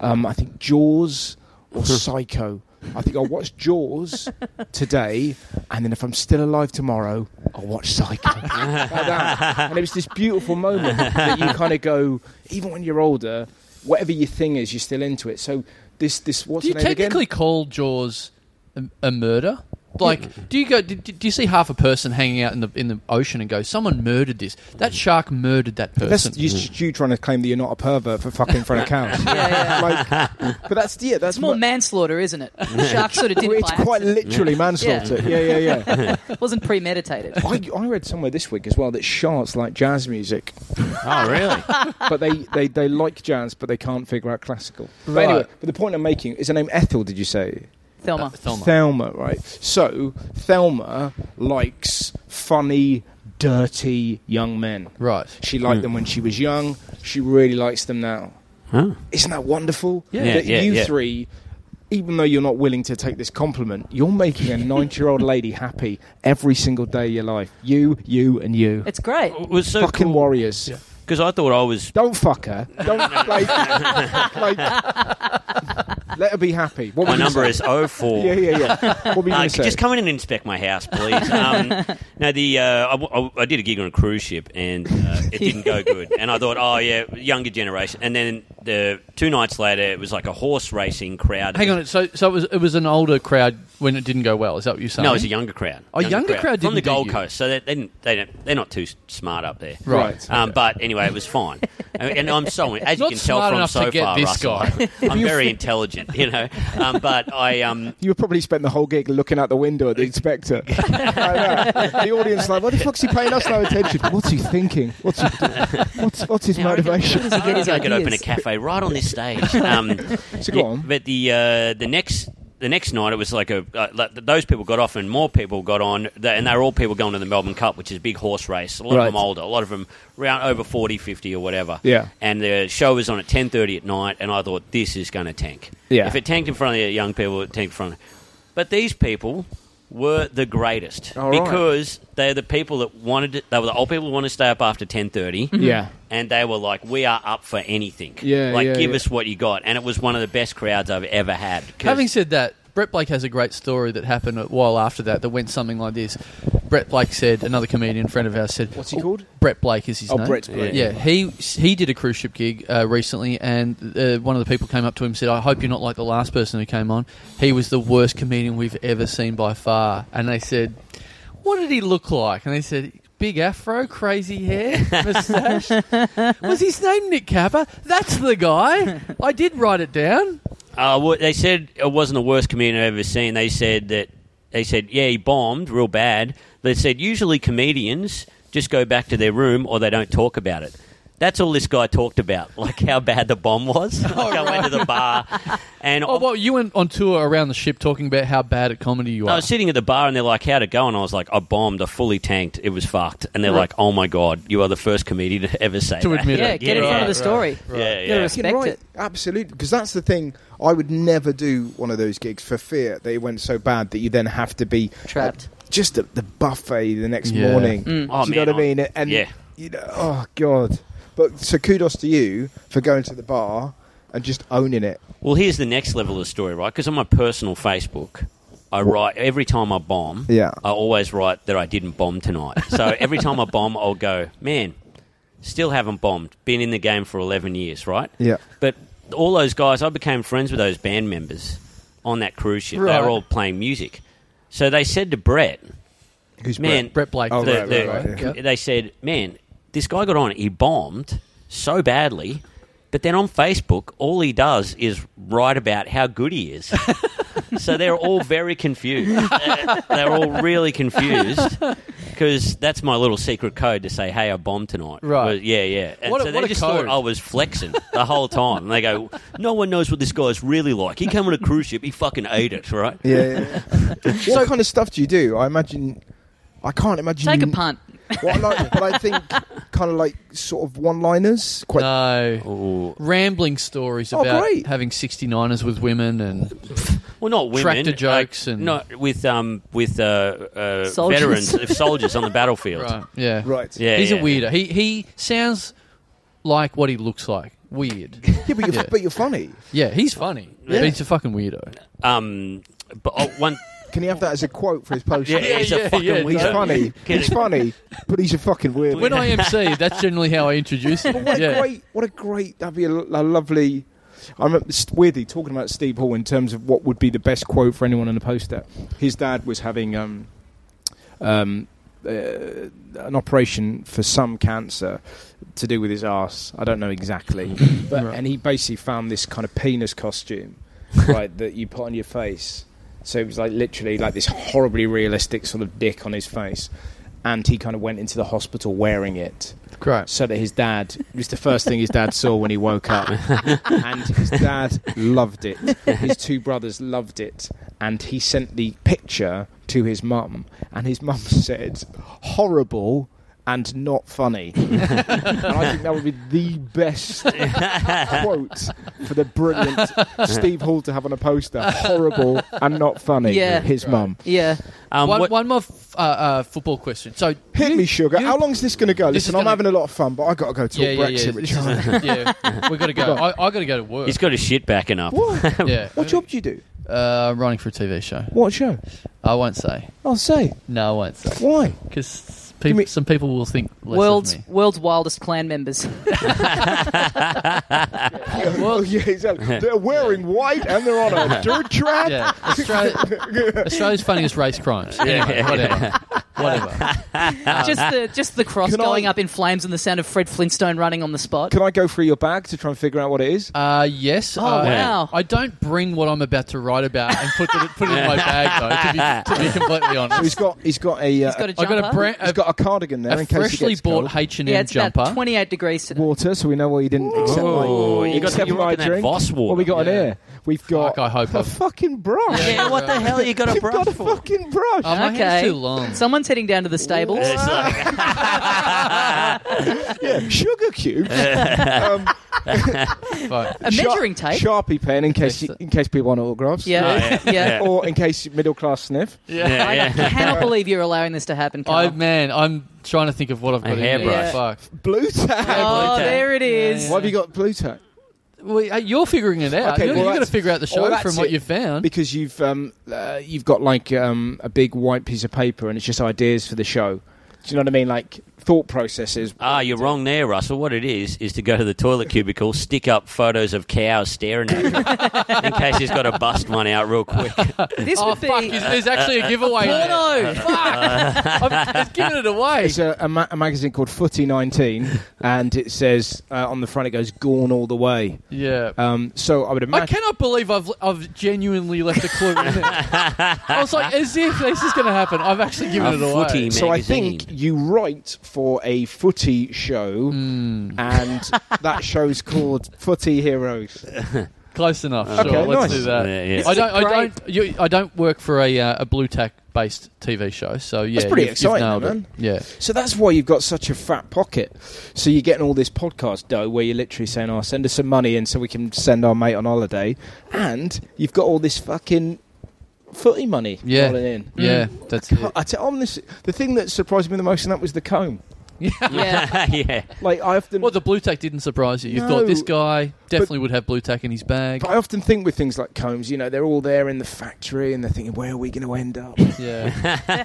Speaker 3: Um, I think Jaws or Psycho. I think I'll watch Jaws today, and then if I'm still alive tomorrow, I'll watch Psycho." Like that. And it was this beautiful moment that you kind of go, even when you're older, whatever your thing is, you're still into it. So. This, this, what's
Speaker 2: do you
Speaker 3: her name again?
Speaker 2: technically call Jaws a, a murder? Like, do you go? Do, do you see half a person hanging out in the in the ocean and go, "Someone murdered this. That shark murdered that
Speaker 3: That's
Speaker 2: person." Mm.
Speaker 3: just you, trying to claim that you're not a pervert for fucking in front of cows. Like, but that's yeah, that's
Speaker 1: It's more
Speaker 3: mu-
Speaker 1: manslaughter, isn't it? The shark sort of did it
Speaker 3: It's
Speaker 1: by
Speaker 3: quite
Speaker 1: accident.
Speaker 3: literally manslaughter. Yeah, yeah, yeah.
Speaker 1: It wasn't premeditated.
Speaker 3: I, I read somewhere this week as well that sharks like jazz music,
Speaker 4: oh, really?
Speaker 3: but they, they, they like jazz, but they can't figure out classical. But
Speaker 2: Right.
Speaker 3: anyway, but the point I'm making is her name Ethel. Did you say
Speaker 1: Thelma.
Speaker 2: Thelma.
Speaker 3: Thelma? Right. So Thelma likes funny, dirty young men.
Speaker 2: right. Mm.
Speaker 3: She liked them when she was young. She really likes them now.
Speaker 4: Huh?
Speaker 7: Isn't that wonderful?
Speaker 2: Yeah.
Speaker 4: Yeah,
Speaker 7: that
Speaker 4: yeah,
Speaker 7: you
Speaker 4: yeah.
Speaker 7: three, even though you're not willing to take this compliment, you're making a 90 year old lady happy every single day of your life. You, you, and you.
Speaker 1: It's great.
Speaker 4: It was so
Speaker 7: Fucking warriors.
Speaker 4: because I thought I was.
Speaker 7: Don't fuck her. Don't like, like, let her be happy. What
Speaker 4: My
Speaker 7: were you
Speaker 4: number
Speaker 7: gonna
Speaker 4: is
Speaker 7: say?
Speaker 4: 04.
Speaker 7: Yeah, yeah, yeah. What were you
Speaker 4: Uh,
Speaker 7: going to say?
Speaker 4: just come in and inspect my house, please. Um, no, the uh, I, w- I- I did a gig on a cruise ship and uh, it didn't go good. And I thought, oh yeah, younger generation. And then the two nights later, it was like a horse racing crowd.
Speaker 2: Hang on, so so it was it was an older crowd when it didn't go well. Is that what you're saying?
Speaker 4: no, it was a younger crowd.
Speaker 2: Oh, younger crowd
Speaker 4: from the
Speaker 2: didn't do
Speaker 4: Gold
Speaker 2: you.
Speaker 4: Coast, so they, they didn't, they don't, they're not too s- smart up there.
Speaker 2: right.
Speaker 4: Um, but anyway, it was fine, and and I'm so as you
Speaker 2: Not
Speaker 4: can tell
Speaker 2: smart
Speaker 4: from
Speaker 2: enough to
Speaker 4: so
Speaker 2: get
Speaker 4: far,
Speaker 2: this
Speaker 4: Russell,
Speaker 2: guy.
Speaker 4: I'm very intelligent, you know. Um, but I um,
Speaker 7: You probably spent the whole gig looking out the window at the inspector. Like that. The audience like, what the fuck's he paying us no attention? What's he thinking? What's he doing? What's, what's his motivation?
Speaker 1: Does he
Speaker 4: I
Speaker 1: get his
Speaker 4: reckon I could
Speaker 1: ideas?
Speaker 4: open a cafe right on this stage. Um,
Speaker 7: So go on.
Speaker 4: But the uh, the next the next night it was like a uh, like those people got off and more people got on th- and they were all people going to the Melbourne Cup, which is a big horse race. A lot
Speaker 7: Right.
Speaker 4: of them older, a lot of them around over 40, 50 or whatever.
Speaker 7: Yeah.
Speaker 4: And the show was on at ten thirty at night, and I thought this is going to tank.
Speaker 7: Yeah.
Speaker 4: If it tanked in front of the young people, it tanked in front. Of but these people were the greatest
Speaker 7: All right.
Speaker 4: because they're the people that wanted to, they were the old people who wanted to stay up after 10.30
Speaker 3: Hmm.
Speaker 7: Yeah.
Speaker 4: and they were like, "We are up for anything.
Speaker 7: Yeah,
Speaker 4: like
Speaker 7: yeah,
Speaker 4: give
Speaker 7: yeah.
Speaker 4: us what you got." And it was one of the best crowds I've ever had. 'Cause-
Speaker 2: Having said that, Brett Blake has a great story that happened a while after that that went something like this. Brett Blake said, another comedian friend of ours said,
Speaker 7: What's he called?
Speaker 2: Brett Blake is his
Speaker 7: Oh,
Speaker 2: name.
Speaker 7: Brett Blake.
Speaker 2: Yeah, he he did a cruise ship gig uh, recently, and uh, one of the people came up to him and said, "I hope you're not like the last person who came on. He was the worst comedian we've ever seen by far." And they said, "What did he look like?" And they said. Big afro, crazy hair, moustache. Was his name Nick Capper? That's the guy. I did write it down.
Speaker 4: uh, well, they said it wasn't the worst comedian I've ever seen. They said that they said, "Yeah, he bombed real bad." They said usually comedians just go back to their room or they don't talk about it. That's all this guy talked about, like how bad the bomb was. Like
Speaker 7: Oh,
Speaker 4: I went to the bar, and
Speaker 2: Oh, well, you went on tour around the ship talking about how bad at comedy you
Speaker 4: I
Speaker 3: Oh,
Speaker 2: are.
Speaker 4: was sitting at the bar and they're like, "How'd it go?" And I was like, "I bombed. I fully tanked. It was fucked." And they're like, "Oh my god, you are the first comedian to ever say
Speaker 2: To
Speaker 4: that."
Speaker 2: admit it.
Speaker 1: Yeah, get in front of the story.
Speaker 4: Yeah,
Speaker 1: Gotta
Speaker 4: yeah.
Speaker 1: respect
Speaker 3: Fucking
Speaker 1: it.
Speaker 3: Absolutely, because that's the thing. I would never do one of those gigs for fear they went so bad that you then have to be
Speaker 1: Trapped. Hmm.
Speaker 3: at- just at the buffet the next
Speaker 2: Yeah.
Speaker 3: morning.
Speaker 4: Oh,
Speaker 3: do you know
Speaker 4: man,
Speaker 3: what I mean?
Speaker 4: I-
Speaker 3: And
Speaker 4: yeah.
Speaker 3: you know, oh god. But so kudos to you for going to the bar and just owning it.
Speaker 4: Well, here's the next level of the story, right? Because on my personal Facebook, I write every time I bomb.
Speaker 3: Yeah.
Speaker 4: I always write that I didn't bomb tonight. So every time I bomb, I'll go, man, still haven't bombed. Been in the game for 11 years, right?
Speaker 3: Yeah.
Speaker 4: But all those guys, I became friends with those band members on that cruise ship. They
Speaker 2: Right.
Speaker 4: were all playing music. So they said to Brett,
Speaker 3: Who's
Speaker 4: man,
Speaker 2: Brett Blake.
Speaker 3: Oh,
Speaker 4: the-
Speaker 3: right, right,
Speaker 4: the-
Speaker 3: right,
Speaker 2: yeah.
Speaker 4: They said, man, this guy got on, he bombed so badly, but then on Facebook, all he does is write about how good he is. so they're all very confused. Uh, they're all really confused because that's my little secret code to say, hey, I bombed tonight.
Speaker 2: Right.
Speaker 4: Well, yeah, yeah. And
Speaker 2: What a-
Speaker 4: so
Speaker 2: what
Speaker 4: they
Speaker 2: a
Speaker 4: just
Speaker 2: code.
Speaker 4: thought I was flexing the whole time. And they go, no one knows what this guy's really like. He came on a cruise ship, he fucking ate it, right?
Speaker 3: Yeah. yeah, yeah. what kind of stuff do you do? I imagine. I can't imagine.
Speaker 1: Take a punt.
Speaker 3: What I like, but I think kind of like sort of one-liners. Quite.
Speaker 4: Uh,
Speaker 2: No.
Speaker 4: Ooh.
Speaker 2: Rambling stories
Speaker 3: Oh,
Speaker 2: about
Speaker 3: great.
Speaker 2: having 69ers with women and
Speaker 4: Well, not women.
Speaker 2: Tractor
Speaker 4: uh,
Speaker 2: jokes and-
Speaker 4: no, with um with uh, uh
Speaker 1: Soldiers.
Speaker 4: veterans, uh, soldiers on the battlefield.
Speaker 2: right, yeah.
Speaker 3: right.
Speaker 4: Yeah,
Speaker 2: He's
Speaker 4: yeah.
Speaker 2: a weirdo. He he sounds like what he looks like. Weird.
Speaker 3: Yeah, but you're,
Speaker 2: Yeah.
Speaker 3: but you're funny.
Speaker 2: yeah, he's funny,
Speaker 3: Yeah.
Speaker 2: but he's a fucking weirdo.
Speaker 4: Um, but oh, one.
Speaker 3: Can he have that as a quote for his post?
Speaker 4: Yeah, he's
Speaker 2: yeah,
Speaker 4: a fucking
Speaker 2: yeah,
Speaker 4: weirdo.
Speaker 3: He's
Speaker 2: No.
Speaker 3: funny.
Speaker 4: Kidding.
Speaker 3: He's funny, but he's a fucking weirdo.
Speaker 2: When I MC, that's generally how I introduce him.
Speaker 3: What a
Speaker 2: yeah.
Speaker 3: great, what a great, that'd be a, lo- a lovely. I remember st- weirdly talking about Steve Hall in terms of what would be the best quote for anyone in a poster. His dad was having um, um, uh, an operation for some cancer to do with his ass. I don't know exactly, but
Speaker 2: Right.
Speaker 3: and he basically found this kind of penis costume, right, that you put on your face. So it was like literally like this horribly realistic sort of dick on his face, and he kind of went into the hospital wearing it
Speaker 2: Great.
Speaker 3: so that his dad it was the first thing his dad saw when he woke up and his dad loved it his two brothers loved it and he sent the picture to his mum and his mum said horrible and not funny. and I think that would be the best quote for the brilliant Steve Hall to have on a poster. Horrible and not funny.
Speaker 1: Yeah.
Speaker 3: His mum.
Speaker 1: Yeah.
Speaker 4: Um,
Speaker 2: one,
Speaker 4: what-
Speaker 2: one more f- uh, uh, football question. So
Speaker 3: Hit me, sugar. How long's this going to go?
Speaker 2: This is
Speaker 3: Listen, I'm
Speaker 2: gonna-
Speaker 3: having a lot of fun, but I got to go talk
Speaker 2: yeah, yeah,
Speaker 3: Brexit
Speaker 2: yeah,
Speaker 3: with
Speaker 2: this
Speaker 3: Charlie.
Speaker 2: is- yeah. We got to go. I, I got to go to work.
Speaker 4: He's got his shit backing up.
Speaker 3: What?
Speaker 2: yeah.
Speaker 3: What job do you do?
Speaker 2: Uh, writing for a TV show.
Speaker 3: What show?
Speaker 2: I won't say.
Speaker 3: I'll say.
Speaker 2: No, I won't say.
Speaker 3: Why?
Speaker 2: Because
Speaker 3: Give me-
Speaker 2: some people will think less
Speaker 1: World's
Speaker 2: of me.
Speaker 1: world's wildest clan members.
Speaker 3: Oh, yeah, exactly. They're wearing white and they're on a dirt track.
Speaker 2: Yeah, Australia, Australia's funniest race crimes. Anyway,
Speaker 4: yeah,
Speaker 2: whatever, whatever.
Speaker 1: just the just the cross
Speaker 3: Can I-
Speaker 1: going up in flames and the sound of Fred Flintstone running on the spot.
Speaker 3: Can I go through your bag to try and figure out what it is?
Speaker 2: Uh, yes.
Speaker 1: Oh,
Speaker 2: uh,
Speaker 1: wow.
Speaker 2: I don't bring what I'm about to write about and put it put it in my bag though. To be, to be completely
Speaker 3: So he's
Speaker 2: honest,
Speaker 3: got he's got a uh,
Speaker 1: He's got a
Speaker 2: I
Speaker 1: jumper.
Speaker 2: got a, brand,
Speaker 3: he's
Speaker 2: a,
Speaker 3: got a cardigan there
Speaker 2: a
Speaker 3: in case he
Speaker 2: freshly
Speaker 3: gets
Speaker 2: bought
Speaker 3: cold.
Speaker 2: H and
Speaker 1: yeah,
Speaker 2: M
Speaker 1: it's about
Speaker 2: jumper.
Speaker 1: 28 degrees today.
Speaker 3: water, so we know what he didn't accept.
Speaker 4: Ooh,
Speaker 3: my,
Speaker 4: you got-
Speaker 3: accept
Speaker 4: you
Speaker 3: my
Speaker 4: reckon that
Speaker 3: drink.
Speaker 4: Voss wore
Speaker 3: What we
Speaker 4: them,
Speaker 3: got in
Speaker 2: yeah.
Speaker 3: here? We've got
Speaker 2: Fuck, I hope
Speaker 3: a
Speaker 2: I've-
Speaker 3: fucking brush.
Speaker 4: Yeah, what the hell you got a
Speaker 3: You've
Speaker 4: brush
Speaker 3: got a
Speaker 4: for?
Speaker 3: fucking brush.
Speaker 2: Oh, my
Speaker 1: okay.
Speaker 2: hair's too long.
Speaker 1: Someone's heading down to the stables.
Speaker 4: It's like-
Speaker 3: yeah, sugar cubes. um,
Speaker 2: Fuck.
Speaker 1: a
Speaker 3: shar-
Speaker 1: measuring tape.
Speaker 3: Sharpie pen in case you, in case people want autographs.
Speaker 4: Oh,
Speaker 1: yeah.
Speaker 4: yeah,
Speaker 1: yeah.
Speaker 4: yeah.
Speaker 3: Or in case middle class sniff.
Speaker 4: yeah,
Speaker 1: I
Speaker 4: yeah.
Speaker 1: cannot believe you're allowing this to happen. Carl.
Speaker 2: I man, I'm trying to think of what I've got in there.
Speaker 4: hairbrush.
Speaker 2: Fuck.
Speaker 3: Blue tack.
Speaker 1: oh,
Speaker 4: tack.
Speaker 1: there it is.
Speaker 3: Why have you got blue tack?
Speaker 2: Well, uh, you're figuring it out.
Speaker 3: Okay,
Speaker 2: you're you're
Speaker 3: well,
Speaker 2: going
Speaker 3: that's-
Speaker 2: to figure out the
Speaker 3: well,
Speaker 2: show
Speaker 3: that's
Speaker 2: from what
Speaker 3: it.
Speaker 2: you found.
Speaker 3: Because you've um, uh, you've got like um, a big white piece of paper, and it's just ideas for the show. Do you know what I mean? Like thought processes.
Speaker 4: Ah, you're wrong there, Russell. What it is is to go to the toilet cubicle, stick up photos of cows staring at him, in case he's got to bust one out real quick.
Speaker 1: This
Speaker 2: Oh
Speaker 1: would be
Speaker 2: fuck!
Speaker 4: uh,
Speaker 2: Is, there's actually a giveaway. in there.
Speaker 1: porno.
Speaker 2: I'm just giving it away.
Speaker 3: It's a, a, ma- a magazine called Footy 19, and it says uh, on the front it goes "Gone all the way."
Speaker 2: yeah.
Speaker 3: Um, so I would
Speaker 2: I
Speaker 3: imagine.
Speaker 2: cannot believe I've I've genuinely left a clue. in there. I was like, as if this is going to happen. I've actually given
Speaker 4: A
Speaker 2: it away.
Speaker 4: footy.
Speaker 3: So I
Speaker 4: magazine.
Speaker 3: think you write for a footy show,
Speaker 4: Hmm.
Speaker 3: and that show's called Footy Heroes.
Speaker 2: Close enough.
Speaker 3: Okay,
Speaker 2: sure, let's
Speaker 3: nice.
Speaker 2: do that.
Speaker 4: Yeah, yeah.
Speaker 2: I don't. I
Speaker 3: Great.
Speaker 2: don't. You, I don't work for a uh, a blue tack based TV show. So yeah,
Speaker 3: That's pretty
Speaker 2: you've- you've
Speaker 3: exciting,
Speaker 2: nailed it.
Speaker 3: man. Mm.
Speaker 2: Yeah.
Speaker 3: So that's why you've got such a fat pocket. So you're getting all this podcast dough where you're literally saying, oh, send us some money in so we can send our mate on holiday. And you've got all this fucking footy money
Speaker 2: Yeah.
Speaker 3: rolling in.
Speaker 2: Yeah. That's it.
Speaker 3: I tell honest, the thing that surprised me the most in that was the comb.
Speaker 1: yeah.
Speaker 4: yeah.
Speaker 3: Like I often,
Speaker 2: Well, the blue tack didn't surprise you. You
Speaker 3: No.
Speaker 2: thought this guy definitely would have blue tack in his bag.
Speaker 3: but I often think with things like combs, you know, they're all there in the factory and they're thinking, where are we going to end up?
Speaker 2: Yeah.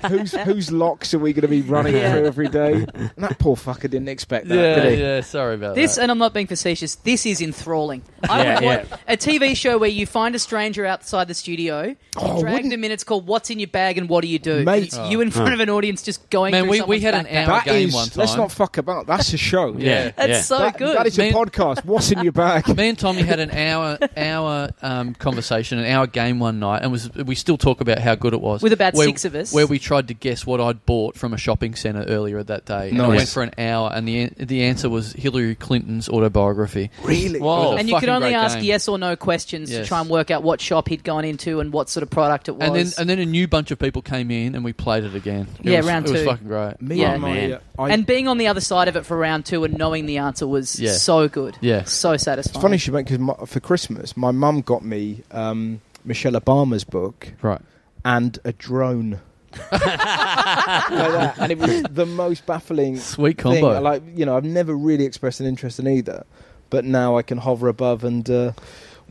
Speaker 3: whose whose locks are we going to be running
Speaker 1: Yeah.
Speaker 3: through every day? And that poor fucker didn't expect that,
Speaker 2: yeah.
Speaker 3: did he?
Speaker 2: Yeah. Sorry about
Speaker 1: This,
Speaker 2: that.
Speaker 1: and I'm not being facetious, this is enthralling. I
Speaker 4: Yeah,
Speaker 1: would want
Speaker 4: yeah.
Speaker 1: a TV show where you find a stranger outside the studio,
Speaker 3: Oh,
Speaker 1: drag
Speaker 3: wouldn't-
Speaker 1: them in, it's called What's in Your Bag and What Do You Do? And
Speaker 3: Mate.
Speaker 1: It's you in front of an audience just going
Speaker 2: Oh. Man,
Speaker 1: through
Speaker 2: we- we
Speaker 1: someone's
Speaker 2: had
Speaker 1: backpack.
Speaker 2: an hour-
Speaker 3: That
Speaker 2: Game
Speaker 3: is-
Speaker 2: one
Speaker 3: let's
Speaker 2: time.
Speaker 3: not fuck about. That's a show.
Speaker 4: Yeah.
Speaker 1: That's so
Speaker 3: That-
Speaker 1: good.
Speaker 3: That is a
Speaker 2: Man-
Speaker 3: podcast. What's in your bag?
Speaker 2: Me and Tommy had an hour hour um, conversation, an hour game one night, and was we still talk about how good it was.
Speaker 1: With about
Speaker 2: Where-
Speaker 1: six of us.
Speaker 2: where we tried to guess what I'd bought from a shopping centre earlier that day. And I
Speaker 3: Nice.
Speaker 2: went for an hour, and the an- the answer was Hillary Clinton's autobiography.
Speaker 3: Really?
Speaker 2: It was a
Speaker 1: Oh. and you could
Speaker 2: fucking
Speaker 1: only
Speaker 2: great
Speaker 1: ask
Speaker 2: game.
Speaker 1: yes or no questions to
Speaker 2: Yes.
Speaker 1: try and work out what shop he'd gone into and what sort of product it was.
Speaker 2: And then and then a new bunch of people came in, and we played it again. It
Speaker 1: Yeah,
Speaker 2: was,
Speaker 1: round
Speaker 2: it was
Speaker 1: two.
Speaker 2: fucking great.
Speaker 3: Me
Speaker 1: Yeah.
Speaker 3: and
Speaker 4: Oh, man.
Speaker 3: my. uh, I,
Speaker 1: and being on the other side of it for round two and knowing the answer was
Speaker 2: Yeah.
Speaker 1: so good.
Speaker 2: Yeah.
Speaker 1: So satisfying.
Speaker 3: it's funny she went because for Christmas, my mum got me um, Michelle Obama's book
Speaker 2: Right.
Speaker 3: and a drone. Like that. And it was the most baffling
Speaker 2: Sweet
Speaker 3: thing.
Speaker 2: combo.
Speaker 3: Like you know, I've never really expressed an interest in either, but now I can hover above and uh,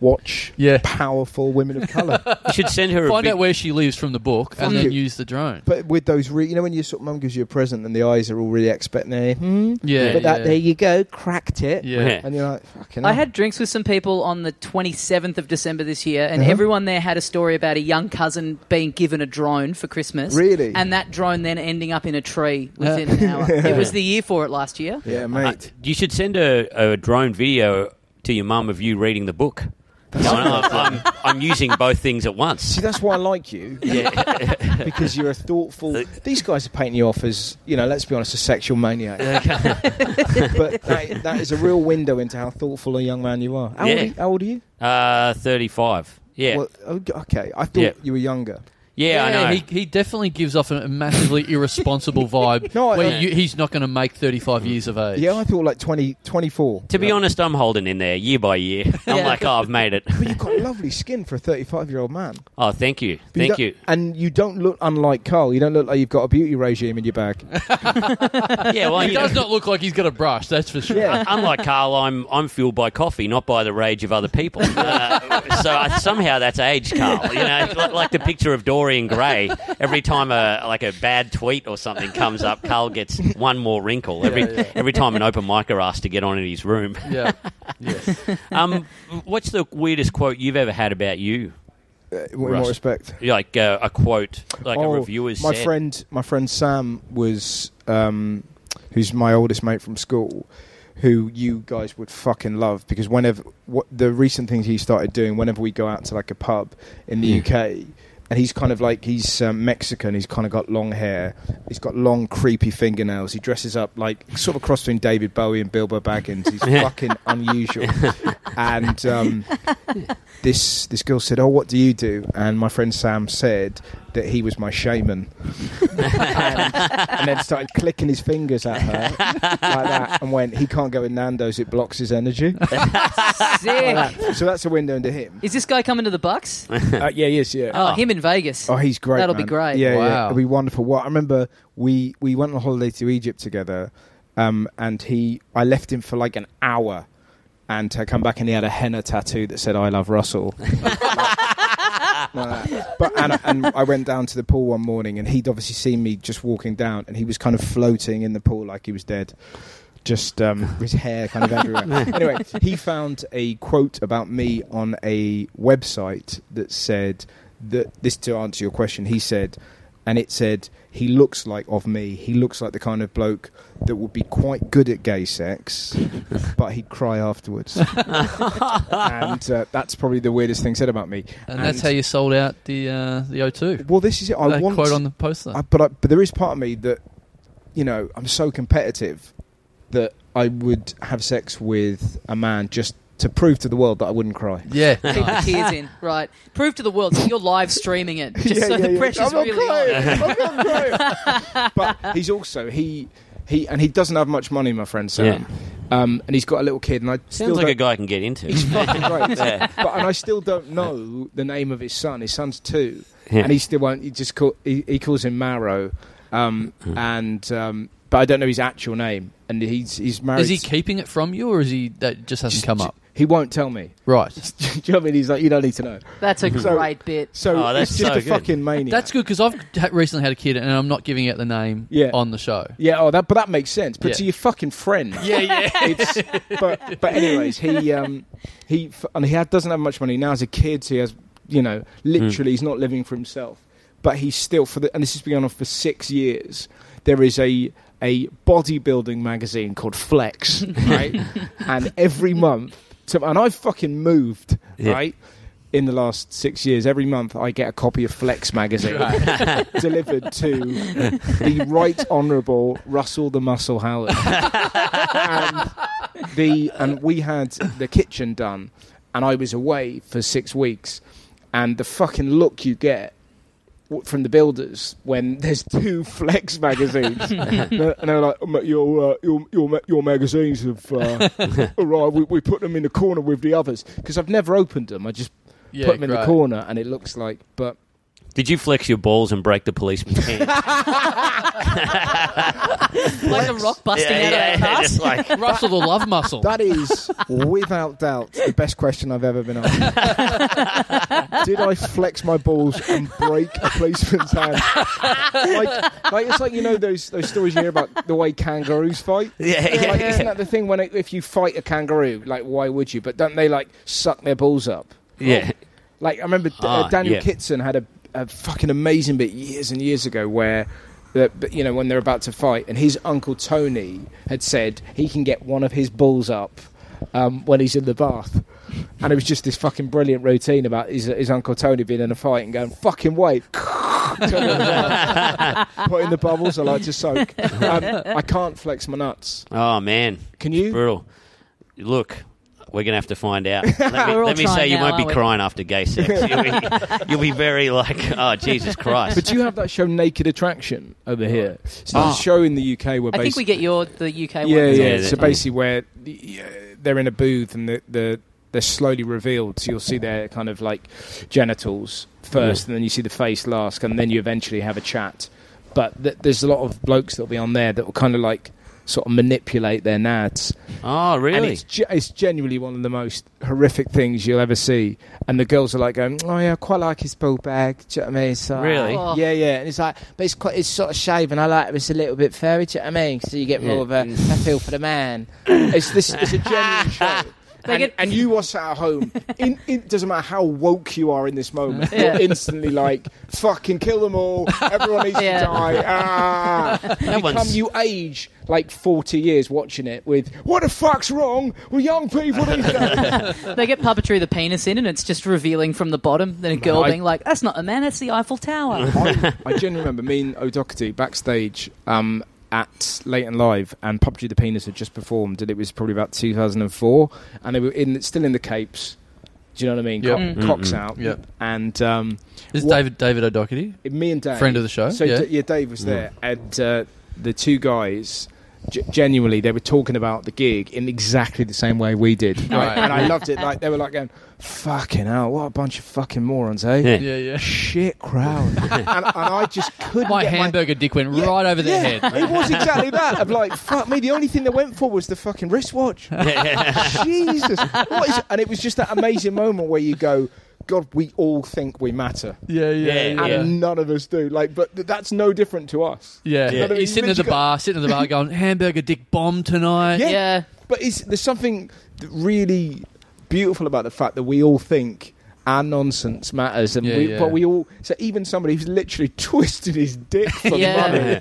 Speaker 3: watch
Speaker 2: Yeah.
Speaker 3: powerful women of color.
Speaker 4: You should send her a
Speaker 2: Find
Speaker 4: big
Speaker 2: out where she lives from the book,
Speaker 3: Fuck
Speaker 2: and then
Speaker 3: you.
Speaker 2: use the drone.
Speaker 3: but with those, re- you know, when your sort of mum gives you a present and the eyes are all really expectant. eh, Hmm?
Speaker 2: yeah.
Speaker 3: but that
Speaker 2: yeah.
Speaker 3: there you go, cracked it.
Speaker 2: Yeah.
Speaker 3: And you're like, fucking.
Speaker 1: I
Speaker 3: hell.
Speaker 1: had drinks with some people on the 27th of December this year, and
Speaker 3: Uh-huh.
Speaker 1: everyone there had a story about a young cousin being given a drone for Christmas.
Speaker 3: Really? Uh.
Speaker 1: And that drone then ending up in a tree within
Speaker 2: Yeah.
Speaker 1: an hour. It was the year for it last year.
Speaker 3: Yeah,
Speaker 4: Uh,
Speaker 3: mate.
Speaker 4: you should send a, a drone video to your mum of you reading the book. No, no, I'm, I'm using both things at once.
Speaker 3: See, that's why I like you. because you're a thoughtful. These guys are painting you off as, you know, let's be honest, a sexual maniac. but that, that is a real window into how thoughtful a young man you are. How, old,
Speaker 4: Yeah.
Speaker 3: are you, how old are you?
Speaker 4: Uh, 35. Yeah.
Speaker 3: Well, oh, okay, I thought
Speaker 4: Yeah.
Speaker 3: you were younger.
Speaker 4: Yeah, I know.
Speaker 2: He, he definitely gives off a massively irresponsible vibe
Speaker 3: No, I-
Speaker 2: where
Speaker 3: I-
Speaker 2: you, he's not going to make 35 years of age.
Speaker 3: Yeah, I thought like 20, 24.
Speaker 4: to be honest, I'm holding in there year by year. I'm
Speaker 1: Yeah.
Speaker 4: like, oh, I've made it.
Speaker 3: But you've got lovely skin for a 35 year old man.
Speaker 4: Oh, thank you,
Speaker 3: But
Speaker 4: thank
Speaker 3: don't-
Speaker 4: you.
Speaker 3: And you don't look unlike Carl. You don't look like you've got a beauty regime in your bag. Uh,
Speaker 4: Yeah, well,
Speaker 2: He
Speaker 4: you know,
Speaker 2: does not look like he's got a brush, that's for sure.
Speaker 3: Yeah.
Speaker 4: Uh, unlike Carl, I'm I'm fueled by coffee, not by the rage of other people. Uh, so I, somehow that's age, Carl. You know, like, like the picture of Dorian Gray. Every time a like a bad tweet or something comes up, Carl gets one more wrinkle. Every
Speaker 2: yeah.
Speaker 4: every time an open micer asks to get on in his room.
Speaker 2: Yeah. Yes.
Speaker 4: Um, what's the weirdest quote you've ever had about you?
Speaker 3: Uh, with more
Speaker 4: Rust.
Speaker 3: respect.
Speaker 4: Like uh, a quote, like
Speaker 3: Oh,
Speaker 4: a reviewer's
Speaker 3: my
Speaker 4: said.
Speaker 3: friend my friend sam was um, who's my oldest mate from school who you guys would fucking love because whenever what the recent things he started doing whenever we go out to like a pub in the
Speaker 2: Yeah.
Speaker 3: uk and he's kind of like he's um, Mexican. He's kind of got long hair. He's got long, creepy fingernails. He dresses up like sort of a cross between David Bowie and Bilbo Baggins. He's fucking unusual. And um, this this girl said, "Oh, what do you do?" And my friend Sam said that he was my shaman, and, and then started clicking his fingers at her like that, and went, "He can't go in Nando's; it blocks his energy." Like
Speaker 1: Sick.
Speaker 3: that. So that's a window into him.
Speaker 1: Is this guy coming to the Bucks?
Speaker 3: Uh, yeah, yes, yeah.
Speaker 1: Oh, him in Vegas.
Speaker 3: Oh, he's great.
Speaker 1: That'll be
Speaker 3: man.
Speaker 1: great.
Speaker 3: Yeah,
Speaker 2: Wow.
Speaker 3: yeah, it'll be wonderful. Well, I remember we we went on a holiday to Egypt together, um, and he I left him for like an hour, and I come back and he had a henna tattoo that said "I love Russell." Like that. but and, and I went down to the pool one morning, and he'd obviously seen me just walking down, and he was kind of floating in the pool like he was dead. Just um, his hair kind of everywhere. anyway, he found a quote about me on a website that said that this to answer your question. He said, and it said he looks like of me. He looks like the kind of bloke that would be quite good at gay sex, but he'd cry afterwards. and uh, that's probably the weirdest thing said about me.
Speaker 2: And, that's how you sold out the uh, the O2.
Speaker 3: Well, this is it. I
Speaker 2: that
Speaker 3: want
Speaker 2: quote on the poster.
Speaker 3: I, but I, but there is part of me that you know I'm so competitive that I would have sex with a man just to prove to the world that I wouldn't cry.
Speaker 2: yeah.
Speaker 1: Keep the
Speaker 2: nice.
Speaker 1: tears in. Right. Prove to the world. So you're live streaming it. Just so the pressure's
Speaker 3: I'm not
Speaker 1: really on.
Speaker 3: crying. I'm not crying. but he's also he he and he doesn't have much money, my friend Sam. Um, and he's got a little kid, and I still
Speaker 4: Sounds like a
Speaker 3: don't-
Speaker 4: guy I can get into.
Speaker 3: He's fucking great.
Speaker 4: Yeah.
Speaker 3: But and I still don't know the name of his son. His son's two,
Speaker 4: Yeah.
Speaker 3: and he still won't. He just call, he, he calls him Marrow, um,
Speaker 4: Hmm.
Speaker 3: and um, but I don't know his actual name. And he's he's married.
Speaker 2: Is he keeping it from you or is he that just hasn't
Speaker 3: Just-
Speaker 2: come
Speaker 3: just-
Speaker 2: up?
Speaker 3: He won't tell me.
Speaker 2: Right.
Speaker 3: Do you know what I mean? He's like, you don't need to know.
Speaker 1: That's a
Speaker 3: So-
Speaker 1: great bit.
Speaker 3: So
Speaker 4: Oh, that's
Speaker 3: it's just
Speaker 4: so
Speaker 3: a
Speaker 4: good.
Speaker 3: fucking maniac.
Speaker 2: That's good because I've ha- recently had a kid and I'm not giving out the name
Speaker 3: Yeah.
Speaker 2: on the show.
Speaker 3: yeah. Oh, that but that makes sense. But
Speaker 2: Yeah.
Speaker 3: to your fucking friend.
Speaker 2: Yeah, yeah.
Speaker 3: it's, but but anyways, he um he f- and he had, doesn't have much money now. As a kid, so he has you know literally he's not living for himself. But he's still for the and this has been going on for six years. There is a a bodybuilding magazine called Flex, right? and every month, to, and I've fucking moved,
Speaker 4: Yeah.
Speaker 3: right? In the last six years, every month I get a copy of Flex magazine delivered to the Right Honourable Russell the Muscle Howard and the and we had the kitchen done, and I was away for six weeks, and the fucking look you get w- from the builders when there's two flex magazines and they're and they're like "Oh, mate, your, uh, your your ma- your magazines have uh, arrived we, we put them in the corner with the others because I've never opened them I just
Speaker 2: Yeah,
Speaker 3: put them in
Speaker 2: great.
Speaker 3: the corner and it looks like but
Speaker 4: Did you flex your balls and break the policeman's hand?
Speaker 1: Like a rock busting out of a past.
Speaker 4: just like
Speaker 2: Russell the love muscle.
Speaker 3: That is, without doubt, the best question I've ever been asked. Did I flex my balls and break a policeman's hand? Like, like it's like you know those those stories you hear about the way kangaroos fight.
Speaker 4: yeah, yeah,
Speaker 3: Like,
Speaker 4: yeah.
Speaker 3: isn't that the thing when it, if you fight a kangaroo, like why would you? But don't they like suck their balls up?
Speaker 4: yeah.
Speaker 3: Like I remember D-
Speaker 4: Ah,
Speaker 3: uh, Daniel
Speaker 4: yeah.
Speaker 3: Kitson had a, a fucking amazing bit years and years ago where, uh, but, you know, when they're about to fight, and his uncle Tony had said he can get one of his balls up um, when he's in the bath. And it was just this fucking brilliant routine about his, his uncle Tony being in a fight and going fucking wait, putting the bubbles. I like to soak. Um, I can't flex my nuts.
Speaker 4: Oh man,
Speaker 3: Can you?
Speaker 4: brutal. Look, We're going to have to find out. Let me,
Speaker 1: We're all
Speaker 4: let me say
Speaker 1: trying
Speaker 4: you
Speaker 1: now,
Speaker 4: won't be
Speaker 1: aren't we?
Speaker 4: crying after gay sex. You'll be, you'll be very like, oh, Jesus Christ.
Speaker 3: But you have that show Naked Attraction over here. It's not
Speaker 2: Ah.
Speaker 3: a show in the UK where
Speaker 1: I think
Speaker 3: basi-
Speaker 1: we get your the UK
Speaker 3: yeah,
Speaker 1: one.
Speaker 3: yeah.
Speaker 4: Yeah,
Speaker 3: so
Speaker 4: that-
Speaker 3: basically, where the, uh, they're in a booth and the, the they're slowly revealed, so you'll see their kind of like genitals first, and then you see the face last, and then you eventually have a chat. But th- there's a lot of blokes that'll be on there that will kind of like sort of manipulate their nads,
Speaker 4: Oh,
Speaker 3: and
Speaker 4: really?
Speaker 3: it's ge- it's genuinely one of the most horrific things you'll ever see. And the girls are like going, "Oh yeah, I quite like his ball bag." Do you know what I mean? So,
Speaker 4: Really?
Speaker 1: Oh.
Speaker 3: Yeah, yeah. And it's like, but it's quite, it's sort of shaven. I like it. It's a little bit furry. Do you know what I mean? So you get more of a, a feel for the man. it's this. It's a genuine show.
Speaker 1: They
Speaker 3: And,
Speaker 1: get-
Speaker 3: and you are sat at home. In, it doesn't matter how woke you are in this moment.
Speaker 1: Yeah.
Speaker 3: You're instantly like, "Fucking kill them all! Everyone needs
Speaker 1: Yeah.
Speaker 3: to die!" Ah.
Speaker 4: No
Speaker 3: you come,
Speaker 4: one's-
Speaker 3: you age like forty years watching it with, "What the fuck's wrong with young people these days?"
Speaker 1: They get puppetry of the penis in, and it's just revealing from the bottom. Then a girl
Speaker 3: I-
Speaker 1: being like, "That's not a man. That's the Eiffel Tower."
Speaker 3: I, I genuinely remember me and O'Doherty backstage um, at Late and Live, and Puppetry the Penis had just performed, and it was probably about 2004, and they were in still in the capes. Do you know what I mean?
Speaker 2: Yep. Mm-hmm.
Speaker 1: Mm.
Speaker 3: Co- Cocks out.
Speaker 2: Yep.
Speaker 3: And um,
Speaker 2: This is
Speaker 3: What-
Speaker 2: David David O'Doherty.
Speaker 3: me and Dave,
Speaker 2: Friend of the show,
Speaker 3: So
Speaker 2: yeah. Mm.
Speaker 3: D- yeah, Dave was there, and uh, the two guys. G- genuinely, they were talking about the gig in exactly the same way we did,
Speaker 2: Right.
Speaker 3: and I loved it. Like they were like going, "Fucking hell, what a bunch of fucking morons, eh?
Speaker 4: Yeah.
Speaker 2: Yeah, yeah.
Speaker 3: Shit crowd." and, and I just couldn't.
Speaker 2: My
Speaker 3: get
Speaker 2: hamburger dick went right over their
Speaker 3: yeah,
Speaker 2: head.
Speaker 3: It was exactly that. Of like, fuck me. The only thing they went for was the fucking wristwatch. Jesus, what is? And it was just that amazing moment where you go, God, we all think we matter,
Speaker 2: Yeah, yeah,
Speaker 3: and
Speaker 2: yeah.
Speaker 3: none of us do. Like, but th- that's no different to us.
Speaker 2: Yeah,
Speaker 4: Yeah.
Speaker 2: he's sitting at the bar, sitting at the bar, going hamburger dick bomb tonight.
Speaker 3: Yeah.
Speaker 1: yeah.
Speaker 3: But is there's something th- really beautiful about the fact that we all think. Our nonsense matters, and
Speaker 2: Yeah,
Speaker 3: we,
Speaker 2: yeah.
Speaker 3: but we all. So even somebody who's literally twisted his dick for
Speaker 1: Yeah.
Speaker 3: money,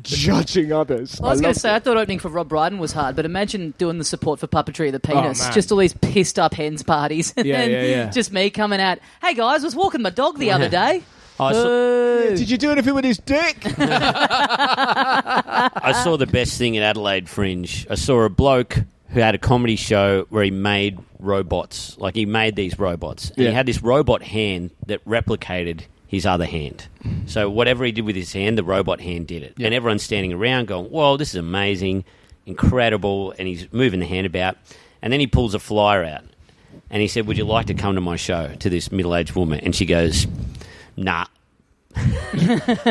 Speaker 3: judging others.
Speaker 1: Well, I was going
Speaker 3: love
Speaker 1: to say, I thought opening for Rob Brydon was hard, but imagine doing the support for Puppetry of the Penis.
Speaker 3: man.
Speaker 1: just all these pissed up hens parties. And
Speaker 3: Yeah,
Speaker 1: then
Speaker 3: yeah, yeah.
Speaker 1: just me coming out, hey guys, was walking my dog the other day. Uh,
Speaker 4: I saw,
Speaker 1: Boo.
Speaker 3: Did you do anything with his dick?
Speaker 4: I saw the best thing in Adelaide Fringe. I saw a bloke who had a comedy show where he made robots. Like, he made these robots. And
Speaker 3: Yeah.
Speaker 4: he had this robot hand that replicated his other hand. So, whatever he did with his hand, the robot hand did it. And everyone's standing around going, Whoa, this is amazing, incredible. And he's moving the hand about. And then he pulls a flyer out. And he said, Would you like to come to my show to this middle aged woman? And she goes, Nah.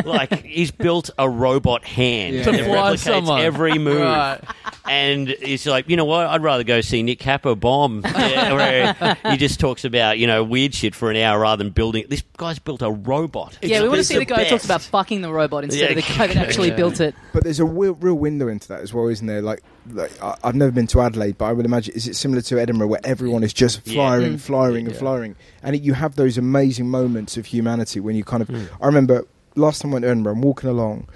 Speaker 4: like he's built a robot hand
Speaker 3: Yeah.
Speaker 4: that
Speaker 2: To fly
Speaker 4: replicates
Speaker 2: someone.
Speaker 4: every move,
Speaker 2: Right.
Speaker 4: and it's like you know what? I'd rather go see Nick Capo bomb. Yeah, where he just talks about you know weird shit for an hour rather than building. This guy's built a robot.
Speaker 1: yeah, we want to
Speaker 4: It's
Speaker 1: see the guy who talks
Speaker 4: best.
Speaker 1: about fucking the robot instead
Speaker 4: Yeah.
Speaker 1: of the guy that actually
Speaker 2: Yeah.
Speaker 1: built it.
Speaker 9: But there's a real, real window into that as well, isn't there? Like, like I, I've never been to Adelaide, but I would imagine is it similar to Edinburgh, where everyone is just
Speaker 4: Yeah.
Speaker 9: flying,
Speaker 1: Mm.
Speaker 9: flying, and
Speaker 2: Yeah.
Speaker 9: flying, and it, you have those amazing moments of humanity when you kind of. I remember last time I went to Edinburgh, I'm walking along,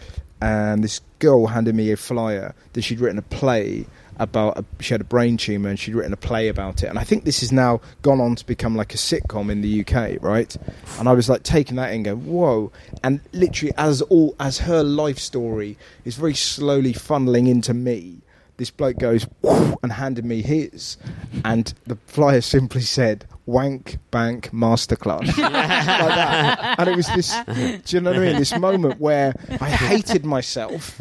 Speaker 9: and this girl handed me a flyer that she'd written a play about. A, she had a brain tumor, and she'd written a play about it. And I think this has now gone on to become like a sitcom in the UK, right? And I was like taking that in, going, "Whoa!" And literally, as all as her life story is very slowly funneling into me, this bloke goes and handed me his, and the flyer simply said "wank bank masterclass" like that. And it was this, do you know what I mean? This moment where I hated myself,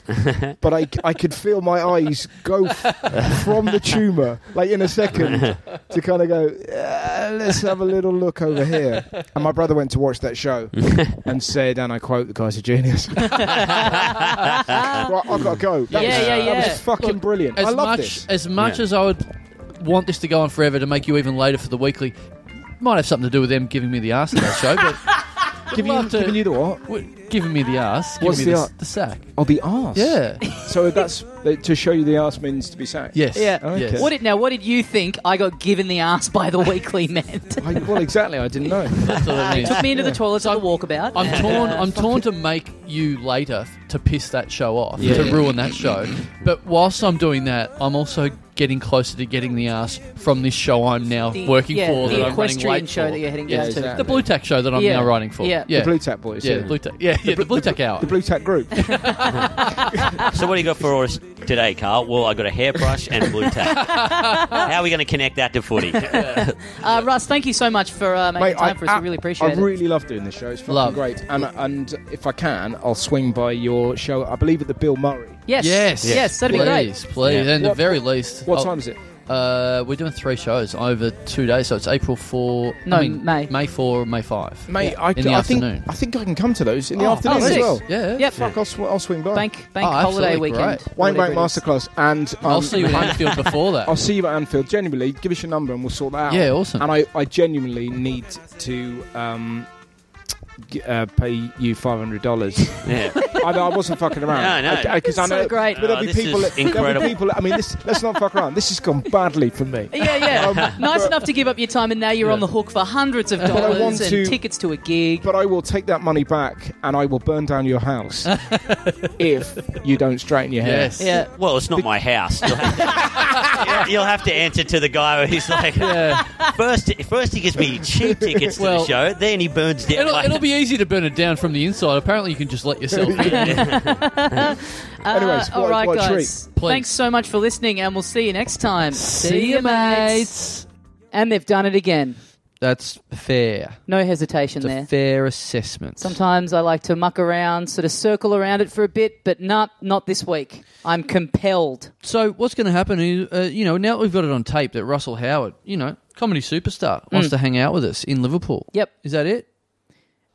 Speaker 9: but I, I could feel my eyes go f- from the tumor, like in a second, to kind of go. "Uh, let's have a little look over here. And my brother went to watch that show
Speaker 3: and said, and I quote, the guy's a genius. right, I've got to go. That
Speaker 1: Yeah,
Speaker 3: was,
Speaker 1: yeah,
Speaker 3: That
Speaker 1: yeah.
Speaker 3: was fucking brilliant.
Speaker 2: As
Speaker 3: I love
Speaker 2: much
Speaker 3: this.
Speaker 2: as much
Speaker 4: Yeah.
Speaker 2: as I would want this to go on forever to make you even later for the weekly, might have something to do with them giving me the ass in that show, but
Speaker 9: giving
Speaker 2: love
Speaker 9: you,
Speaker 2: to-
Speaker 9: giving you the what?
Speaker 2: w- giving me the ass, giving
Speaker 9: What's
Speaker 2: me
Speaker 9: the
Speaker 2: the,
Speaker 9: ar-
Speaker 2: s- the sack.
Speaker 9: Oh, the arse.
Speaker 2: Yeah.
Speaker 3: So that's
Speaker 7: uh,
Speaker 3: to show you the ass means to be sacked.
Speaker 2: yes.
Speaker 1: Yeah.
Speaker 2: Yes.
Speaker 1: What did now? What did you think? I got given the ass by the weekly meant.
Speaker 3: I, well, exactly. I didn't know.
Speaker 2: That's what it means.
Speaker 1: Took me into the toilets. I walk about.
Speaker 2: I'm torn. I'm torn to make you later f- to piss that show off, to ruin that show. But whilst I'm doing that, I'm also getting closer to getting the ass from this show I'm now
Speaker 1: The-
Speaker 2: working
Speaker 1: yeah,
Speaker 2: for.
Speaker 1: the
Speaker 2: that I'm running
Speaker 1: equestrian
Speaker 2: late
Speaker 1: show
Speaker 2: for.
Speaker 1: that you're heading
Speaker 2: Yes.
Speaker 1: down to.
Speaker 3: exactly.
Speaker 2: The blue tack show that I'm
Speaker 1: Yeah.
Speaker 2: now writing for.
Speaker 1: Yeah.
Speaker 2: yeah.
Speaker 3: The Blue Tap Boys.
Speaker 2: yeah, the blue tack. Yeah, yeah, the blue tack hour.
Speaker 3: The Blue Tap Group.
Speaker 4: So what do you got for us today, Carl? Well, I got a hairbrush and a blue tack. How are we going to connect that to footy?
Speaker 1: Uh, Russ, thank you so much for uh, making
Speaker 7: Mate,
Speaker 1: time
Speaker 7: I,
Speaker 1: for us.
Speaker 7: I-
Speaker 1: we really appreciate
Speaker 7: I
Speaker 1: it.
Speaker 7: really love doing this show. It's fucking
Speaker 2: Love.
Speaker 7: great. And and if I can, I'll swing by your show. I believe at the Bill Murray.
Speaker 1: yes.
Speaker 2: Yes,
Speaker 1: yes, that'd be great.
Speaker 2: please, Please,
Speaker 4: Yeah.
Speaker 2: and the
Speaker 7: What-
Speaker 2: very least.
Speaker 7: What
Speaker 2: I'll-
Speaker 7: time is it?
Speaker 2: Uh, we're doing three shows over two days, so it's April four.
Speaker 1: No,
Speaker 2: I mean,
Speaker 1: May.
Speaker 2: May four, May five.
Speaker 7: Mate,
Speaker 2: Yeah.
Speaker 7: I,
Speaker 2: in the
Speaker 7: I think
Speaker 2: afternoon.
Speaker 7: I think I can come to those in the
Speaker 2: Oh,
Speaker 7: afternoon
Speaker 1: oh,
Speaker 7: as
Speaker 1: sick.
Speaker 7: well.
Speaker 2: yeah,
Speaker 1: Yep.
Speaker 7: Fuck, I'll, sw- I'll swing by.
Speaker 1: Bank bank
Speaker 2: Oh,
Speaker 1: holiday
Speaker 2: absolutely,
Speaker 1: weekend.
Speaker 2: great.
Speaker 7: Wayne Bank
Speaker 1: Whatever it is.
Speaker 7: Masterclass, and um,
Speaker 2: I'll see you in Anfield before that.
Speaker 7: I'll see you at Anfield. Genuinely, give us your number and we'll sort that out.
Speaker 2: Yeah, awesome.
Speaker 7: And I, I genuinely need to um, g- uh, pay you five hundred dollars.
Speaker 4: Yeah.
Speaker 7: I, I wasn't fucking around.
Speaker 4: No, no.
Speaker 7: I, I, 'cause I
Speaker 1: It's so
Speaker 7: know-
Speaker 1: great.
Speaker 7: But there'll
Speaker 4: Oh,
Speaker 7: be
Speaker 4: this
Speaker 7: people.
Speaker 4: is
Speaker 7: There'll
Speaker 4: incredible.
Speaker 7: be people. I mean, this. Let's not fuck around. This has gone badly for me.
Speaker 1: Yeah, yeah.
Speaker 7: Um,
Speaker 1: nice
Speaker 7: but-
Speaker 1: enough to give up your time, and now you're on the hook for hundreds of
Speaker 7: I
Speaker 1: dollars
Speaker 7: want
Speaker 1: and
Speaker 7: to-
Speaker 1: tickets to a gig.
Speaker 7: But I will take that money back, and I will burn down your house if you don't straighten your hair.
Speaker 2: Yes.
Speaker 1: yeah.
Speaker 4: Well, it's not my house. You'll have, to, you'll have to answer to the guy where he's like, first, first he gives me cheap tickets to
Speaker 2: Well-
Speaker 4: the show, then he burns down.
Speaker 2: It'll,
Speaker 4: my-
Speaker 2: it'll be easy to burn it down from the inside. Apparently, you can just let yourself. in.
Speaker 7: Anyways,
Speaker 1: Uh, all
Speaker 7: what-
Speaker 1: right,
Speaker 7: what a
Speaker 1: guys.
Speaker 2: Please.
Speaker 1: Thanks so much for listening, and we'll see you next time. And they've done it again.
Speaker 2: That's fair.
Speaker 1: No hesitation
Speaker 2: It's a
Speaker 1: there.
Speaker 2: fair assessment.
Speaker 1: Sometimes I like to muck around, sort of circle around it for a bit, but not not this week. I'm compelled.
Speaker 2: So what's going to happen is, uh, you know, now that we've got it on tape that Russell Howard, you know, comedy superstar, wants to hang out with us in Liverpool.
Speaker 1: Mm. Yep.
Speaker 2: Is that it?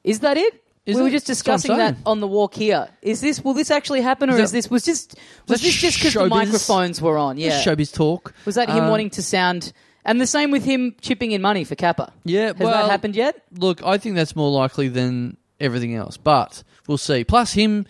Speaker 1: Is that it?
Speaker 2: Is
Speaker 1: we
Speaker 2: it?
Speaker 1: were just
Speaker 2: That's what I'm
Speaker 1: discussing that
Speaker 2: saying.
Speaker 1: on the walk here. Is this will this actually happen, or
Speaker 2: that-
Speaker 1: is, this was just was
Speaker 2: that
Speaker 1: this just because the
Speaker 2: showbiz?
Speaker 1: microphones were on? Yeah,
Speaker 2: Just Showbiz talk.
Speaker 1: was that him
Speaker 2: Uh,
Speaker 1: wanting to sound? And the same with him chipping in money for Kappa.
Speaker 2: Yeah,
Speaker 1: has
Speaker 2: well-
Speaker 1: that happened yet?
Speaker 2: Look, I think that's more likely than everything else, but we'll see. Plus, him,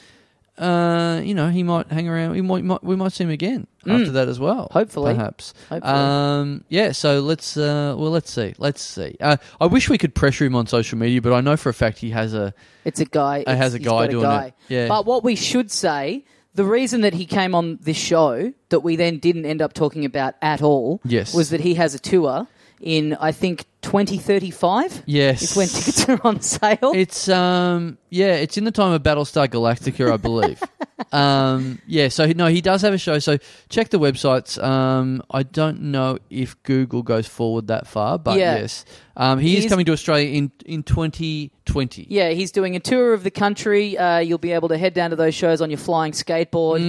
Speaker 2: uh, you know, he might hang around. We might, might we might see him again after that as well.
Speaker 1: Mm. Hopefully.
Speaker 2: perhaps.
Speaker 1: Hopefully.
Speaker 2: Um, yeah. So let's. Uh, well, let's see. Let's see. Uh, I wish we could pressure him on social media, but I know for a fact he has a.
Speaker 1: It's a guy. It's,
Speaker 2: has a
Speaker 1: he's
Speaker 2: guy
Speaker 1: got
Speaker 2: doing
Speaker 1: guy.
Speaker 2: it. Yeah.
Speaker 1: But what we should say, the reason that he came on this show that we then didn't end up talking about at all,
Speaker 2: Yes.
Speaker 1: was that he has a tour in I think 2035.
Speaker 2: Yes.
Speaker 1: It's when tickets are on sale.
Speaker 2: It's um yeah, it's in the time of Battlestar Galactica, I believe. um yeah, so he- no, he does have a show. So check the websites. Um I don't know if Google goes forward that far, but
Speaker 1: Yeah.
Speaker 2: yes, um he
Speaker 1: He's-
Speaker 2: is coming to Australia in in 2020.
Speaker 1: yeah, he's doing a tour of the country. Uh, you'll be able to head down to those shows on your flying skateboard.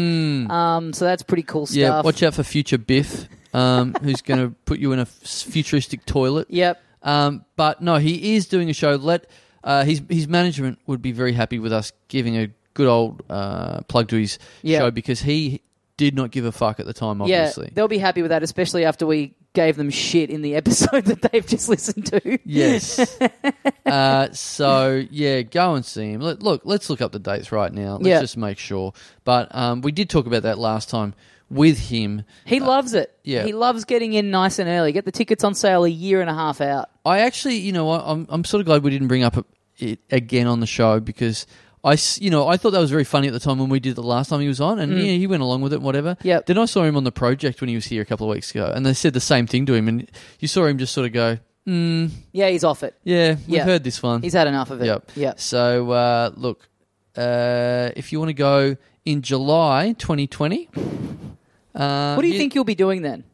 Speaker 1: Um, so that's pretty cool stuff.
Speaker 2: Hmm. Mm. yeah. Watch out for future Biff, um, who's going to put you in a f- futuristic toilet.
Speaker 1: Yep.
Speaker 2: Um, but no, he is doing a show. Let uh, his his management would be very happy with us giving a good old uh, plug to his
Speaker 1: Yeah.
Speaker 2: show because he did not give a fuck at the time. Obviously,
Speaker 1: Yeah, they'll be happy with that, especially after we gave them shit in the episode that they've just listened to.
Speaker 2: yes. uh, so yeah, go and see him. Let, look, let's look up the dates right now. Let's
Speaker 1: Yeah.
Speaker 2: just make sure. But um, we did talk about that last time with him.
Speaker 1: He loves it.
Speaker 2: Uh, yeah.
Speaker 1: He loves getting in nice and early. Get the tickets on sale a year and a half out.
Speaker 2: I actually, you know, I- I'm I'm sort of glad we didn't bring up it again on the show because I, s- you know, I thought that was very funny at the time when we did it the last time he was on, and yeah, he went along with it, and whatever.
Speaker 1: Mm. Yep.
Speaker 2: Then I saw him on the project when he was here a couple of weeks ago, and they said the same thing to him, and you saw him just sort of go,
Speaker 1: Yeah, he's off it.
Speaker 2: "Yeah, we've
Speaker 1: Yeah.
Speaker 2: heard this one."
Speaker 1: He's had enough of it.
Speaker 2: Yep.
Speaker 1: Yep.
Speaker 2: So uh, look, uh, if you want to go in July 2020, uh,
Speaker 1: What do you think you'll be doing then?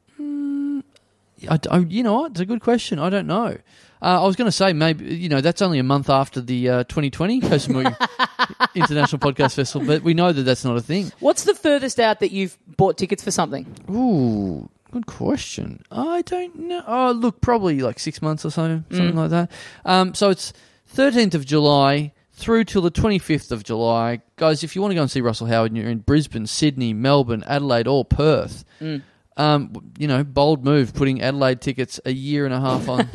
Speaker 2: I, d- I- you know what? It's a good question. I don't know. Uh, I was going to say maybe you know that's only a month after the uh, 2020 Kosamui International Podcast Festival, but we know that that's not a thing.
Speaker 1: What's the furthest out that you've bought tickets for something?
Speaker 2: Ooh, good question. I don't know. Oh, look, probably like six months or so,
Speaker 1: Mm.
Speaker 2: something like that. Um, so it's 13th of July through till the 25th of July, guys. If you want to go and see Russell Howard, and you're in Brisbane, Sydney, Melbourne, Adelaide, or Perth.
Speaker 1: Mm.
Speaker 2: Um, w- you know, bold move putting Adelaide tickets a year and a half on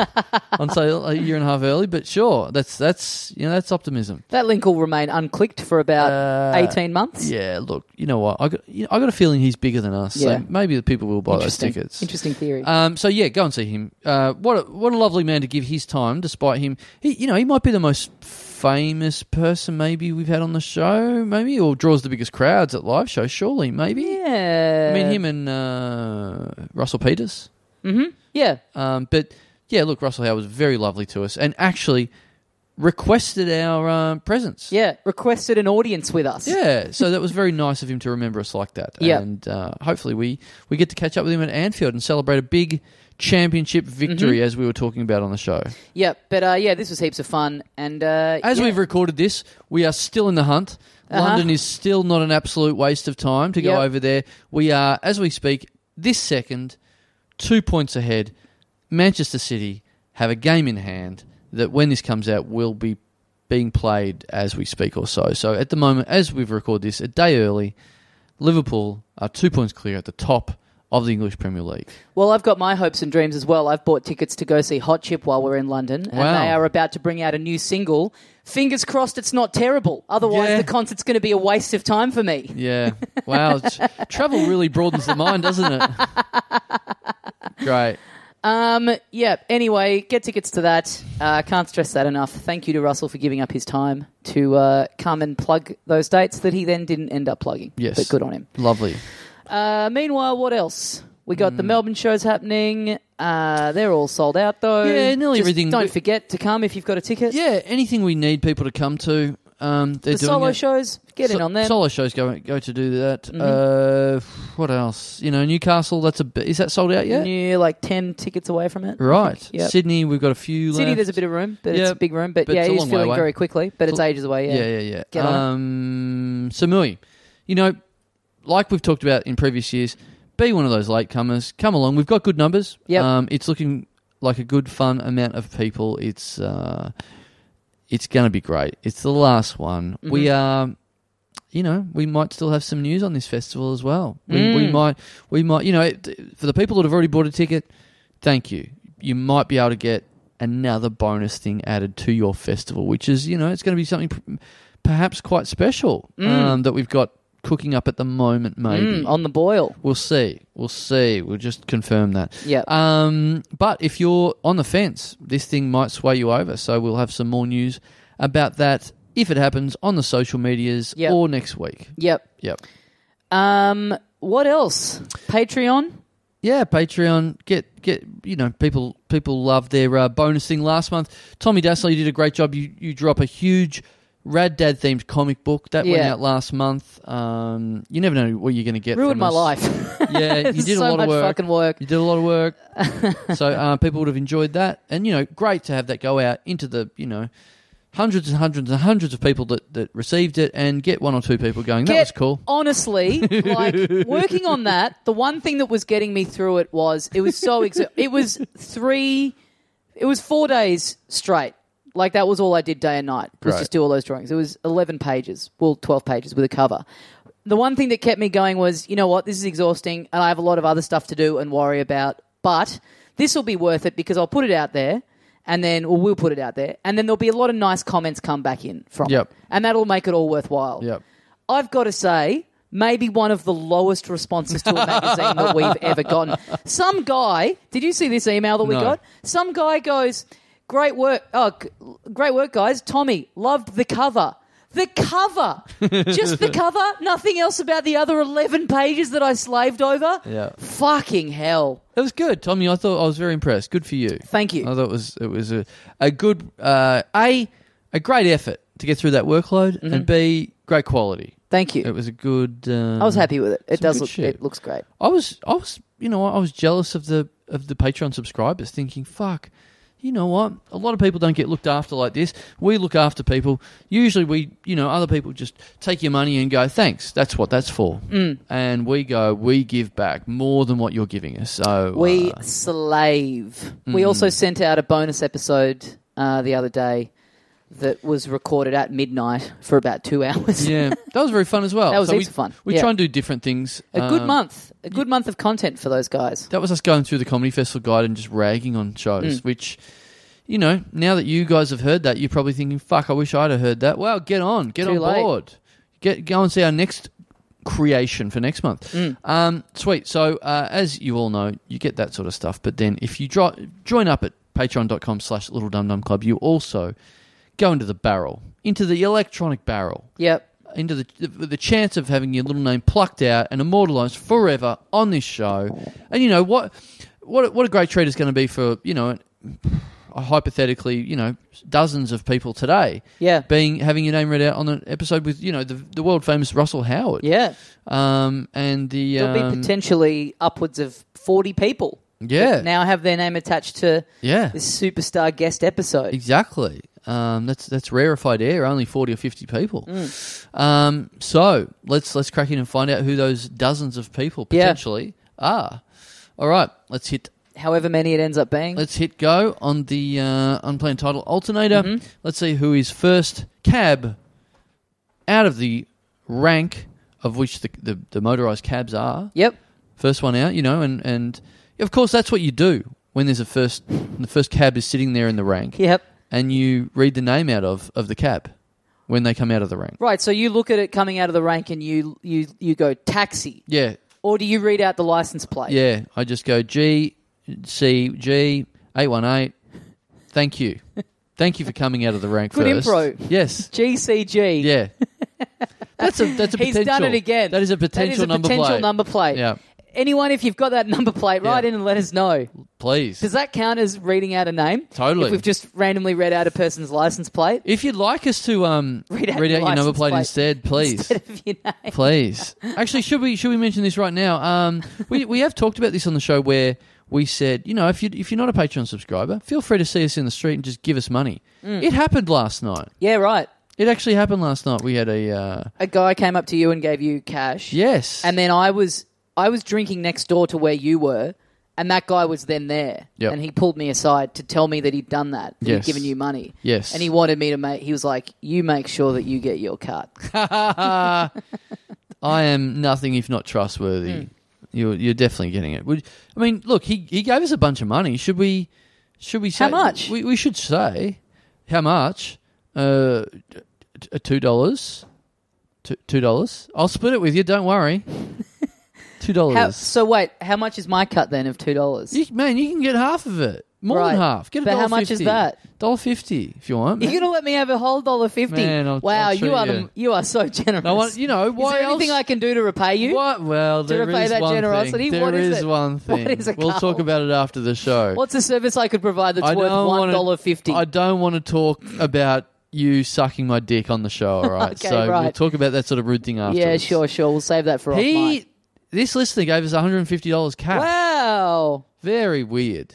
Speaker 2: on sale a year and a half early, but sure, that's that's you know that's optimism.
Speaker 1: That link will remain unclicked for about
Speaker 2: Uh,
Speaker 1: 18 months.
Speaker 2: Yeah, look, you know what? I got you know, I got a feeling he's bigger than us,
Speaker 1: Yeah.
Speaker 2: so maybe the people will buy those
Speaker 1: Interesting.
Speaker 2: tickets.
Speaker 1: Interesting theory.
Speaker 2: Um, so yeah, go and see him. Uh, what a, what a lovely man to give his time, despite him. He, you know, he might be the most famous person maybe we've had on the show, maybe or draws the biggest crowds at live shows. Surely, maybe.
Speaker 1: yeah.
Speaker 2: I mean, him and uh, Russell Peters.
Speaker 1: Mm-hmm. Yeah.
Speaker 2: Um, but yeah, look, Russell Howard was very lovely to us, and actually, requested our um, presence.
Speaker 1: Yeah, requested an audience with us.
Speaker 2: Yeah, so that was very nice of him to remember us like that.
Speaker 1: Yeah.
Speaker 2: And uh, hopefully we, we get to catch up with him at Anfield and celebrate a big championship victory as we were talking about on the show.
Speaker 1: Yeah, but uh, yeah, this was heaps of fun. And uh,
Speaker 2: As
Speaker 1: yeah. Uh-huh.
Speaker 2: we've recorded this, we are still in the hunt. London is still not an absolute waste of time to go
Speaker 1: Yep.
Speaker 2: over there. We are, as we speak, this second, two points ahead. Manchester City have a game in hand that, when this comes out, will be being played as we speak or so. So, at the moment, as we've recorded this, a day early, Liverpool are two points clear at the top of the English Premier League.
Speaker 1: Well, I've got my hopes and dreams as well. I've bought tickets to go see Hot Chip while we're in London,
Speaker 2: Wow.
Speaker 1: and they are about to bring out a new single. Fingers crossed it's not terrible. Otherwise,
Speaker 2: Yeah.
Speaker 1: the concert's going to be a waste of time for me.
Speaker 2: Yeah. Wow. It's- Travel really broadens the mind, doesn't it? Great.
Speaker 1: Um, yeah, anyway, get tickets to that. Uh, can't stress that enough. Thank you to Russell for giving up his time to uh, come and plug those dates that he then didn't end up plugging.
Speaker 2: Yes.
Speaker 1: But good on him.
Speaker 2: Lovely.
Speaker 1: Uh, meanwhile, what else? We got
Speaker 2: Hmm.
Speaker 1: the Melbourne shows happening. Uh, they're all sold out though.
Speaker 2: Yeah, nearly
Speaker 1: Just
Speaker 2: everything.
Speaker 1: Don't
Speaker 2: We-
Speaker 1: forget to come if you've got a ticket.
Speaker 2: Yeah, anything we need people to come to, um, they're
Speaker 1: the
Speaker 2: doing
Speaker 1: solo
Speaker 2: it.
Speaker 1: shows, get in
Speaker 2: So-
Speaker 1: on them. Mm-hmm.
Speaker 2: Solo shows go go to do that. Uh, what else? You know, Newcastle. That's a bit, is that sold out yet?
Speaker 1: New, like ten tickets away from it.
Speaker 2: right.
Speaker 1: Yep.
Speaker 2: Sydney. We've got a few.
Speaker 1: City,
Speaker 2: left.
Speaker 1: there's a bit of room, but it's
Speaker 2: Yeah,
Speaker 1: a big room. But,
Speaker 2: but
Speaker 1: yeah,
Speaker 2: it's a
Speaker 1: it is
Speaker 2: long way
Speaker 1: filling
Speaker 2: away.
Speaker 1: very quickly. But it's
Speaker 2: It's a-
Speaker 1: ages away. Yeah.
Speaker 2: yeah, yeah. yeah.
Speaker 1: Get on
Speaker 2: um, Samui. You know, like we've talked about in previous years, be one of those latecomers. Come along. We've got good numbers.
Speaker 1: Yep.
Speaker 2: Um, it's looking like a good, fun amount of people. It's uh, it's going to be great. It's the last one.
Speaker 1: Mm-hmm.
Speaker 2: We are. You know, we might still have some news on this festival as well. We, we
Speaker 1: Mm.
Speaker 2: might, we might, you know, it- for the people that have already bought a ticket, thank you. You might be able to get another bonus thing added to your festival, which is, you know, it's going to be something p- perhaps quite special um, that we've got cooking up at the moment, maybe.
Speaker 1: Mm, on the boil.
Speaker 2: We'll see. We'll see. We'll just confirm that.
Speaker 1: Yep.
Speaker 2: Um, but if you're on the fence, this thing might sway you over. So we'll have some more news about that if it happens on the social medias
Speaker 1: Yep.
Speaker 2: or next week.
Speaker 1: Yep.
Speaker 2: Yep.
Speaker 1: Um, what else? Patreon.
Speaker 2: Yeah, Patreon. Get get you know people people love their uh, bonus thing last month. Tommy Dassler, you did a great job. You you drop a huge Rad Dad themed comic book that went
Speaker 1: Yeah.
Speaker 2: out last month. Um, you never know what you're going to get.
Speaker 1: Ruined
Speaker 2: from
Speaker 1: my
Speaker 2: us.
Speaker 1: life.
Speaker 2: Yeah, you did
Speaker 1: so
Speaker 2: a lot
Speaker 1: much
Speaker 2: of work.
Speaker 1: fucking work.
Speaker 2: You did a lot of work. so uh, people would have enjoyed that, and you know, great to have that go out into the you know. Hundreds and hundreds and hundreds of people that, that received it, and get one or two people going. that
Speaker 1: Get-
Speaker 2: was cool.
Speaker 1: Honestly, like working on that, the one thing that was getting me through it was it was so exa- it was three, it was four days straight. Like that was all I did day and night was
Speaker 2: Right.
Speaker 1: just do all those drawings. It was eleven pages, well, twelve pages with a cover. The one thing that kept me going was, you know what, this is exhausting, and I have a lot of other stuff to do and worry about. But this will be worth it because I'll put it out there, and then well, we'll put it out there, and then there'll be a lot of nice comments come back in from
Speaker 2: Yep.
Speaker 1: it, and that'll make it all worthwhile.
Speaker 2: Yep.
Speaker 1: I've got to say, maybe one of the lowest responses to a magazine that we've ever gotten. Some guy, did you see this email that we
Speaker 2: No.
Speaker 1: got? Some guy goes, "Great work, oh, g- great work, guys." Tommy loved the cover. The cover, just the cover, nothing else about the other eleven pages that I slaved over.
Speaker 2: Yeah.
Speaker 1: Fucking hell!
Speaker 2: It was good, Tommy. I thought I was very impressed. Good for you.
Speaker 1: Thank you.
Speaker 2: I thought it was it was a a good uh, a a great effort to get through that workload,
Speaker 1: Mm-hmm.
Speaker 2: and b great quality.
Speaker 1: Thank
Speaker 2: It
Speaker 1: you.
Speaker 2: was a good. Um,
Speaker 1: I was happy with it. It
Speaker 2: some
Speaker 1: does
Speaker 2: good
Speaker 1: look.
Speaker 2: shit.
Speaker 1: It looks great.
Speaker 2: I was I was you know what, I was jealous of the of the Patreon subscribers, thinking fuck. You know what? A lot of people don't get looked after like this. We look after people. Usually, we, you know, other people just take your money and go, "Thanks, that's what that's for."
Speaker 1: Mm.
Speaker 2: And we go, we give back more than what you're giving us. So
Speaker 1: We
Speaker 2: uh,
Speaker 1: slave.
Speaker 2: Hmm.
Speaker 1: We also sent out a bonus episode uh, the other day that was recorded at midnight for about two hours.
Speaker 2: yeah, that was very fun as well.
Speaker 1: That was
Speaker 2: so we,
Speaker 1: heaps of fun.
Speaker 2: We
Speaker 1: Yeah.
Speaker 2: try and do different things.
Speaker 1: a good
Speaker 2: Um,
Speaker 1: month. A good month of content for those guys.
Speaker 2: That was us going through the comedy festival guide and just ragging on shows,
Speaker 1: Mm.
Speaker 2: which. You know, now that you guys have heard that, you're probably thinking, "Fuck, I wish I'd have heard that." Well, get on, get
Speaker 1: Too
Speaker 2: on
Speaker 1: late.
Speaker 2: board, get go and see our next creation for next month.
Speaker 1: Mm.
Speaker 2: Um, sweet. So, uh, as you all know, you get that sort of stuff. But then, if you dro- join up at patreon.com slash little dum dum club, you also go into the barrel, into the electronic barrel
Speaker 1: Yep.
Speaker 2: into the the the chance of having your little name plucked out and immortalized forever on this show. And you know what what a- what a great treat it's going to be for you know. hypothetically, you know, dozens of people today
Speaker 1: Yeah.
Speaker 2: being having your name read out on an episode with you know the the world famous Russell Howard.
Speaker 1: Yeah.
Speaker 2: Um, and the
Speaker 1: There'll be
Speaker 2: um,
Speaker 1: potentially upwards of 40 people
Speaker 2: Yeah.
Speaker 1: that now have their name attached to
Speaker 2: yeah.
Speaker 1: this superstar guest episode.
Speaker 2: Exactly. Um, that's that's rarefied air. Only forty or fifty people. Um, so let's let's crack in and find out who those dozens of people
Speaker 1: Yeah.
Speaker 2: potentially are. All right, let's hit
Speaker 1: However many it ends up being.
Speaker 2: let's hit go on the uh, unplanned title alternator. Let's see who is first. Cab out of the rank of which the the, the motorized cabs are
Speaker 1: yep.
Speaker 2: first one out. You know, and and of course that's what you do when there's a first the first cab is sitting there in the rank
Speaker 1: Yep.
Speaker 2: and you read the name out of of the cab when they come out of the rank.
Speaker 1: Right, so you look at it coming out of the rank and you you you go taxi,
Speaker 2: Yeah,
Speaker 1: or do you read out the license plate?
Speaker 2: yeah. I just go G C G eight one eight. Thank you, thank you for coming out of the rank
Speaker 1: Good
Speaker 2: first.
Speaker 1: improv.
Speaker 2: Yes,
Speaker 1: GCG.
Speaker 2: yeah. That's a that's a
Speaker 1: He's
Speaker 2: potential.
Speaker 1: done it again.
Speaker 2: That is a
Speaker 1: That
Speaker 2: potential
Speaker 1: is a
Speaker 2: number
Speaker 1: potential
Speaker 2: plate.
Speaker 1: number plate.
Speaker 2: Yeah,
Speaker 1: Anyone, if you've got that number plate, write
Speaker 2: Yeah.
Speaker 1: in and let us know.
Speaker 2: please.
Speaker 1: Does that count as reading out a name?
Speaker 2: Totally.
Speaker 1: If we've just randomly read out a person's license plate
Speaker 2: if you'd like us to um,
Speaker 1: Read out your
Speaker 2: your number
Speaker 1: license
Speaker 2: plate,
Speaker 1: plate
Speaker 2: instead, please.
Speaker 1: instead of your name.
Speaker 2: Please. Actually, should we should we mention this right now? Um, we we have talked about this on the show where we said, you know, if you if you're not a Patreon subscriber, feel free to see us in the street and just give us money.
Speaker 1: Mm.
Speaker 2: It happened last night.
Speaker 1: Yeah, right.
Speaker 2: It actually happened last night. We had a uh,
Speaker 1: A guy came up to you and gave you cash.
Speaker 2: yes,
Speaker 1: And then I was I was drinking next door to where you were, and that guy was then there,
Speaker 2: Yep.
Speaker 1: and he pulled me aside to tell me that he'd done that, that
Speaker 2: Yes.
Speaker 1: he'd given you money,
Speaker 2: Yes.
Speaker 1: and he wanted me to make. He was like, "You make sure that you get your cut."
Speaker 2: I am nothing if not trustworthy.
Speaker 1: Hmm.
Speaker 2: You're you're definitely getting it. Would, I mean, look, he he gave us a bunch of money. Should we should we say
Speaker 1: How much?
Speaker 2: We we should say how much? Uh, t- t- two dollars. Two- Two dollars. I'll split it with you. Don't worry. Two
Speaker 1: How,
Speaker 2: dollars.
Speaker 1: so wait, how much is my cut then of two dollars?
Speaker 2: You, man, you can get half of it. More
Speaker 1: Right.
Speaker 2: than half. Get a
Speaker 1: But how
Speaker 2: dollar
Speaker 1: much is
Speaker 2: fifty.
Speaker 1: that?
Speaker 2: Dollar fifty, if you want.
Speaker 1: You're
Speaker 2: man.
Speaker 1: gonna let me have a whole dollar fifty?
Speaker 2: Man, I'll-
Speaker 1: wow,
Speaker 2: I'll
Speaker 1: you
Speaker 2: treat
Speaker 1: are
Speaker 2: you.
Speaker 1: the, you are so generous.
Speaker 2: No one. You know
Speaker 1: is
Speaker 2: why
Speaker 1: there
Speaker 2: else?
Speaker 1: anything I can do to repay you?
Speaker 2: What? Well, there
Speaker 1: repay
Speaker 2: is
Speaker 1: that
Speaker 2: one
Speaker 1: generosity?
Speaker 2: thing. There
Speaker 1: What is
Speaker 2: is
Speaker 1: it?
Speaker 2: one thing.
Speaker 1: What is it,
Speaker 2: we'll talk
Speaker 1: Carl?
Speaker 2: about it after the show.
Speaker 1: What's a service I could provide that's
Speaker 2: I
Speaker 1: worth
Speaker 2: don't
Speaker 1: one
Speaker 2: wanna-
Speaker 1: dollar fifty?
Speaker 2: I don't want to talk about you sucking my dick on the show. All right,
Speaker 1: Okay,
Speaker 2: so we'll
Speaker 1: right.
Speaker 2: talk about that sort of rude thing after.
Speaker 1: Yeah, sure, sure. We'll save that for off mic.
Speaker 2: He, this listener gave us one hundred and fifty dollars cash.
Speaker 1: Wow.
Speaker 2: Very weird.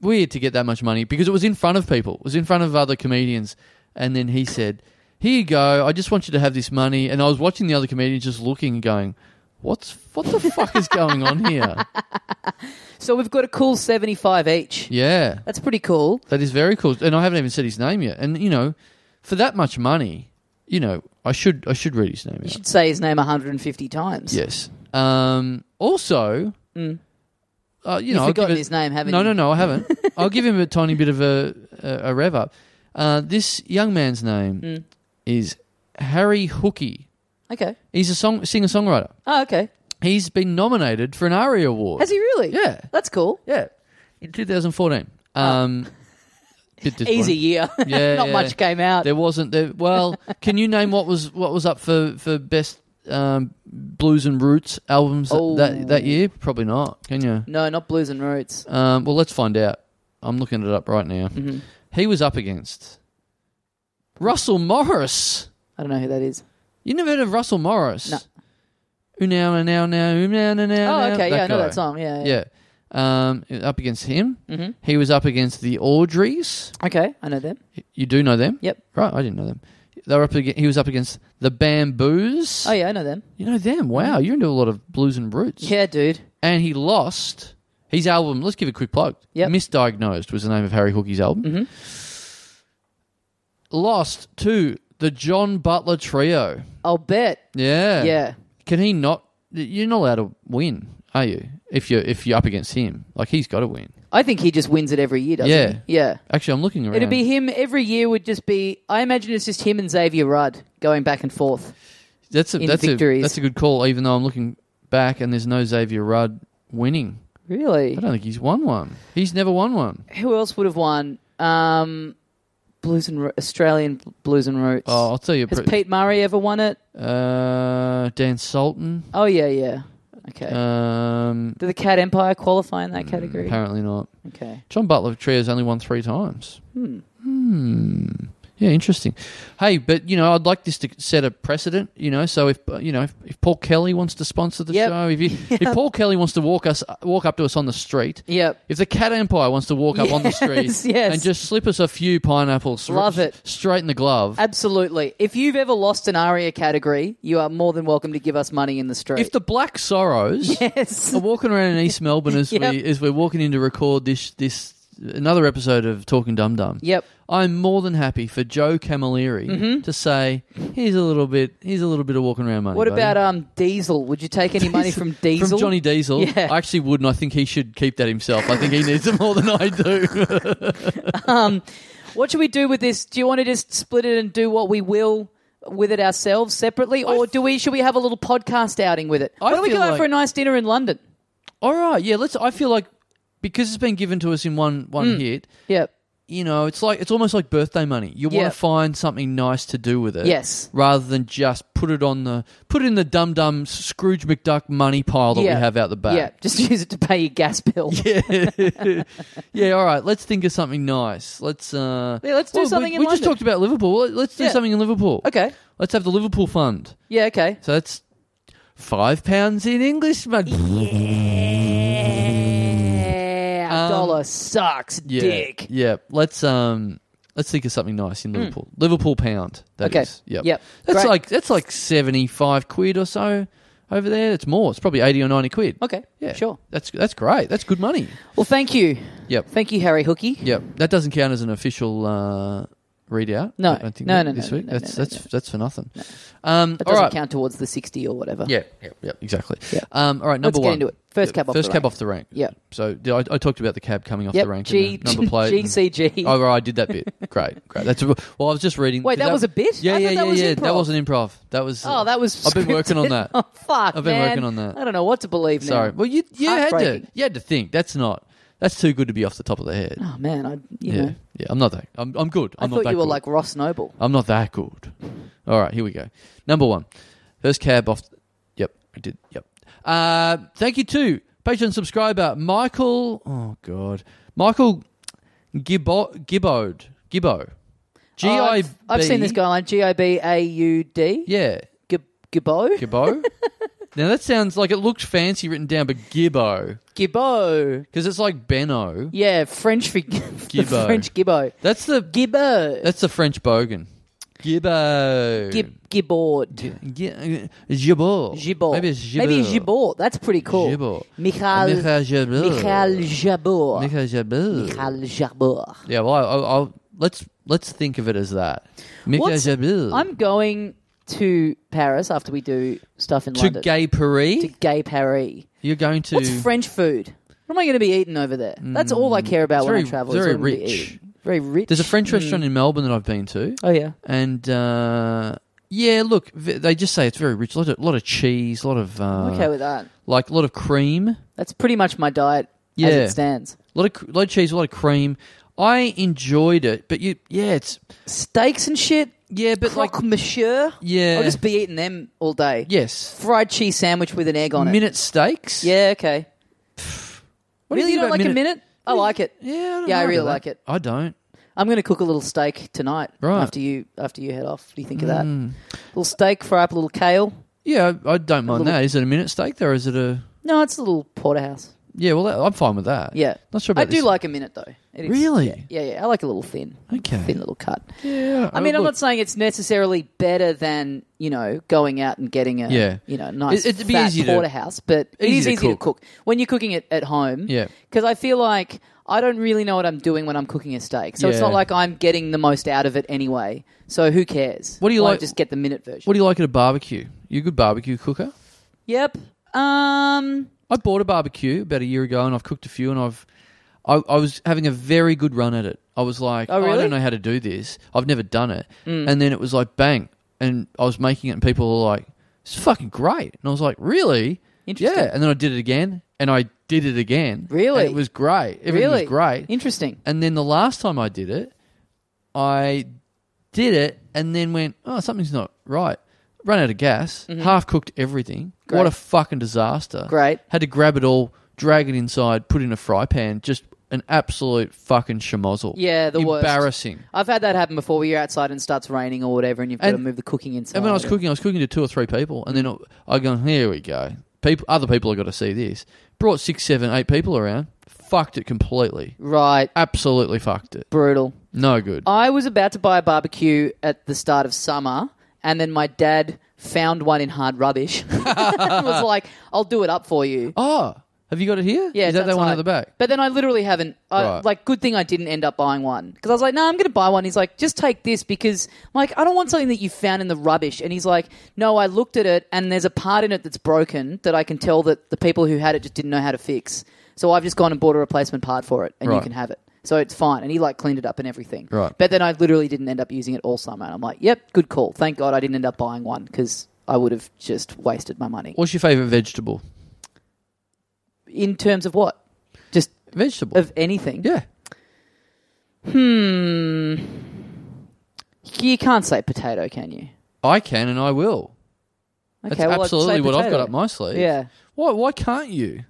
Speaker 2: Weird to get that much money because it was in front of people. It was in front of other comedians, and then he said, "Here you go. I just want you to have this money." And I was watching the other comedians just looking, and going, "What's what the fuck is going on here?"
Speaker 1: So we've got a cool seventy-five each.
Speaker 2: Yeah.
Speaker 1: That's pretty cool.
Speaker 2: That is very cool, and I haven't even said his name yet. And you know, for that much money, you know, I should I should read his name. Out.
Speaker 1: You should say his name 150 times.
Speaker 2: Yes. Um, also, uh, you
Speaker 1: Mm. You've
Speaker 2: know, I'll give
Speaker 1: forgotten
Speaker 2: it-
Speaker 1: his name, haven't
Speaker 2: no,
Speaker 1: you?
Speaker 2: No, no, I haven't. I'll give him a tiny bit of a a, a rev up. Uh, this young man's name
Speaker 1: Hmm.
Speaker 2: is Harry Hookie.
Speaker 1: Okay.
Speaker 2: He's a song singer songwriter.
Speaker 1: Oh, okay.
Speaker 2: He's been nominated for an ARIA award.
Speaker 1: Has he really?
Speaker 2: Yeah.
Speaker 1: That's cool.
Speaker 2: Yeah, in 2014. Um, bit disappointing.
Speaker 1: Easy year.
Speaker 2: Yeah,
Speaker 1: Not
Speaker 2: yeah.
Speaker 1: much came out.
Speaker 2: There wasn't there. Well, can you name what was what was up for for best um, blues and roots albums th-
Speaker 1: Oh.
Speaker 2: that that year? Probably not. Can you?
Speaker 1: no, not Blues and Roots.
Speaker 2: Um, well, let's find out. I'm looking it up right now.
Speaker 1: Mm-hmm.
Speaker 2: He was up against Russell Morris.
Speaker 1: I don't know who that is.
Speaker 2: You never heard of Russell Morris?
Speaker 1: No.
Speaker 2: Ooh, now and now now ooh, now now now.
Speaker 1: Oh,
Speaker 2: now.
Speaker 1: okay. yeah, I know
Speaker 2: guy.
Speaker 1: that song. Mm-hmm. Yeah.
Speaker 2: Yeah. Um, up against him. He was up against the Audreys.
Speaker 1: Okay. I know them.
Speaker 2: You do know them?
Speaker 1: Yep.
Speaker 2: Right, I didn't know them. They were up against, he was up against the Bamboos.
Speaker 1: Oh, yeah, I know them.
Speaker 2: You know them? Wow, you're into a lot of blues and roots.
Speaker 1: Yeah, dude.
Speaker 2: And he lost his album. Let's give a quick plug.
Speaker 1: Yep. Mm-hmm.
Speaker 2: Misdiagnosed was the name of Harry Hookie's album. Lost to the John Butler Trio.
Speaker 1: I'll bet.
Speaker 2: Yeah.
Speaker 1: Yeah.
Speaker 2: Can he not? You're not allowed to win, are you? If you're if you're up against him, like he's got to win.
Speaker 1: I think he just wins it every year, doesn't
Speaker 2: Yeah.
Speaker 1: he? Yeah.
Speaker 2: Actually, I'm looking around.
Speaker 1: It'd be him every year. Would just be. I imagine it's just him and Xavier Rudd going back and forth.
Speaker 2: That's a
Speaker 1: in
Speaker 2: that's a
Speaker 1: victories.
Speaker 2: that's a good call. Even though I'm looking back and there's no Xavier Rudd winning,
Speaker 1: Really?
Speaker 2: I don't think he's won one. He's never won one.
Speaker 1: Who else would have won? Um, blues and Ro- Australian Blues and Roots.
Speaker 2: Oh, I'll tell you.
Speaker 1: Has
Speaker 2: pre-
Speaker 1: Pete Murray ever won it?
Speaker 2: uh, Dan Sultan,
Speaker 1: Oh yeah, yeah. Okay.
Speaker 2: Um,
Speaker 1: Did the Cat Empire qualify in that category?
Speaker 2: mm, apparently not.
Speaker 1: Okay.
Speaker 2: John Butler of Trio's only won three times.
Speaker 1: Hmm.
Speaker 2: Hmm. Yeah, interesting. Hey, but you know, I'd like this to set a precedent. You know, so if uh, you know, if, if Paul Kelly wants to sponsor the
Speaker 1: Yep.
Speaker 2: show, if you, if Paul Kelly wants to walk us walk up to us on the street,
Speaker 1: Yep.
Speaker 2: if the Cat Empire wants to walk up on the street
Speaker 1: Yes, yes.
Speaker 2: and just slip us a few pineapples, r-
Speaker 1: Love it.
Speaker 2: straight in the glove.
Speaker 1: Absolutely. If you've ever lost an ARIA category, you are more than welcome to give us money in the street.
Speaker 2: if the Black Sorrows
Speaker 1: yes.
Speaker 2: are walking around in East Melbourne as
Speaker 1: Yep.
Speaker 2: we as we're walking in to record this this another episode of Talking Dum Dum,
Speaker 1: Yep.
Speaker 2: I'm more than happy for Joe Camilleri
Speaker 1: Mm-hmm.
Speaker 2: to say, "Here's a little bit. Here's a little bit of walking around money."
Speaker 1: What
Speaker 2: buddy."
Speaker 1: about um Diesel? Would you take any money from Diesel?
Speaker 2: From Johnny Diesel,
Speaker 1: Yeah.
Speaker 2: I actually wouldn't. I think he should keep that himself. I think he needs it more than I do.
Speaker 1: What should we do with this? Do you want to just split it and do what we will with it ourselves separately, or do we? Should we have a little podcast outing with it?
Speaker 2: I
Speaker 1: Why don't we go
Speaker 2: feel
Speaker 1: out for a
Speaker 2: like-
Speaker 1: nice dinner in London?
Speaker 2: All right, yeah. Let's. I feel like because it's been given to us in one one
Speaker 1: Mm.
Speaker 2: hit.
Speaker 1: Yep.
Speaker 2: You know, it's like it's almost like birthday money. You
Speaker 1: Yeah.
Speaker 2: want to find something nice to do with it,
Speaker 1: Yes.
Speaker 2: rather than just put it on the put it in the dum dum Scrooge McDuck money pile that
Speaker 1: Yeah.
Speaker 2: we have out the back.
Speaker 1: Yeah. Just use it to pay your gas bill. Yeah.
Speaker 2: Yeah, all right. Let's think of something nice. Let's uh
Speaker 1: Yeah, let's do
Speaker 2: well,
Speaker 1: something
Speaker 2: We,
Speaker 1: in
Speaker 2: we just
Speaker 1: London.
Speaker 2: talked about Liverpool. Let- Let's do
Speaker 1: Yeah.
Speaker 2: something in Liverpool.
Speaker 1: Okay.
Speaker 2: Let's have the Liverpool fund.
Speaker 1: Yeah. Okay.
Speaker 2: So that's five pounds in English money.
Speaker 1: Yeah.
Speaker 2: Um,
Speaker 1: dollar sucks,
Speaker 2: Yeah,
Speaker 1: dick. Hmm.
Speaker 2: yeah. Let's um let's think of something nice in Liverpool. Liverpool pound. That is.
Speaker 1: Okay.
Speaker 2: Yep.
Speaker 1: Yep.
Speaker 2: That's
Speaker 1: Great.
Speaker 2: like that's like seventy five quid or so over there. It's more. It's probably eighty or ninety quid.
Speaker 1: Okay.
Speaker 2: Yeah.
Speaker 1: Sure.
Speaker 2: That's that's great. That's good money.
Speaker 1: Well, thank you.
Speaker 2: Yep.
Speaker 1: Thank you, Harry Hookie.
Speaker 2: Yep, that doesn't count as an official uh, readout.
Speaker 1: No.
Speaker 2: I don't think
Speaker 1: No,
Speaker 2: that-
Speaker 1: no, no,
Speaker 2: this
Speaker 1: no,
Speaker 2: week.
Speaker 1: no,
Speaker 2: that's
Speaker 1: no, no,
Speaker 2: that's that's for nothing. Um,
Speaker 1: That
Speaker 2: all
Speaker 1: doesn't
Speaker 2: right.
Speaker 1: count towards the sixty or whatever.
Speaker 2: Yeah, yeah, yeah, exactly.
Speaker 1: Yeah.
Speaker 2: Um, all right,
Speaker 1: Let's
Speaker 2: number
Speaker 1: get
Speaker 2: one.
Speaker 1: into it. First
Speaker 2: Yeah,
Speaker 1: cab off
Speaker 2: First
Speaker 1: the
Speaker 2: cab
Speaker 1: rank.
Speaker 2: off the rank.
Speaker 1: Yep.
Speaker 2: So yeah, I, I talked about the cab coming off
Speaker 1: Yep.
Speaker 2: the rank.
Speaker 1: G-
Speaker 2: and the number plate. and-
Speaker 1: GCG.
Speaker 2: Oh, right, I did that bit. Great, great. That's a, well, I was just reading.
Speaker 1: Wait, that was a bit?
Speaker 2: Yeah,
Speaker 1: I
Speaker 2: yeah,
Speaker 1: thought
Speaker 2: yeah,
Speaker 1: that was
Speaker 2: yeah.
Speaker 1: improv.
Speaker 2: That wasn't improv. That was.
Speaker 1: Oh, that was.
Speaker 2: I've been working on
Speaker 1: scripted.
Speaker 2: that.
Speaker 1: Oh, fuck,
Speaker 2: I've been working
Speaker 1: man.
Speaker 2: on that.
Speaker 1: I don't know what to believe now.
Speaker 2: Sorry. Well, you you had to
Speaker 1: Heartbreaking.
Speaker 2: you had to think. That's not. That's too good to be off the top of the head.
Speaker 1: Oh man, I you
Speaker 2: yeah,
Speaker 1: know.
Speaker 2: yeah. I'm not that. I'm I'm good.
Speaker 1: I
Speaker 2: I'm not
Speaker 1: thought
Speaker 2: that
Speaker 1: you were
Speaker 2: good.
Speaker 1: like Ross Noble.
Speaker 2: I'm not that good. All right, here we go. Number one, first cab off. Yep, I did. Yep. Uh, thank you to Patreon subscriber Michael. Oh God, Michael Gibbo Gibbode Gibbo. G
Speaker 1: Oh,
Speaker 2: I.
Speaker 1: I've, I've seen this guy on G I B A U D.
Speaker 2: Yeah,
Speaker 1: Gibbo.
Speaker 2: Gibbo. now that sounds like it looked fancy written down, but Gibbo
Speaker 1: Gibbo.
Speaker 2: because it's like Benno.
Speaker 1: Yeah, French for
Speaker 2: Gibbo.
Speaker 1: Gibbo. French Gibbo.
Speaker 2: That's the
Speaker 1: Gibbo.
Speaker 2: that's the French bogan. Gibbo.
Speaker 1: Gib Gibbord.
Speaker 2: Gi- uh, Gibbo.
Speaker 1: Gibbor.
Speaker 2: Maybe it's Gibbo.
Speaker 1: Maybe it's Gibbor. That's pretty cool.
Speaker 2: Gibbor.
Speaker 1: Michal. Michal
Speaker 2: Michael Jabot.
Speaker 1: Jabor. Michal
Speaker 2: Michael Jabot.
Speaker 1: Jabor.
Speaker 2: Yeah, well, I, I, I'll, let's let's think of it as that. Michael
Speaker 1: What's-
Speaker 2: Jabot.
Speaker 1: I'm going to Paris after we do stuff in
Speaker 2: to
Speaker 1: London.
Speaker 2: Gay
Speaker 1: to
Speaker 2: Paris.
Speaker 1: Gay Paris.
Speaker 2: You're going to.
Speaker 1: What's French food? What am I going to be eating over there? That's all I care about
Speaker 2: Mm.
Speaker 1: when I
Speaker 2: it's very-
Speaker 1: travel.
Speaker 2: very
Speaker 1: is what I'm gonna be
Speaker 2: rich.
Speaker 1: eating. Very rich.
Speaker 2: There's a French
Speaker 1: Mm.
Speaker 2: restaurant in Melbourne that I've been to,
Speaker 1: Oh yeah.
Speaker 2: and uh, yeah, look, v- they just say it's very rich. A lot of, lot of cheese, a lot of uh,
Speaker 1: I'm okay with that.
Speaker 2: like a lot of cream, a
Speaker 1: That's pretty much my diet
Speaker 2: Yeah.
Speaker 1: as it stands.
Speaker 2: lot of cr- lot of cheese, a lot of cream. I enjoyed it, but you, yeah, it's
Speaker 1: Steaks and shit.
Speaker 2: yeah, but
Speaker 1: Croque
Speaker 2: like
Speaker 1: monsieur.
Speaker 2: Yeah.
Speaker 1: I'll just be eating them all day.
Speaker 2: yes,
Speaker 1: Fried cheese sandwich with an egg on
Speaker 2: minute steaks.
Speaker 1: it. Yeah, okay.
Speaker 2: What do
Speaker 1: really, you
Speaker 2: think
Speaker 1: don't
Speaker 2: about
Speaker 1: like a minute? I like it.
Speaker 2: Yeah, I don't
Speaker 1: Yeah, I
Speaker 2: know
Speaker 1: really
Speaker 2: about
Speaker 1: like
Speaker 2: that.
Speaker 1: it.
Speaker 2: I don't.
Speaker 1: I'm going to cook a little steak tonight
Speaker 2: Right. Mm.
Speaker 1: after you after you head off. What do you think of that? Little steak, fry up a little kale.
Speaker 2: Yeah, I I don't mind
Speaker 1: little-
Speaker 2: that. Is it a minute steak there? or Is it a
Speaker 1: No, it's a little porterhouse.
Speaker 2: yeah? Well, that- I'm fine with that.
Speaker 1: Yeah,
Speaker 2: not sure. About
Speaker 1: I do
Speaker 2: this.
Speaker 1: like a minute though. It is-
Speaker 2: Really?
Speaker 1: Yeah, yeah. I like a little thin,
Speaker 2: Okay.
Speaker 1: thin little cut.
Speaker 2: Yeah,
Speaker 1: I mean, I'm
Speaker 2: look,
Speaker 1: not saying it's necessarily better than you know going out and getting a
Speaker 2: Yeah.
Speaker 1: you know nice
Speaker 2: It- it'd be
Speaker 1: fat
Speaker 2: easy to-
Speaker 1: porterhouse, but it
Speaker 2: easy
Speaker 1: is
Speaker 2: to
Speaker 1: easy to
Speaker 2: cook.
Speaker 1: cook when you're cooking it at home.
Speaker 2: Yeah.
Speaker 1: because I feel like I don't really know what I'm doing when I'm cooking a steak, so it's
Speaker 2: Yeah.
Speaker 1: not like I'm getting the most out of it anyway. So who cares?
Speaker 2: What do you
Speaker 1: Why
Speaker 2: like-
Speaker 1: Just get the minute version.
Speaker 2: What do you like at a barbecue? You a good barbecue cooker?
Speaker 1: yep. Um.
Speaker 2: I bought a barbecue about a year ago, and I've cooked a few, and I've I, I was having a very good run at it. I was like,
Speaker 1: Oh,
Speaker 2: I
Speaker 1: really? Mm.
Speaker 2: don't know how to do this. I've never done it, and then it was like bang, and I was making it, and people were like, "It's fucking great," and I was like, "Really?"
Speaker 1: Interesting.
Speaker 2: Yeah, and then I did it again, and I did it again.
Speaker 1: Really?
Speaker 2: and it was great. Everything
Speaker 1: really
Speaker 2: was great.
Speaker 1: Interesting.
Speaker 2: And then the last time I did it, I did it and then went, oh, something's not right. run out of gas, half cooked everything. What
Speaker 1: Mm-hmm. Great.
Speaker 2: a fucking disaster.
Speaker 1: Great.
Speaker 2: Had to grab it all, drag it inside, put it in a fry pan. Just an absolute fucking schmozzle.
Speaker 1: Yeah, the worst.
Speaker 2: Embarrassing.
Speaker 1: I've had that happen before where you're outside and it starts raining or whatever and you've got
Speaker 2: And-
Speaker 1: to move the cooking inside.
Speaker 2: And when I was cooking, I was cooking to two or three people, and then I- I go, here we go. People, other people have got to see this. Brought six, seven, eight people around. Fucked it completely.
Speaker 1: Right.
Speaker 2: Absolutely fucked it.
Speaker 1: Brutal.
Speaker 2: No good.
Speaker 1: I was about to buy a barbecue at the start of summer, and then my dad found one in hard rubbish. and was like, "I'll do it up for you."
Speaker 2: Oh, have you got it here?
Speaker 1: Yeah,
Speaker 2: is that
Speaker 1: it's
Speaker 2: that one
Speaker 1: outside.
Speaker 2: at the back?
Speaker 1: But then I literally haven't. I,
Speaker 2: Right.
Speaker 1: Like, good thing I didn't end up buying one because I was like, "No, I'm going to buy one." He's like, "Just take this because, I'm like, I don't want something that you found in the rubbish." And he's like, "No, I looked at it, and there's a part in it that's broken that I can tell that the people who had it just didn't know how to fix. So I've just gone and bought a replacement part for it, and you
Speaker 2: Right.
Speaker 1: can have it." So it's fine, and he like cleaned it up and everything.
Speaker 2: Right.
Speaker 1: But then I literally didn't end up using it all summer, and I'm like, "Yep, good call. Thank God I didn't end up buying one because I would have just wasted my money."
Speaker 2: What's your favourite vegetable?
Speaker 1: In terms of what? Just
Speaker 2: Vegetable.
Speaker 1: of anything?
Speaker 2: yeah.
Speaker 1: Hmm. You can't say potato, can you?
Speaker 2: I can and I will.
Speaker 1: Okay,
Speaker 2: That's
Speaker 1: well, I'd say
Speaker 2: absolutely what I've got
Speaker 1: potato.
Speaker 2: up my sleeve.
Speaker 1: Yeah,
Speaker 2: Why, why can't you?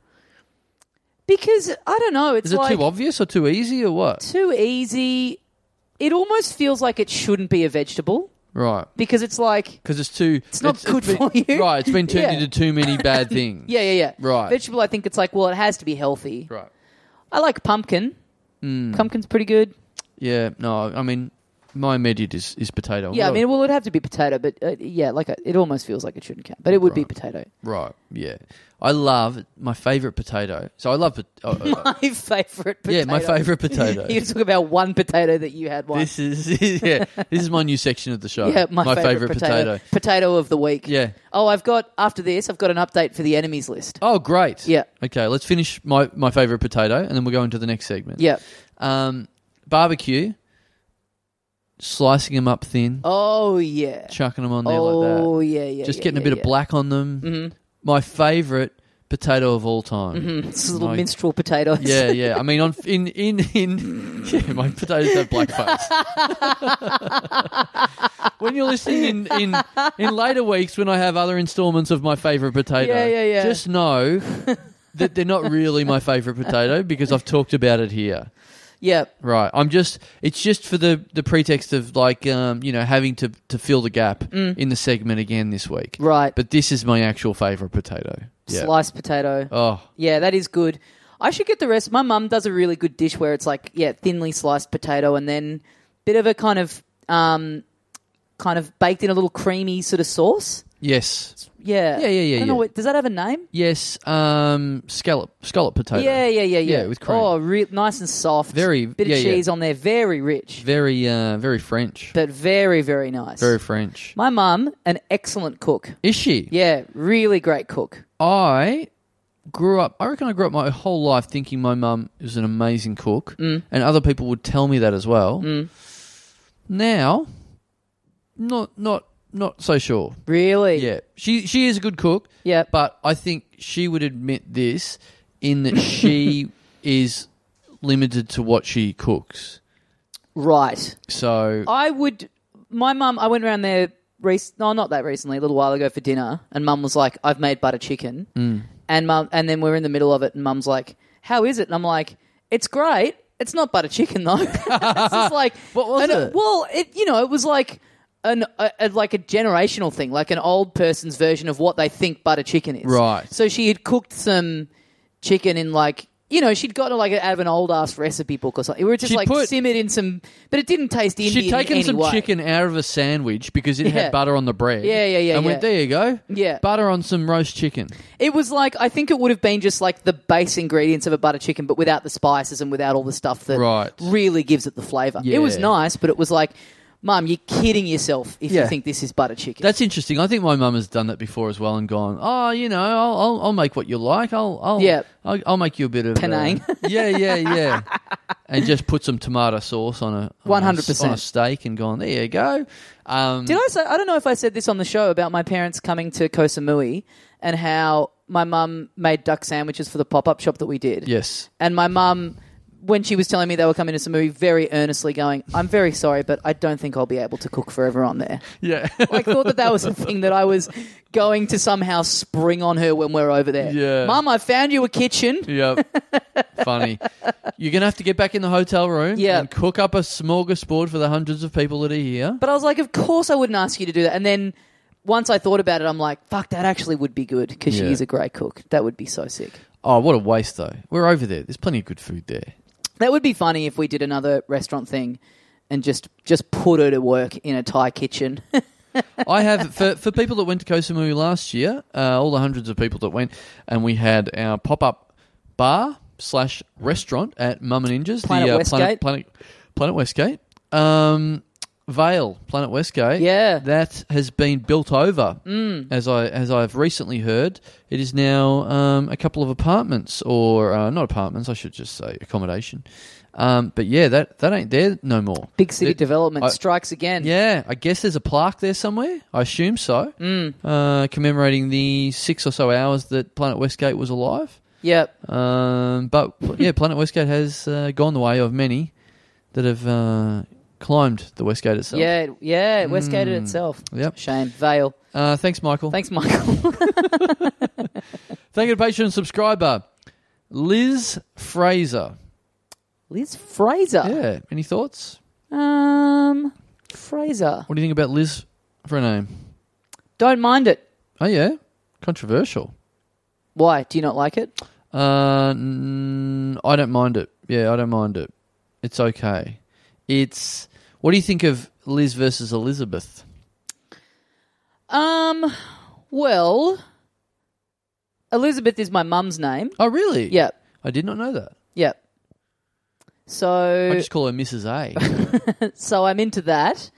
Speaker 1: because I don't know. It's
Speaker 2: Is it
Speaker 1: like
Speaker 2: too
Speaker 1: too,
Speaker 2: obvious or too easy or what?
Speaker 1: easy. It almost feels like it shouldn't be a vegetable
Speaker 2: Right.
Speaker 1: because it's like
Speaker 2: Because it's too. It's
Speaker 1: not good
Speaker 2: been-
Speaker 1: for you.
Speaker 2: Right. It's been turned
Speaker 1: Yeah.
Speaker 2: into too many bad things.
Speaker 1: yeah, yeah, yeah.
Speaker 2: Right.
Speaker 1: Vegetable. I think it's like well, it has to be healthy.
Speaker 2: Right.
Speaker 1: I like pumpkin.
Speaker 2: Hmm.
Speaker 1: Pumpkin's pretty good.
Speaker 2: Yeah. No. I mean, my immediate is, is potato.
Speaker 1: Yeah, I
Speaker 2: Oh, Well,
Speaker 1: mean, well, it'd have to be potato, but uh, yeah, like uh, it almost feels like it shouldn't count, but it would be
Speaker 2: Right.
Speaker 1: potato.
Speaker 2: Right. Yeah. I love my favorite potato. So I love. pot- oh, oh, oh.
Speaker 1: My favorite. potato.
Speaker 2: yeah, my favorite potato.
Speaker 1: you talk about one potato that you had once.
Speaker 2: this is yeah. This is my new section of the show.
Speaker 1: Yeah, my, favorite,
Speaker 2: favorite
Speaker 1: potato. Potato of the week.
Speaker 2: Yeah.
Speaker 1: Oh, I've got after this, I've got an update for the enemies list.
Speaker 2: Oh, great.
Speaker 1: Yeah.
Speaker 2: Okay, let's finish my, my favorite potato, and then we'll go into the next segment.
Speaker 1: Yeah.
Speaker 2: Um, barbecue, slicing them up thin,
Speaker 1: Oh yeah.
Speaker 2: chucking them on there
Speaker 1: Oh
Speaker 2: like
Speaker 1: yeah, yeah.
Speaker 2: that, just
Speaker 1: yeah,
Speaker 2: getting a
Speaker 1: yeah,
Speaker 2: bit
Speaker 1: yeah. Mm-hmm.
Speaker 2: of black on them. My favorite potato of all time.
Speaker 1: It's little
Speaker 2: My-
Speaker 1: minstrel potatoes.
Speaker 2: Yeah, yeah. I mean, on in in in yeah, my potatoes have black face. when you're listening in, in in later weeks, when I have other installments of my favorite potato,
Speaker 1: Yeah, yeah, yeah.
Speaker 2: just know that they're not really my favorite potato because I've talked about it here.
Speaker 1: yeah.
Speaker 2: Right. I'm just. It's just for the the pretext of like um you know having to to fill the gap
Speaker 1: Mm.
Speaker 2: in the segment again this week.
Speaker 1: Right.
Speaker 2: But this is my actual favorite potato. Yeah.
Speaker 1: Sliced potato.
Speaker 2: Oh.
Speaker 1: Yeah, that is good. I should get the rest. My mum does a really good dish where it's like, yeah, thinly sliced potato and then bit of a kind of um kind of baked in a little creamy sort of sauce.
Speaker 2: Yes.
Speaker 1: Yeah.
Speaker 2: Yeah, yeah, yeah,
Speaker 1: I don't know
Speaker 2: yeah.
Speaker 1: what- does that have a name?
Speaker 2: Yes, um, scallop, scallop potato.
Speaker 1: Yeah, yeah, yeah, yeah.
Speaker 2: Yeah, with cream.
Speaker 1: Oh, re- nice and soft.
Speaker 2: Very-
Speaker 1: bit
Speaker 2: yeah,
Speaker 1: of
Speaker 2: yeah.
Speaker 1: cheese on there. Very rich,
Speaker 2: Very, uh, very French.
Speaker 1: but very very nice.
Speaker 2: Very French.
Speaker 1: My mum, an excellent cook.
Speaker 2: Is she?
Speaker 1: Yeah, really great cook.
Speaker 2: I grew up. I reckon I grew up my whole life thinking my mum was an amazing cook,
Speaker 1: Mm.
Speaker 2: and other people would tell me that as well. Now, not, not, not so sure.
Speaker 1: Really.
Speaker 2: Yeah, she she is a good cook.
Speaker 1: Yeah.
Speaker 2: but I think she would admit this in that she is limited to what she cooks.
Speaker 1: Right.
Speaker 2: So
Speaker 1: I would. My mum. I went around there. Rec- no, not that recently. A little while ago for dinner, and mum was like, "I've made butter chicken," mm. and mum, and then we're in the middle of it, and mum's like, "How is it?" And I'm like, "It's great. It's not butter chicken though." it's just like
Speaker 2: What was
Speaker 1: and
Speaker 2: it?
Speaker 1: Well, it you know it was like. An, a, a, like a generational thing, like an old person's version of what they think butter chicken is.
Speaker 2: Right.
Speaker 1: So she had cooked some chicken in like you know she'd gotten like out of an old ass recipe book or something. We were just
Speaker 2: She
Speaker 1: like
Speaker 2: put-
Speaker 1: simmered in some, but it didn't taste Indian
Speaker 2: She'd taken
Speaker 1: in any
Speaker 2: some
Speaker 1: way.
Speaker 2: chicken out of a sandwich because it
Speaker 1: Yeah.
Speaker 2: had butter on the bread.
Speaker 1: Yeah, yeah, yeah,
Speaker 2: And
Speaker 1: yeah.
Speaker 2: went, there you go.
Speaker 1: Yeah.
Speaker 2: Butter on some roast chicken.
Speaker 1: It was like I think it would have been just like the base ingredients of a butter chicken, but without the spices and without all the stuff that
Speaker 2: Right.
Speaker 1: really gives it the flavor. It was
Speaker 2: Yeah.
Speaker 1: nice, but it was like, Mum, you're kidding yourself if you
Speaker 3: Yeah.
Speaker 1: think this is butter chicken.
Speaker 2: That's interesting. I think my mum has done that before as well and gone, oh, you know, I'll, I'll, I'll make what you like. I'll, I'll,
Speaker 1: Yeah.
Speaker 2: I'll, I'll make you a bit of. uh,
Speaker 1: Penang.
Speaker 2: yeah, yeah, yeah. and just put some tomato sauce on a. on a-
Speaker 1: 100%.
Speaker 2: On a steak and gone, there you go. Um,
Speaker 1: Did I say I don't know if I said this on the show about my parents coming to Koh Samui and how my mum made duck sandwiches for the pop up shop that we did.
Speaker 2: Yes.
Speaker 1: and my mum when she was telling me they were coming to some movie, very earnestly going, "I'm very sorry, but I don't think I'll be able to cook for everyone there."
Speaker 2: Yeah.
Speaker 1: Like thought that that was a thing that I was going to somehow spring on her when we're over there.
Speaker 2: Yeah.
Speaker 1: Mum, I found you a kitchen.
Speaker 2: Yep. Funny. You're gonna have to get back in the hotel room
Speaker 1: Yeah.
Speaker 2: and cook up a smorgasbord for the hundreds of people that are here.
Speaker 1: But I was like, of course I wouldn't ask you to do that. And then once I thought about it, I'm like, fuck, that actually would be good because
Speaker 2: Yeah.
Speaker 1: she is a great cook. That would be so sick.
Speaker 2: Oh, what a waste though. We're over there. There's plenty of good food there.
Speaker 1: That would be funny if we did another restaurant thing and just just put her to work in a Thai kitchen.
Speaker 2: I have for for people that went to Koh Samui last year, uh, all the hundreds of people that went, and we had our pop up bar slash restaurant at Mum and Inja's,
Speaker 1: Planet
Speaker 2: the uh,
Speaker 1: Westgate.
Speaker 2: Planet Planet Planet Westgate, um, Vale Planet Westgate.
Speaker 1: Yeah. Mm.
Speaker 2: that has been built over as I as I've recently heard. It is now um, a couple of apartments or uh, not apartments, I should just say accommodation. Um, but yeah, that that ain't there no more.
Speaker 1: Big city
Speaker 2: It-
Speaker 1: development
Speaker 2: I-
Speaker 1: strikes again.
Speaker 2: yeah, I guess there's a plaque there somewhere. I assume so.
Speaker 1: Mm.
Speaker 2: Uh, commemorating the six or so hours that Planet Westgate was alive.
Speaker 1: Yep.
Speaker 2: Um, but yeah, Planet Westgate has uh, gone the way of many that have uh, climbed the Westgate itself. Mm.
Speaker 1: Yeah, yeah, Westgate itself.
Speaker 2: Yep.
Speaker 1: Shame. Vale.
Speaker 2: Uh, thanks, Michael.
Speaker 1: Thanks, Michael.
Speaker 2: Thank you to Patreon subscriber Liz Fraser.
Speaker 1: Liz Fraser.
Speaker 2: Yeah. Any thoughts?
Speaker 1: Um, Fraser.
Speaker 2: What do you think about Liz for a name?
Speaker 1: Don't mind it.
Speaker 2: Oh yeah, controversial.
Speaker 1: Why? Do you not like it?
Speaker 2: Uh, mm, I don't mind it. Yeah, I don't mind it. It's okay. It's what do you think of Liz versus Elizabeth?
Speaker 1: Um, well, Elizabeth is my mum's name.
Speaker 2: Oh, really?
Speaker 1: Yep,
Speaker 2: I did not know that.
Speaker 1: yep.
Speaker 2: I
Speaker 1: So,
Speaker 2: just call her Mrs. A.
Speaker 1: so I'm into that.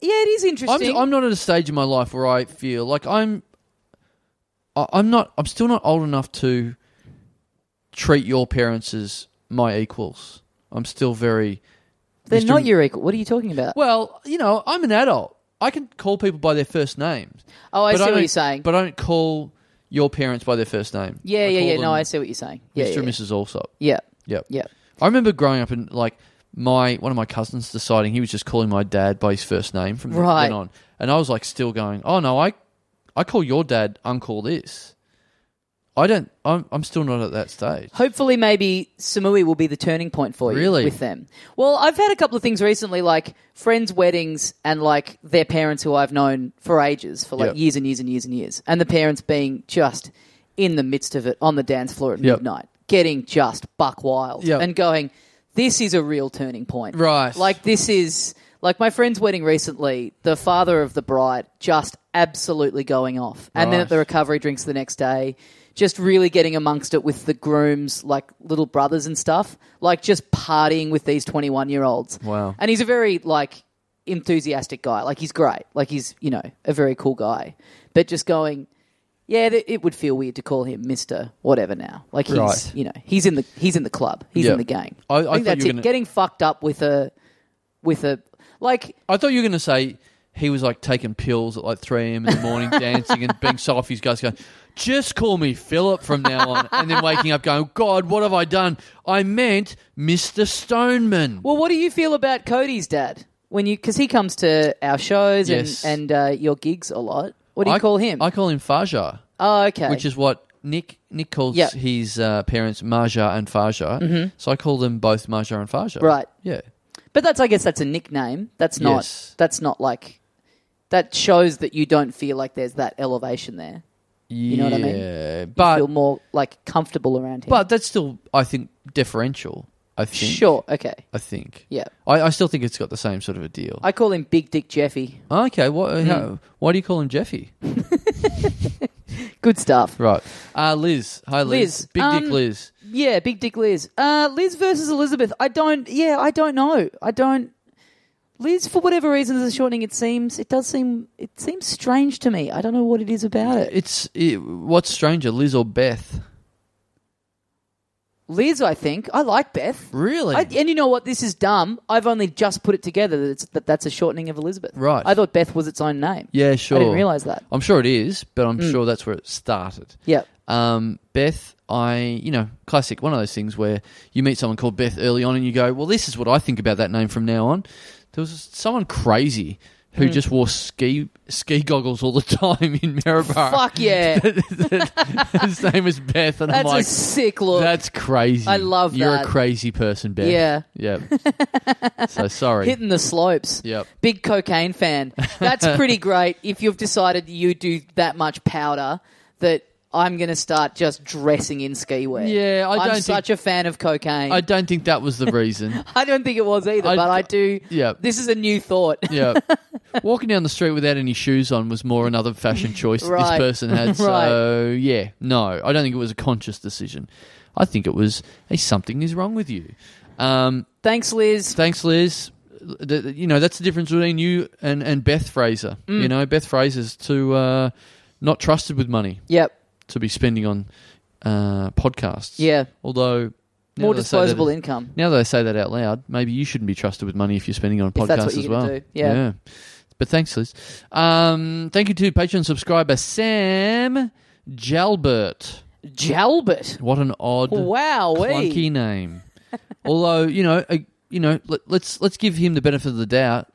Speaker 1: Yeah, it is interesting.
Speaker 2: I'm, I'm not at a stage in my life where I feel like I'm. I- I'm not. I'm still not old enough to treat your parents as my equals. I'm still very.
Speaker 1: They're
Speaker 2: Mr.
Speaker 1: not your equal. What are you talking about?
Speaker 2: Well, you know, I'm an adult. I can call people by their first names.
Speaker 1: oh, I
Speaker 2: But
Speaker 1: see what
Speaker 2: don't-
Speaker 1: you're saying.
Speaker 2: But I don't call your parents by their first name.
Speaker 1: yeah,
Speaker 2: I
Speaker 1: yeah,
Speaker 2: call
Speaker 1: yeah.
Speaker 2: them
Speaker 1: No, I see what you're saying. Yeah,
Speaker 2: Mr.
Speaker 1: yeah,
Speaker 2: and
Speaker 1: yeah.
Speaker 2: Mrs. Allsop.
Speaker 1: yeah,
Speaker 2: Yep.
Speaker 1: yeah.
Speaker 2: I remember growing up and like my one of my cousins deciding he was just calling my dad by his first name from
Speaker 1: Right.
Speaker 2: then on, and I was like still going, oh no, I I call your dad Uncle this. I don't. I'm I'm still not at that stage.
Speaker 1: Hopefully, maybe Samui will be the turning point for you
Speaker 2: Really?
Speaker 1: with them. Well, I've had a couple of things recently, like friends' weddings and like their parents who I've known for ages, for like
Speaker 2: Yep.
Speaker 1: years and years and years and years, and the parents being just in the midst of it on the dance floor at
Speaker 2: Yep.
Speaker 1: midnight, getting just buck wild
Speaker 2: Yep.
Speaker 1: and going, "This is a real turning point."
Speaker 2: Right.
Speaker 1: Like this is like my friend's wedding recently. The father of the bride just absolutely going off, and then
Speaker 2: Right.
Speaker 1: at the recovery drinks the next day, just really getting amongst it with the groom's like little brothers and stuff, like just partying with these twenty-one year olds.
Speaker 2: Wow.
Speaker 1: And he's a very like enthusiastic guy. Like he's great. Like he's you know a very cool guy, but just going. Yeah, th- it would feel weird to call him Mister Whatever now. Like he's,
Speaker 2: Right.
Speaker 1: you know, he's in the he's in the club. He's
Speaker 2: Yeah.
Speaker 1: in the game.
Speaker 2: I- I
Speaker 1: think
Speaker 2: thought
Speaker 1: that's
Speaker 2: you were
Speaker 1: it.
Speaker 2: gonna-
Speaker 1: Getting fucked up with a with a like
Speaker 2: I thought you were going to say he was like taking pills at like 3 a.m. in the morning, dancing and being so off. These guys going, just call me Philip from now on. And then waking up going, God, what have I done? I meant Mr. Stoneman.
Speaker 1: well what do you feel about cody's dad when you because he comes to our shows
Speaker 2: Yes.
Speaker 1: and and uh, your gigs a lot what do you
Speaker 2: I,
Speaker 1: call him
Speaker 2: I call him Fajar,
Speaker 1: oh okay
Speaker 2: which is what Nick Nick calls
Speaker 1: Yeah. Mm-hmm.
Speaker 2: his uh, parents Marja and Fajar. So I call them both Marja and Fajar.
Speaker 1: Right.
Speaker 2: Yeah.
Speaker 1: but that's i guess that's a nickname that's not
Speaker 2: Yes.
Speaker 1: that's not like that shows that you don't feel like there's that elevation there
Speaker 2: You
Speaker 1: know what I mean?
Speaker 2: Yeah.
Speaker 1: you feel
Speaker 2: But,
Speaker 1: more like comfortable around him
Speaker 2: Uh, but that's still, I think, deferential. I think.
Speaker 1: sure okay
Speaker 2: I think.
Speaker 1: yeah
Speaker 2: I, I still think it's got the same sort of a deal.
Speaker 1: i call him big dick jeffy
Speaker 2: Okay, what, uh,
Speaker 1: Hmm.
Speaker 2: how, why do you call him Jeffy?
Speaker 1: good stuff
Speaker 2: Right. Uh, Liz. Hi, Liz.
Speaker 1: Liz,
Speaker 2: Big
Speaker 1: um,
Speaker 2: Dick Liz.
Speaker 1: Yeah, big dick Liz. Uh, Liz versus Elizabeth. I don't. Yeah, I don't know. I don't. Liz, for whatever reason, is a shortening. It seems. It does seem. It seems strange to me. I don't know what it is about it.
Speaker 2: It's it, What's stranger, Liz or Beth?
Speaker 1: Liz, I think. I like Beth.
Speaker 2: Really?
Speaker 1: I, and you know what? This is dumb. I've only just put it together that, it's, that that's a shortening of Elizabeth.
Speaker 2: Right.
Speaker 1: I thought Beth was its own name.
Speaker 2: yeah, sure.
Speaker 1: I didn't realize Hmm. that.
Speaker 2: I'm sure it is, but I'm sure that's where it started.
Speaker 1: Yeah.
Speaker 2: Um, Beth, I, you know, classic, one of those things where you meet someone called Beth early on and you go, well, this is what I think about that name from now on. There was someone crazy
Speaker 1: Hmm.
Speaker 2: who just wore ski ski goggles all the time in Maribor.
Speaker 1: Fuck yeah.
Speaker 2: His name was Beth, and
Speaker 1: That's
Speaker 2: I'm
Speaker 1: a
Speaker 2: like,
Speaker 1: sick look.
Speaker 2: that's crazy.
Speaker 1: I love
Speaker 2: You're
Speaker 1: that.
Speaker 2: a crazy person, Beth.
Speaker 1: Yeah.
Speaker 2: Yep. so sorry.
Speaker 1: Hitting the slopes.
Speaker 2: Yep.
Speaker 1: Big cocaine fan. That's pretty great if you've decided you do that much powder that I'm going to start just dressing in ski wear.
Speaker 2: Yeah, I
Speaker 1: am
Speaker 2: don't think-
Speaker 1: such a fan of cocaine.
Speaker 2: I
Speaker 1: I,
Speaker 2: don't think that was the reason.
Speaker 1: don't think it was either,
Speaker 2: I-
Speaker 1: but I do.
Speaker 2: Yeah.
Speaker 1: This is a new thought.
Speaker 2: Yeah. Walking down the street without any shoes on was more another fashion choice that
Speaker 1: Right.
Speaker 2: this person had.
Speaker 1: Right.
Speaker 2: So, yeah. No, I don't think it was a conscious decision. I think it was, hey, something is wrong with you. Um,
Speaker 1: Thanks, Liz.
Speaker 2: thanks, Liz. Th- th- You know, that's the difference between you and, and Beth Fraser.
Speaker 1: Mm.
Speaker 2: You know, Beth Fraser's too uh, not trusted with money
Speaker 1: yep.
Speaker 2: to be spending on uh, podcasts.
Speaker 1: Yeah.
Speaker 2: Although, now
Speaker 1: More
Speaker 2: that I say that-
Speaker 1: disposable income.
Speaker 2: now that I say that out loud, maybe you shouldn't be trusted with money if you're spending it on
Speaker 1: If
Speaker 2: podcasts
Speaker 1: that's what
Speaker 2: as
Speaker 1: you're
Speaker 2: well.
Speaker 1: gonna do, yeah.
Speaker 2: But thanks, Liz. Um, thank you to Patreon subscriber Sam Jalbert.
Speaker 1: Jalbert.
Speaker 2: What an odd,
Speaker 1: Wow.
Speaker 2: clunky name. Although you know, uh, you know, let, let's let's give him the benefit of the doubt.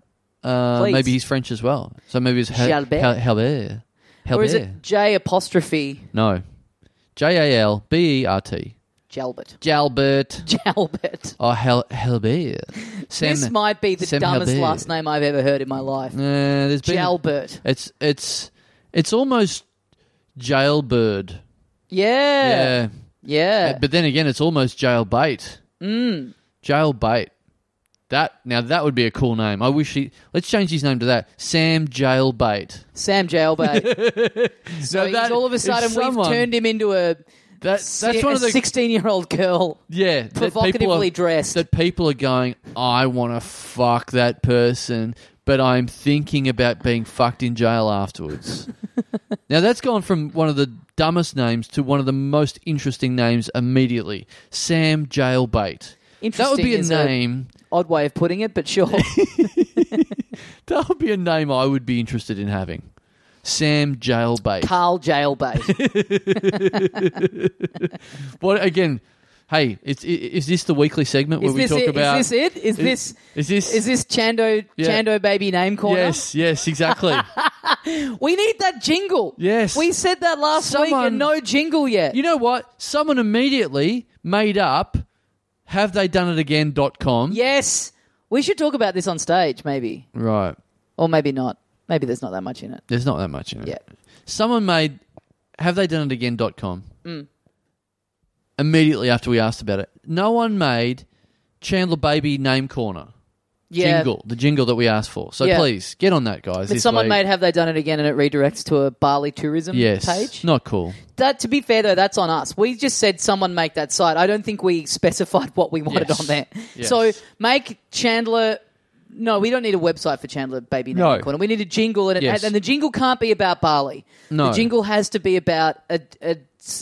Speaker 2: Uh,
Speaker 1: Please.
Speaker 2: maybe he's French as well, so maybe it's ha-
Speaker 1: Jalbert.
Speaker 2: Hal- Halbert. Halbert.
Speaker 1: Or is it J apostrophe
Speaker 2: No, J A L B E R T.
Speaker 1: Jalbert?
Speaker 2: Jalbert.
Speaker 1: Jalbert.
Speaker 2: Oh, Hal- Halbert. Sam.
Speaker 1: this might be the
Speaker 2: Sam
Speaker 1: dumbest
Speaker 2: Halbert.
Speaker 1: last name I've ever heard in my life.
Speaker 2: Uh, there's been
Speaker 1: Jalbert.
Speaker 2: It's it's it's almost jailbird.
Speaker 1: Yeah.
Speaker 2: Yeah.
Speaker 1: Yeah.
Speaker 2: But then again, it's almost jailbait. Mm. Jailbait. That now that would be a cool name. I wish he let's change his name to that. Sam Jailbait.
Speaker 1: Sam Jailbait. so he's
Speaker 2: that-
Speaker 1: all of a
Speaker 2: if
Speaker 1: sudden
Speaker 2: someone-
Speaker 1: we've turned him into a
Speaker 2: That that's one of the
Speaker 1: 16 year old girl.
Speaker 2: yeah that people are-
Speaker 1: provocatively dressed.
Speaker 2: that people are going. I want to fuck that person, but I'm thinking about being fucked in jail afterwards. Now that's gone from one of the dumbest names to one of the most interesting names immediately. Sam Jailbait. That would
Speaker 1: Interesting
Speaker 2: be a
Speaker 1: is a-
Speaker 2: name.
Speaker 1: Odd way of putting it, but sure.
Speaker 2: That would be a name I would be interested in having. Sam Jailbait.
Speaker 1: Carl Jailbait.
Speaker 2: What again? Hey, it's, i- is this the weekly segment
Speaker 1: Is
Speaker 2: where we
Speaker 1: this
Speaker 2: talk
Speaker 1: it?
Speaker 2: about?
Speaker 1: Is this it? Is this
Speaker 2: Is this?
Speaker 1: is this Chando
Speaker 2: Yeah.
Speaker 1: Chando baby name corner?
Speaker 2: yes, yes, exactly.
Speaker 1: We need that jingle.
Speaker 2: Yes.
Speaker 1: We said that last week
Speaker 2: Someone-
Speaker 1: and no jingle yet.
Speaker 2: you know what? Someone immediately made up. Have they done it again? Dot com.
Speaker 1: yes. We should talk about this on stage, maybe.
Speaker 2: Right.
Speaker 1: Or maybe not. Maybe there's not that much in it.
Speaker 2: There's not that much in it.
Speaker 1: Yeah.
Speaker 2: Someone made have they done it again dot com
Speaker 1: Mm.
Speaker 2: immediately after we asked about it. No one made Chandler Baby Name Corner
Speaker 1: Yeah.
Speaker 2: jingle, the jingle that we asked for. So
Speaker 1: Yeah.
Speaker 2: please get on that, guys.
Speaker 1: But
Speaker 2: this
Speaker 1: someone
Speaker 2: week.
Speaker 1: made have they done it again and it redirects to a Bali tourism
Speaker 2: yes,
Speaker 1: page.
Speaker 2: not cool.
Speaker 1: That to be fair though, that's on us. We just said someone make that site. I don't think we specified what we wanted
Speaker 2: Yes.
Speaker 1: on there.
Speaker 2: Yes.
Speaker 1: So make Chandler no, we don't need a website for Chandler Baby
Speaker 2: No.
Speaker 1: Corner. We need a jingle, and, it,
Speaker 2: Yes.
Speaker 1: and the jingle can't be about Bali.
Speaker 2: No.
Speaker 1: the jingle has to be about a, a,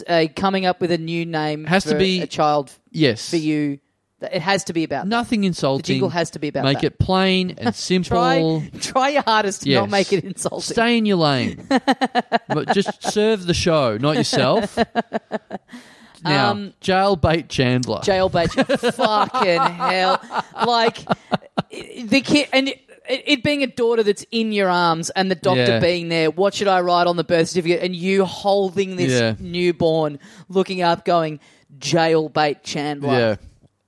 Speaker 1: a coming up with a new name.
Speaker 2: Has to
Speaker 1: for
Speaker 2: be-
Speaker 1: a child
Speaker 2: Yes,
Speaker 1: for you. It has to be about that.
Speaker 2: nothing insulting.
Speaker 1: jingle has to be about
Speaker 2: make
Speaker 1: that.
Speaker 2: it plain and simple.
Speaker 1: Try, try your hardest to
Speaker 2: Yes.
Speaker 1: not make it insulting.
Speaker 2: Stay in your lane, but just serve the show, not yourself. Now,
Speaker 1: Um,
Speaker 2: jailbait Chandler.
Speaker 1: jailbait. you fucking hell! Like i- the kid and. It, it being a daughter that's in your arms and the doctor
Speaker 2: Yeah.
Speaker 1: being there, what should I write on the birth certificate? And you holding this
Speaker 2: Yeah.
Speaker 1: newborn, looking up, going, jailbait Chandler.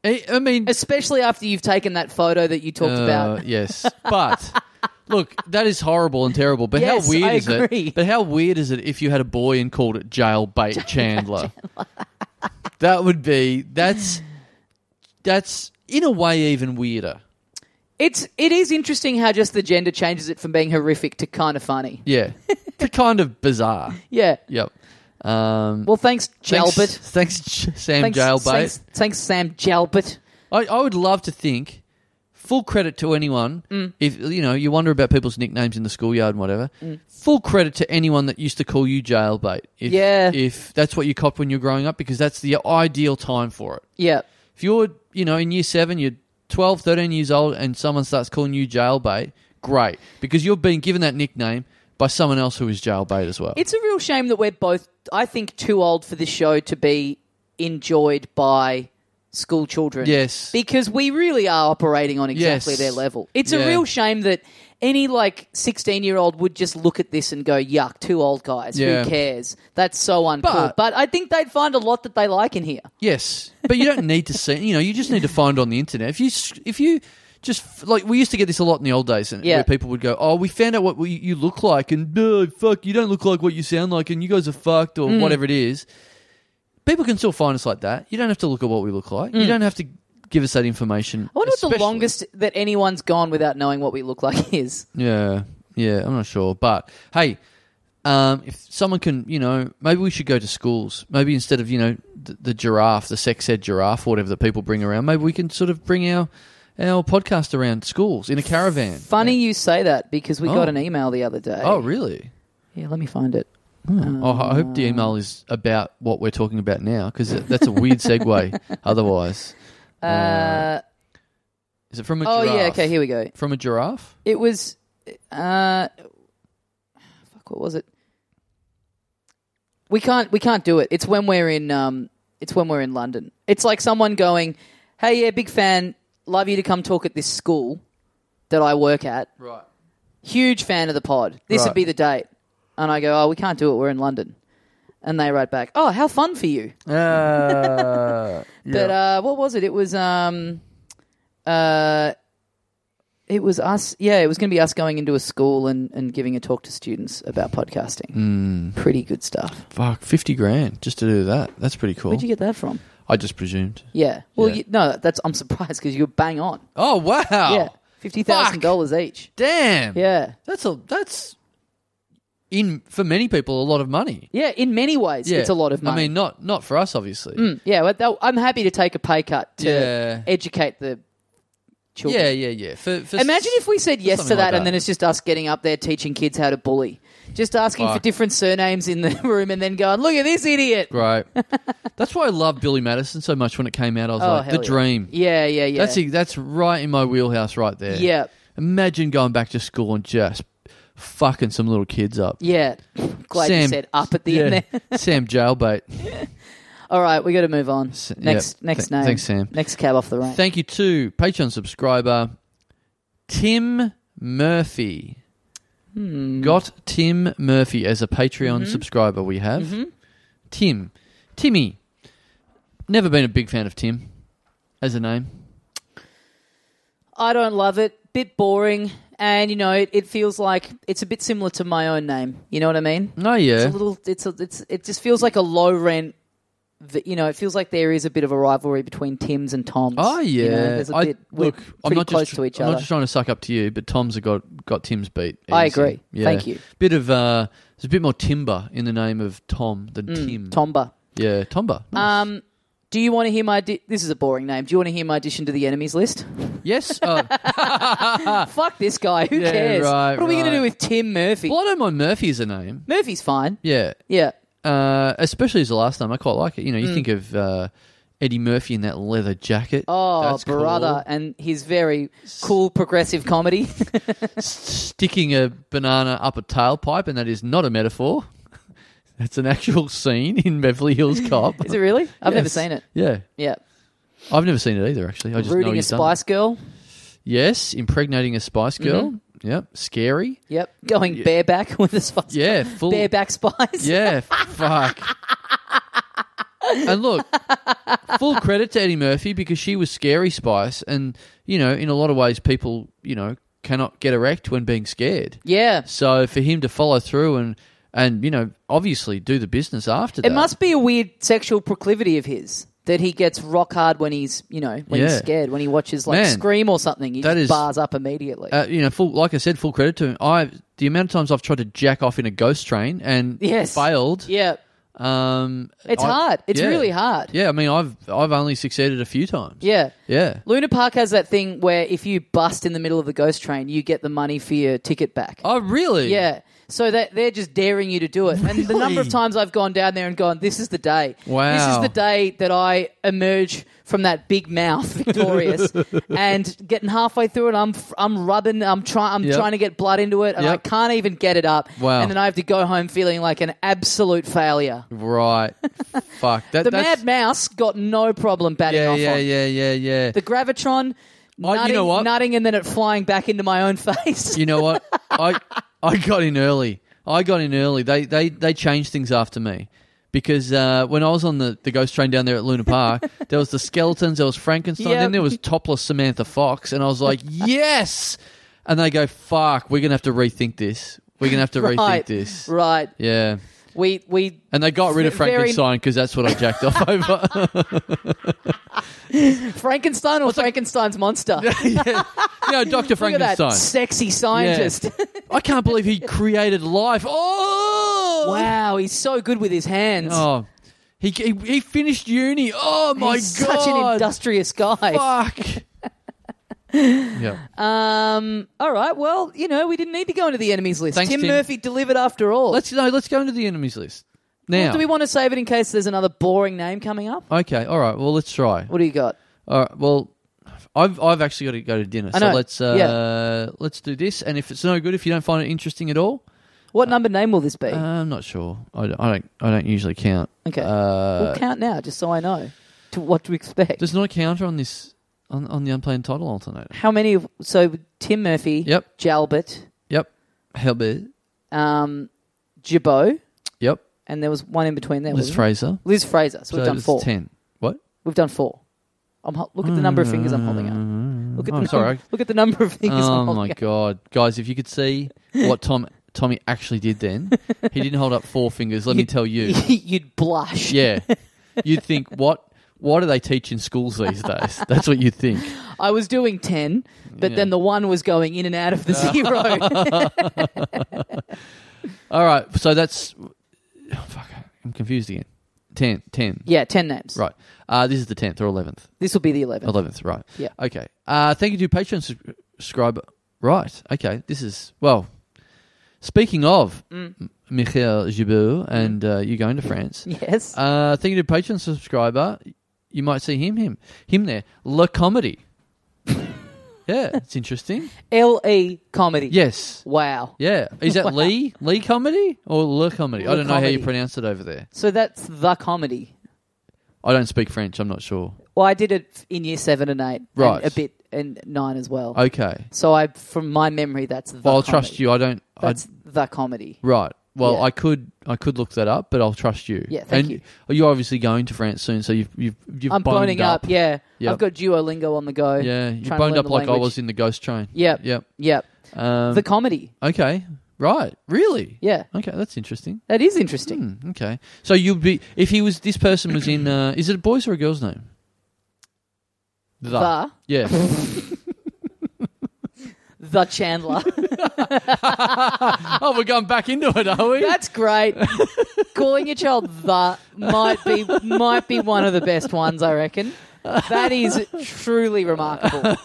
Speaker 2: yeah, I, I mean,
Speaker 1: Especially after you've taken that photo that you talked
Speaker 2: Uh,
Speaker 1: about.
Speaker 2: Yes, but look, that is horrible and terrible. But
Speaker 1: Yes,
Speaker 2: how weird
Speaker 1: I
Speaker 2: is
Speaker 1: agree.
Speaker 2: it? But how weird is it if you had a boy and called it Jailbait Chandler? that would be that's that's in a way even weirder.
Speaker 1: It's it is interesting how just the gender changes it from being horrific to kind of funny.
Speaker 2: Yeah, to kind of bizarre.
Speaker 1: Yeah.
Speaker 2: Yep. Um,
Speaker 1: Well, thanks, Jalbert.
Speaker 2: thanks, thanks, J- Sam
Speaker 1: Thanks,
Speaker 2: Jailbait.
Speaker 1: Thanks, thanks, Sam Jalbert.
Speaker 2: I, I would love to think full credit to anyone if you know you wonder about people's nicknames in the schoolyard and whatever full credit to anyone that used to call you jailbait if,
Speaker 1: Yeah.
Speaker 2: if that's what you cop when you're growing up because that's the ideal time for it
Speaker 1: Yeah.
Speaker 2: if you're you know in year 7 you're 12 13 years old and someone starts calling you jailbait great because you're being given that nickname by someone else who is jailbait as well.
Speaker 1: It's a real shame that we're both, I think, too old for this show to be enjoyed by school children.
Speaker 2: Yes.
Speaker 1: Because we really are operating on exactly
Speaker 2: Yes.
Speaker 1: their level. It's a
Speaker 2: Yeah.
Speaker 1: real shame that any like 16 year old would just look at this and go, yuck, two old guys.
Speaker 2: Yeah.
Speaker 1: Who cares? That's so uncool. But,
Speaker 2: But-
Speaker 1: I think they'd find a lot that they like in here.
Speaker 2: Yes, but you don't need to see. You know, you just need to find on the internet. If you s- if you just like we used to get this a lot in the old days, and
Speaker 1: Yeah.
Speaker 2: where people would go, "Oh, we found out what we, you look like," and no, fuck, you don't look like what you sound like, and you guys are fucked, or
Speaker 1: Mm.
Speaker 2: whatever it is. People can still find us like that. You don't have to look at what we look like. You don't have to give us that information.
Speaker 1: Mm. I wonder what the
Speaker 2: especially-
Speaker 1: longest that anyone's gone without knowing what we look like is.
Speaker 2: Yeah, yeah, I'm not sure, but hey, um, if someone can, you know, maybe we should go to schools. Maybe instead of you know the, the giraffe, the sex ed giraffe, whatever that people bring around, maybe we can sort of bring our our podcast around schools in a caravan.
Speaker 1: Funny you say that because we got
Speaker 2: Oh.
Speaker 1: an email the other day.
Speaker 2: Oh, really?
Speaker 1: Yeah, let me find it. Hmm.
Speaker 2: oh, I hope the email is about what we're talking about now because that's a weird segue. otherwise,
Speaker 1: Uh,
Speaker 2: is it from a
Speaker 1: oh,
Speaker 2: giraffe?
Speaker 1: yeah, okay, here we go.
Speaker 2: From a giraffe?
Speaker 1: It was, uh, fuck, what was it? We can't, we can't do it. It's when we're in, um, it's when we're in London. It's like someone going, "Hey, yeah, big fan, love you to come talk at this school that I work at.
Speaker 2: Right.
Speaker 1: Huge fan of the pod. This would
Speaker 3: Right.
Speaker 1: be the date." And I go, "Oh, we can't do it. We're in London." And they write back, "Oh, how fun for you." But uh, what was it? It was um, uh, it was us. Yeah, it was going to be us going into a school and, and giving a talk to students about podcasting.
Speaker 2: Hmm.
Speaker 1: Pretty good stuff.
Speaker 2: fuck, fifty grand just to do that. That's pretty cool.
Speaker 1: Where'd you get that from?
Speaker 2: I just presumed.
Speaker 1: Yeah. Well,
Speaker 2: Yeah.
Speaker 1: You, no, that's I'm surprised because you're bang on.
Speaker 2: Oh wow!
Speaker 1: Yeah, fifty thousand dollars each.
Speaker 2: Damn.
Speaker 1: Yeah.
Speaker 2: That's a that's in for many people a lot of money.
Speaker 1: Yeah, in many ways, it's a lot of money. Mm, Hmm.
Speaker 2: I mean, not not for us, obviously.
Speaker 1: yeah, but that, I'm happy to take a pay cut to
Speaker 2: Yeah.
Speaker 1: educate the children.
Speaker 2: Yeah, yeah, yeah. For, for
Speaker 1: Imagine if we said yes to
Speaker 2: something
Speaker 1: that,
Speaker 2: like
Speaker 1: and then it's just us getting up there teaching kids how to bully. Just asking for
Speaker 2: Fuck.
Speaker 1: different surnames in the room and then going, look at this idiot.
Speaker 2: right. that's why I love Billy Madison so much. When it came out, I was
Speaker 1: Oh,
Speaker 2: like,
Speaker 1: hell
Speaker 2: the
Speaker 1: yeah.
Speaker 2: dream.
Speaker 1: Yeah, yeah, yeah.
Speaker 2: That's that's right in my wheelhouse, right there.
Speaker 1: Yeah.
Speaker 2: Imagine going back to school and just fucking some little kids up.
Speaker 1: Yeah. Glad you
Speaker 2: Sam-
Speaker 1: said up at the end there.
Speaker 2: Sam Jailbait.
Speaker 1: All right, we got to move on.
Speaker 2: S-
Speaker 1: Next,
Speaker 2: yeah.
Speaker 1: next
Speaker 2: Th-
Speaker 1: name.
Speaker 2: thanks, Sam.
Speaker 1: Next cab off the rank.
Speaker 2: Thank you to Patreon subscriber Tim Murphy.
Speaker 1: Hmm.
Speaker 2: Got Tim Murphy as a Patreon
Speaker 1: Mm-hmm.
Speaker 2: subscriber. We have Tim, Timmy. Never been a big fan of Tim as a name.
Speaker 1: I don't love it. Bit boring. And, you know, it, it feels like it's a bit similar to my own name. You know what I mean?
Speaker 2: No, yeah,
Speaker 1: It's a little, it's, a, it's, it just feels like a low rent. v- You know, it feels like there is a bit of a rivalry between Tim's and Tom's.
Speaker 2: oh yeah.
Speaker 1: You know, there's a
Speaker 2: I-
Speaker 1: bit, we're
Speaker 2: look,
Speaker 1: pretty
Speaker 2: I'm not
Speaker 1: close
Speaker 2: just
Speaker 1: to each
Speaker 2: I'm
Speaker 1: other.
Speaker 2: not just trying to suck up to you, but Tom's have got got Tim's beat.
Speaker 1: I
Speaker 2: easy.
Speaker 1: agree.
Speaker 2: Yeah.
Speaker 1: Thank you.
Speaker 2: Bit of uh, there's a bit more timber in the name of Tom than Tim.
Speaker 1: hmm, Tomba.
Speaker 2: yeah, Tomber. Nice.
Speaker 1: Mm. Um, do you want to hear my? Di- this is a boring name. Do you want to hear my addition to the enemies list?
Speaker 2: yes. Uh,
Speaker 1: Fuck this guy. Who
Speaker 2: Ah. Yeah,
Speaker 1: cares?
Speaker 2: right,
Speaker 1: what are we going to
Speaker 2: right.
Speaker 1: do with Tim Murphy?
Speaker 2: Well, I don't mind Murphy as a name.
Speaker 1: Murphy's fine.
Speaker 2: Yeah,
Speaker 1: Yeah.
Speaker 2: uh, especially as the last name. I quite like it. You know, you
Speaker 1: Hmm.
Speaker 2: think of uh, Eddie Murphy in that leather jacket.
Speaker 1: Oh,
Speaker 2: That's cool.
Speaker 1: brother, and his very cool progressive comedy.
Speaker 2: Sticking a banana up a tailpipe, and that is not a metaphor. That's an actual scene in Beverly Hills Cop.
Speaker 1: is it really? I've never
Speaker 2: Yes.
Speaker 1: seen it.
Speaker 2: Yeah,
Speaker 1: Yeah.
Speaker 2: I've never seen it either. Actually, I just know
Speaker 1: Rooting a
Speaker 2: he's done it.
Speaker 1: Spice Mm-hmm. Girl.
Speaker 2: Yes, impregnating a Spice Girl. Yep, scary.
Speaker 1: Yep. Going bareback with a Spice
Speaker 2: Yeah,
Speaker 1: Girl.
Speaker 2: full.
Speaker 1: Bareback Spice.
Speaker 2: Yeah, fuck. and look, full credit to Eddie Murphy because she was scary spice, and you know, in a lot of ways, people you know cannot get erect when being scared.
Speaker 1: Yeah.
Speaker 2: So for him to follow through and and you know obviously do the business after
Speaker 1: It
Speaker 2: that,
Speaker 1: must be a weird sexual proclivity of his that he gets rock hard when he's, you know, when he's
Speaker 2: Yeah.
Speaker 1: scared, when he watches like
Speaker 2: Man,
Speaker 1: Scream or something. He
Speaker 2: that
Speaker 1: just
Speaker 2: is-
Speaker 1: bars up immediately.
Speaker 2: uh, you know, full like I said, full credit to him. I the amount of times I've tried to jack off in a ghost train and
Speaker 1: Yes.
Speaker 2: failed.
Speaker 1: yeah.
Speaker 2: Um,
Speaker 1: It's
Speaker 2: I-
Speaker 1: hard. It's
Speaker 2: yeah.
Speaker 1: really hard.
Speaker 2: Yeah, I mean, I've I've only succeeded a few times.
Speaker 1: Yeah.
Speaker 2: yeah.
Speaker 1: Luna Park has that thing where if you bust in the middle of the ghost train, you get the money for your ticket back.
Speaker 2: Oh, really?
Speaker 1: Yeah. So that they're just daring you to do it. And the number of times I've gone down there and gone, this is the day.
Speaker 2: Wow.
Speaker 1: This is the day that I emerge from that big mouth victorious and getting halfway through it I'm f- I'm rubbing I'm trying I'm
Speaker 2: Yep.
Speaker 1: trying to get blood into it and I
Speaker 2: Yep.
Speaker 1: can't even get it up
Speaker 2: Wow.
Speaker 1: and then I have to go home feeling like an absolute failure.
Speaker 2: Right. Fuck. That,
Speaker 1: The
Speaker 2: that's,
Speaker 1: Mad Mouse got no problem batting
Speaker 2: Yeah,
Speaker 1: off
Speaker 2: yeah,
Speaker 1: on.
Speaker 2: yeah, yeah, yeah.
Speaker 1: The Gravitron,
Speaker 2: Oh, you
Speaker 1: nutting,
Speaker 2: know what?
Speaker 1: nutting and then it flying back into my own face.
Speaker 2: You know what? I I got in early. I got in early. They they they changed things after me because uh, when I was on the, the ghost train down there at Luna Park, there was the skeletons, there was Frankenstein,
Speaker 1: Yep.
Speaker 2: then there was topless Samantha Fox, and I was like, yes. And they go, fuck, we're gonna have to rethink this. We're gonna have to
Speaker 1: right,
Speaker 2: rethink this.
Speaker 1: right.
Speaker 2: Yeah.
Speaker 1: We we
Speaker 2: And they got rid of
Speaker 1: Very-
Speaker 2: Frankenstein because that's what I jacked off over.
Speaker 1: Frankenstein or Frankenstein's monster.
Speaker 2: yeah. You know,
Speaker 1: Look
Speaker 2: Dr.
Speaker 1: at that
Speaker 2: Frankenstein.
Speaker 1: sexy scientist.
Speaker 2: I can't believe he created life. Oh!
Speaker 1: wow, he's so good with his hands.
Speaker 2: Oh, he, he he finished uni. Oh my
Speaker 1: he's
Speaker 2: god!
Speaker 1: such an industrious guy.
Speaker 2: Fuck. yeah.
Speaker 1: Um, all right. Well, you know, we didn't need to go into the enemies list.
Speaker 2: Thanks, Tim.
Speaker 1: Murphy delivered after all.
Speaker 2: Let's no. Let's go into the enemies list now.
Speaker 1: Do we want to save it in case there's another boring name coming up?
Speaker 2: okay. All right. Well, let's try.
Speaker 1: What do you got?
Speaker 2: All right. Well. I've, I've actually got to go to dinner,
Speaker 1: I
Speaker 2: so
Speaker 1: know.
Speaker 2: let's uh, let's do this. And if it's no good, if you don't find it interesting at all,
Speaker 1: What number name will this be?
Speaker 2: uh, I'm not sure. I don't, I don't I don't usually count.
Speaker 1: okay.
Speaker 2: Uh,
Speaker 1: we'll count now, just so I know to what to expect.
Speaker 2: there's not a counter on this on, on the unplanned title alternator.
Speaker 1: How many? of- So Tim Murphy.
Speaker 2: Yep.
Speaker 1: Jalbert.
Speaker 2: Yep. Helbert.
Speaker 1: Um, Jabot.
Speaker 2: Yep.
Speaker 1: And there was one in between there.
Speaker 2: Liz
Speaker 1: wasn't
Speaker 2: Fraser.
Speaker 1: there? Liz Fraser. So, we've
Speaker 2: So
Speaker 1: done
Speaker 2: it's
Speaker 1: four.
Speaker 2: ten. What?
Speaker 1: We've done four. I'm ho- look at the number of fingers I'm holding up. Look at
Speaker 2: Mm. I'm
Speaker 1: the
Speaker 2: sorry, I-
Speaker 1: Look at the number of fingers.
Speaker 2: Oh
Speaker 1: I'm holding
Speaker 2: my
Speaker 1: up.
Speaker 2: god, guys! If you could see what Tom Tommy actually did, then he didn't hold up four fingers. Let me tell you,
Speaker 1: You'd blush.
Speaker 2: yeah, you'd think what what do they teach in schools these days? That's what you'd think.
Speaker 1: I was doing 10, but
Speaker 2: Yeah.
Speaker 1: then the 1 was going in and out of the 0.
Speaker 2: All right, so that's oh, fuck. I'm confused again. Ten, ten.
Speaker 1: yeah, 10 names.
Speaker 2: Right. Uh, this is the tenth or eleventh.
Speaker 1: This will be the 11th.
Speaker 2: Eleventh. Right.
Speaker 1: Yeah.
Speaker 2: Okay. Uh, thank you to Patreon sus- subscriber. Right. Okay. This is well. Speaking of
Speaker 1: Mm.
Speaker 2: M- Michael Gibault and uh, you going to France.
Speaker 1: Yes.
Speaker 2: Uh, thank you to Patreon subscriber. You might see him, him, him there. La comedy. yeah, it's interesting.
Speaker 1: LE E comedy.
Speaker 2: Yes.
Speaker 1: Wow.
Speaker 2: Yeah. Is that Lee? Lee comedy or Le comedy?
Speaker 1: Le
Speaker 2: I don't know how you
Speaker 1: Comedy.
Speaker 2: pronounce it over there.
Speaker 1: So that's the comedy.
Speaker 2: I don't speak French. I'm not sure.
Speaker 1: Well, I did it in year 7 and 8. and
Speaker 2: Right.
Speaker 1: a bit and 9 as well.
Speaker 2: Okay.
Speaker 1: So I from my memory that's the
Speaker 2: Well, I'll
Speaker 1: comedy.
Speaker 2: trust you. I don't. I,
Speaker 1: That's the comedy.
Speaker 2: right. Well,
Speaker 1: Yeah.
Speaker 2: I could I could look that up, but I'll trust you.
Speaker 1: Yeah, thank
Speaker 2: and
Speaker 1: you.
Speaker 2: You're obviously going to France soon, so you've you've you've
Speaker 1: I'm
Speaker 2: boned
Speaker 1: boning up. Yeah.
Speaker 2: Yep.
Speaker 1: I've got Duolingo on the go.
Speaker 2: Yeah,
Speaker 1: Trying
Speaker 2: you
Speaker 1: to
Speaker 2: boned
Speaker 1: learn
Speaker 2: up
Speaker 1: the
Speaker 2: like I
Speaker 1: language.
Speaker 2: was in the Ghost Train.
Speaker 1: Yep.
Speaker 2: Yep.
Speaker 1: Yep.
Speaker 2: Um,
Speaker 1: the comedy.
Speaker 2: okay. Right. Really.
Speaker 1: Yeah.
Speaker 2: Okay, that's interesting.
Speaker 1: That is interesting.
Speaker 2: Hmm, okay, so you'd be if he was this person was in. Uh, is it a boy's or a girl's name? hmm,
Speaker 1: The
Speaker 2: Yeah.
Speaker 1: the Chandler.
Speaker 2: oh, we're going back into it, are we?
Speaker 1: That's great. Calling your child the might be might be one of the best ones, I reckon. That is truly remarkable.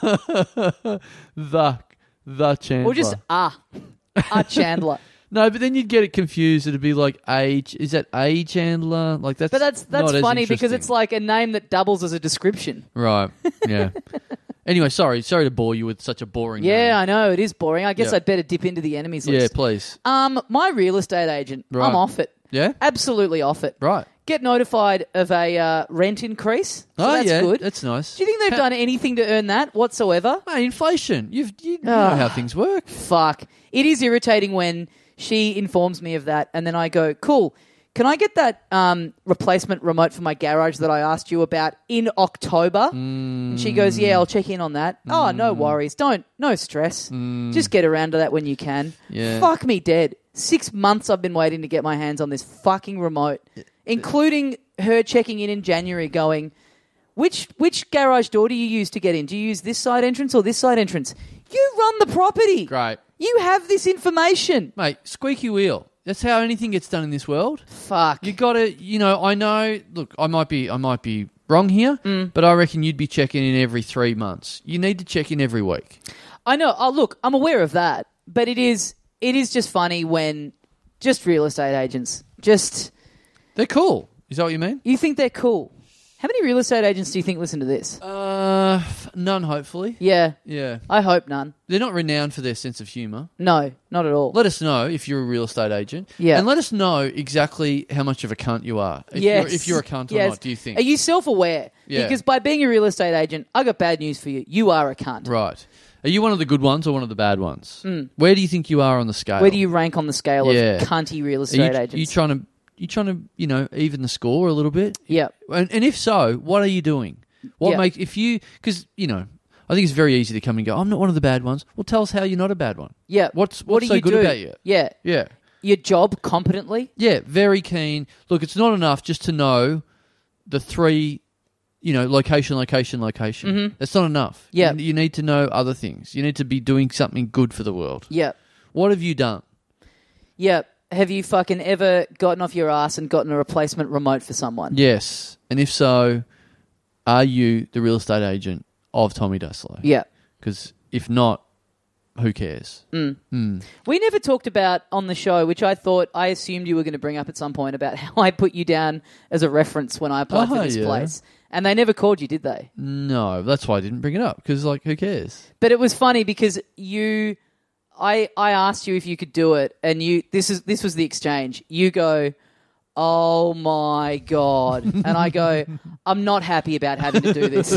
Speaker 2: the the Chandler.
Speaker 1: Or just ah, ah Chandler.
Speaker 2: no, but then you'd get it confused. It'd be like a. Is that a Chandler? Like that's.
Speaker 1: But that's that's
Speaker 2: not as
Speaker 1: funny because
Speaker 2: interesting.
Speaker 1: it's like a name that doubles as a description.
Speaker 2: Right. Yeah. anyway, sorry, sorry to bore you with such a boring.
Speaker 1: Yeah,
Speaker 2: name.
Speaker 1: I know it is boring. I guess
Speaker 2: Yeah.
Speaker 1: I'd better dip into the enemies
Speaker 2: yeah.
Speaker 1: list.
Speaker 2: Please.
Speaker 1: Um, my real estate agent.
Speaker 2: Right.
Speaker 1: I'm off it.
Speaker 2: Yeah.
Speaker 1: Absolutely off it.
Speaker 2: Right.
Speaker 1: Get notified of a uh, rent increase. So
Speaker 2: oh
Speaker 1: that's
Speaker 2: yeah.
Speaker 1: good.
Speaker 2: That's nice.
Speaker 1: Do you think they've done anything to earn that whatsoever?
Speaker 2: Mate, inflation. You've you, you know
Speaker 1: Ah.
Speaker 2: how things work.
Speaker 1: fuck. It is irritating when she informs me of that, and then I go, cool. Can I get that um, replacement remote for my garage that I asked you about in October? And she goes, Yeah, I'll check in on that. Oh, no worries. Don't, no stress. Just get around to that when you can.
Speaker 2: Yeah.
Speaker 1: Fuck me dead. Six months I've been waiting to get my hands on this fucking remote, including her checking in in January going, which which garage door do you use to get in? Do you use this side entrance or this side entrance? You run the property.
Speaker 2: Great.
Speaker 1: You have this information.
Speaker 2: mate. Squeaky wheel. That's how anything gets done in this world.
Speaker 1: Fuck.
Speaker 2: You got to, you know. I know. Look, I might be, I might be wrong here,
Speaker 1: Mm.
Speaker 2: but I reckon you'd be checking in every three months. You need to check in every week.
Speaker 1: I know. Oh, look, I'm aware of that, but it is it is just funny when Just real estate agents. Just
Speaker 2: They're cool. Is that what you mean?
Speaker 1: you think they're cool. How many real estate agents do you think listen to this?
Speaker 2: Uh, f- none, hopefully.
Speaker 1: Yeah,
Speaker 2: Yeah.
Speaker 1: I hope none.
Speaker 2: They're not renowned for their sense of humour.
Speaker 1: No, not at all.
Speaker 2: Let us know if you're a real estate agent.
Speaker 1: Yeah.
Speaker 2: And let us know exactly how much of a cunt you are. If,
Speaker 1: yes.
Speaker 2: you're, if you're a cunt or
Speaker 1: Yes.
Speaker 2: not, do you think?
Speaker 1: Are you self-aware?
Speaker 2: Yeah.
Speaker 1: Because by being a real estate agent, I got bad news for you. You are a cunt.
Speaker 2: right. Are you one of the good ones or one of the bad ones? Where do you think you are on the scale?
Speaker 1: Mm. Where do you rank on the scale
Speaker 2: Yeah.
Speaker 1: of cunty real
Speaker 2: are you,
Speaker 1: estate agents?
Speaker 2: you trying to you trying to you know even the score a little bit?
Speaker 1: Yeah.
Speaker 2: And, and if so, what are you doing? What
Speaker 1: Yeah.
Speaker 2: make if you because you know I think it's very easy to come and go. I'm not one of the bad ones. Well, tell us how you're not a bad one.
Speaker 1: yeah.
Speaker 2: What's what's
Speaker 1: what do
Speaker 2: so
Speaker 1: you
Speaker 2: good
Speaker 1: do?
Speaker 2: about you?
Speaker 1: Yeah.
Speaker 2: Yeah.
Speaker 1: Your job competently.
Speaker 2: Yeah, very keen. Look, it's not enough just to know the three, you know, location, location, location. That's not enough.
Speaker 1: Mm-hmm. Yeah.
Speaker 2: You, you need to know other things. You need to be doing something good for the world.
Speaker 1: Yeah.
Speaker 2: What have you done?
Speaker 1: Yeah. Have you fucking ever gotten off your ass and gotten a replacement remote for someone?
Speaker 2: Yes. And if so, are you the real estate agent of Tommy Daslow?
Speaker 1: Yeah.
Speaker 2: Because if not, who cares?
Speaker 1: Mm. We never talked about on the show, which I thought I assumed you were going to bring up at some point about how I put you down as a reference when I applied
Speaker 2: Oh,
Speaker 1: for this
Speaker 2: yeah.
Speaker 1: place. And they never called you, did they?
Speaker 2: No, that's why I didn't bring it up. Because, like, who cares?
Speaker 1: But it was funny because you, I, I asked you if you could do it, and you. This is this was the exchange. You go, oh my god, and I go, I'm not happy about having to do this.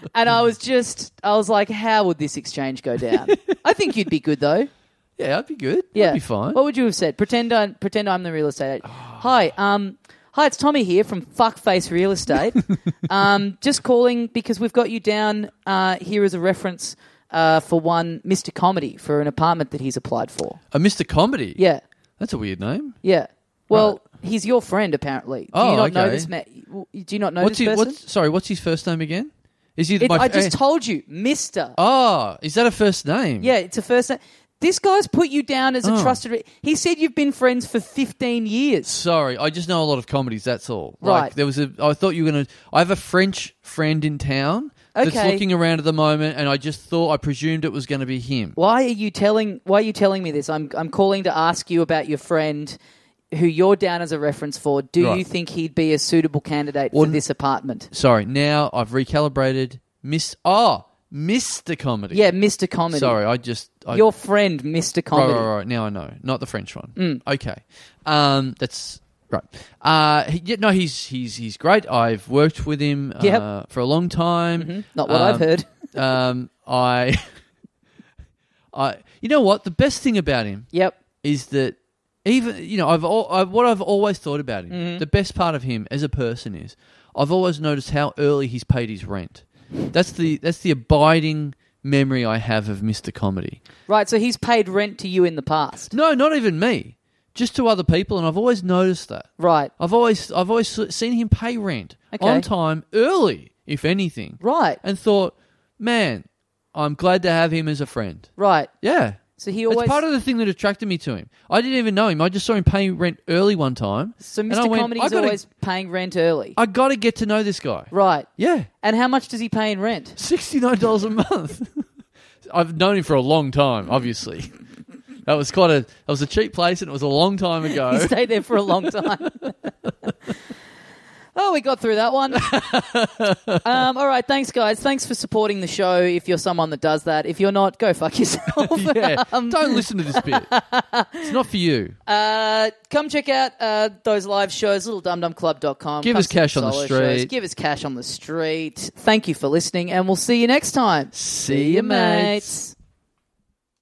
Speaker 1: and I was just, I was like, how would this exchange go down? I think you'd be good though.
Speaker 2: Yeah, I'd be good.
Speaker 1: Yeah, Oh.
Speaker 2: I'd be fine.
Speaker 1: What would you have said? Pretend I pretend I'm the real estate. agent. Hi, um, hi, it's Tommy here from Fuckface Real Estate. um, just calling because we've got you down uh, here as a reference uh, for one Mister Comedy for an apartment that he's applied for.
Speaker 2: I missed a comedy.
Speaker 1: Yeah,
Speaker 2: That's a weird name.
Speaker 1: yeah. Well, he's your friend apparently. Do
Speaker 2: Oh,
Speaker 1: you not know
Speaker 2: okay.
Speaker 1: this man? Do you not know
Speaker 2: What's
Speaker 1: this
Speaker 2: his,
Speaker 1: person?
Speaker 2: what's, sorry, what's his first name again? Is he
Speaker 1: It-
Speaker 2: my
Speaker 1: I just
Speaker 2: eh,
Speaker 1: told you, Mister.
Speaker 2: Oh, is that a first name?
Speaker 1: Yeah, it's a first name. This guy's put you down as a
Speaker 2: Oh.
Speaker 1: trusted. Re- he said you've been friends for fifteen years.
Speaker 2: Sorry, I just know a lot of comedies, that's all.
Speaker 1: Right.
Speaker 2: Like there was a I thought you were gonna I have a French friend in town that's
Speaker 1: Okay.
Speaker 2: looking around at the moment and I just thought I presumed it was gonna be him.
Speaker 1: Why are you telling? Why are you telling me this? I'm I'm calling to ask you about your friend, who you're down as a reference for. Do
Speaker 2: Right.
Speaker 1: you think he'd be a suitable candidate
Speaker 2: Well,
Speaker 1: for this apartment?
Speaker 2: Sorry, now I've recalibrated Miss Oh, Mr. Comedy.
Speaker 1: Yeah, Mr. Comedy.
Speaker 2: Sorry, I just I,
Speaker 1: your friend, Mr.
Speaker 2: right,
Speaker 1: Comedy. Mm.
Speaker 2: right, right, now I know. Not the French one. Okay. Um that's right. Uh he, yeah, no, he's he's he's great. I've worked with him uh,
Speaker 1: Yep. Mm-hmm.
Speaker 2: for a long time.
Speaker 1: Not what I've
Speaker 2: Um,
Speaker 1: heard.
Speaker 2: um, I, I, you know what? The best thing about him
Speaker 1: Yep.
Speaker 2: is that even you know I've, al- i what I've always thought about him.
Speaker 1: Mm-hmm.
Speaker 2: The best part of him as a person is I've always noticed how early he's paid his rent. That's the that's the abiding memory I have of Mister Comedy.
Speaker 1: Right. So he's paid rent to you in the past.
Speaker 2: No, not even me, just to other people, and I've always noticed that.
Speaker 1: Right.
Speaker 2: I've always I've always seen him pay rent
Speaker 1: Okay.
Speaker 2: on time, early, if anything,
Speaker 1: Right.
Speaker 2: and thought, man, I'm glad to have him as a friend.
Speaker 1: Right.
Speaker 2: Yeah.
Speaker 1: So he always.
Speaker 2: it's part of the thing that attracted me to him. I didn't even know him. I just saw him paying rent early one time.
Speaker 1: so
Speaker 2: and I
Speaker 1: Mr.
Speaker 2: went,
Speaker 1: Comedy's
Speaker 2: I gotta,
Speaker 1: always paying rent early.
Speaker 2: I got to get to know this guy.
Speaker 1: right.
Speaker 2: Yeah,
Speaker 1: And how much does he pay in rent?
Speaker 2: sixty nine dollars a month. I've known him for a long time. Obviously, that was quite a that was a cheap place, and it was a long time
Speaker 1: He
Speaker 2: ago.
Speaker 1: stayed there for a long time. oh, we got through that one. um, all right, thanks, guys. Thanks for supporting the show. If you're someone that does that, if you're not, go fuck yourself.
Speaker 2: yeah,
Speaker 1: Um
Speaker 2: don't listen to this bit. It's not for you.
Speaker 1: uh, come check out uh, those live shows, littledumdumclub.com.
Speaker 2: Give
Speaker 1: Come
Speaker 2: us
Speaker 1: see the
Speaker 2: cash on the
Speaker 1: solo shows.
Speaker 2: street.
Speaker 1: Give us cash on the street. Thank you for listening, and we'll see you next time.
Speaker 2: See you, mates.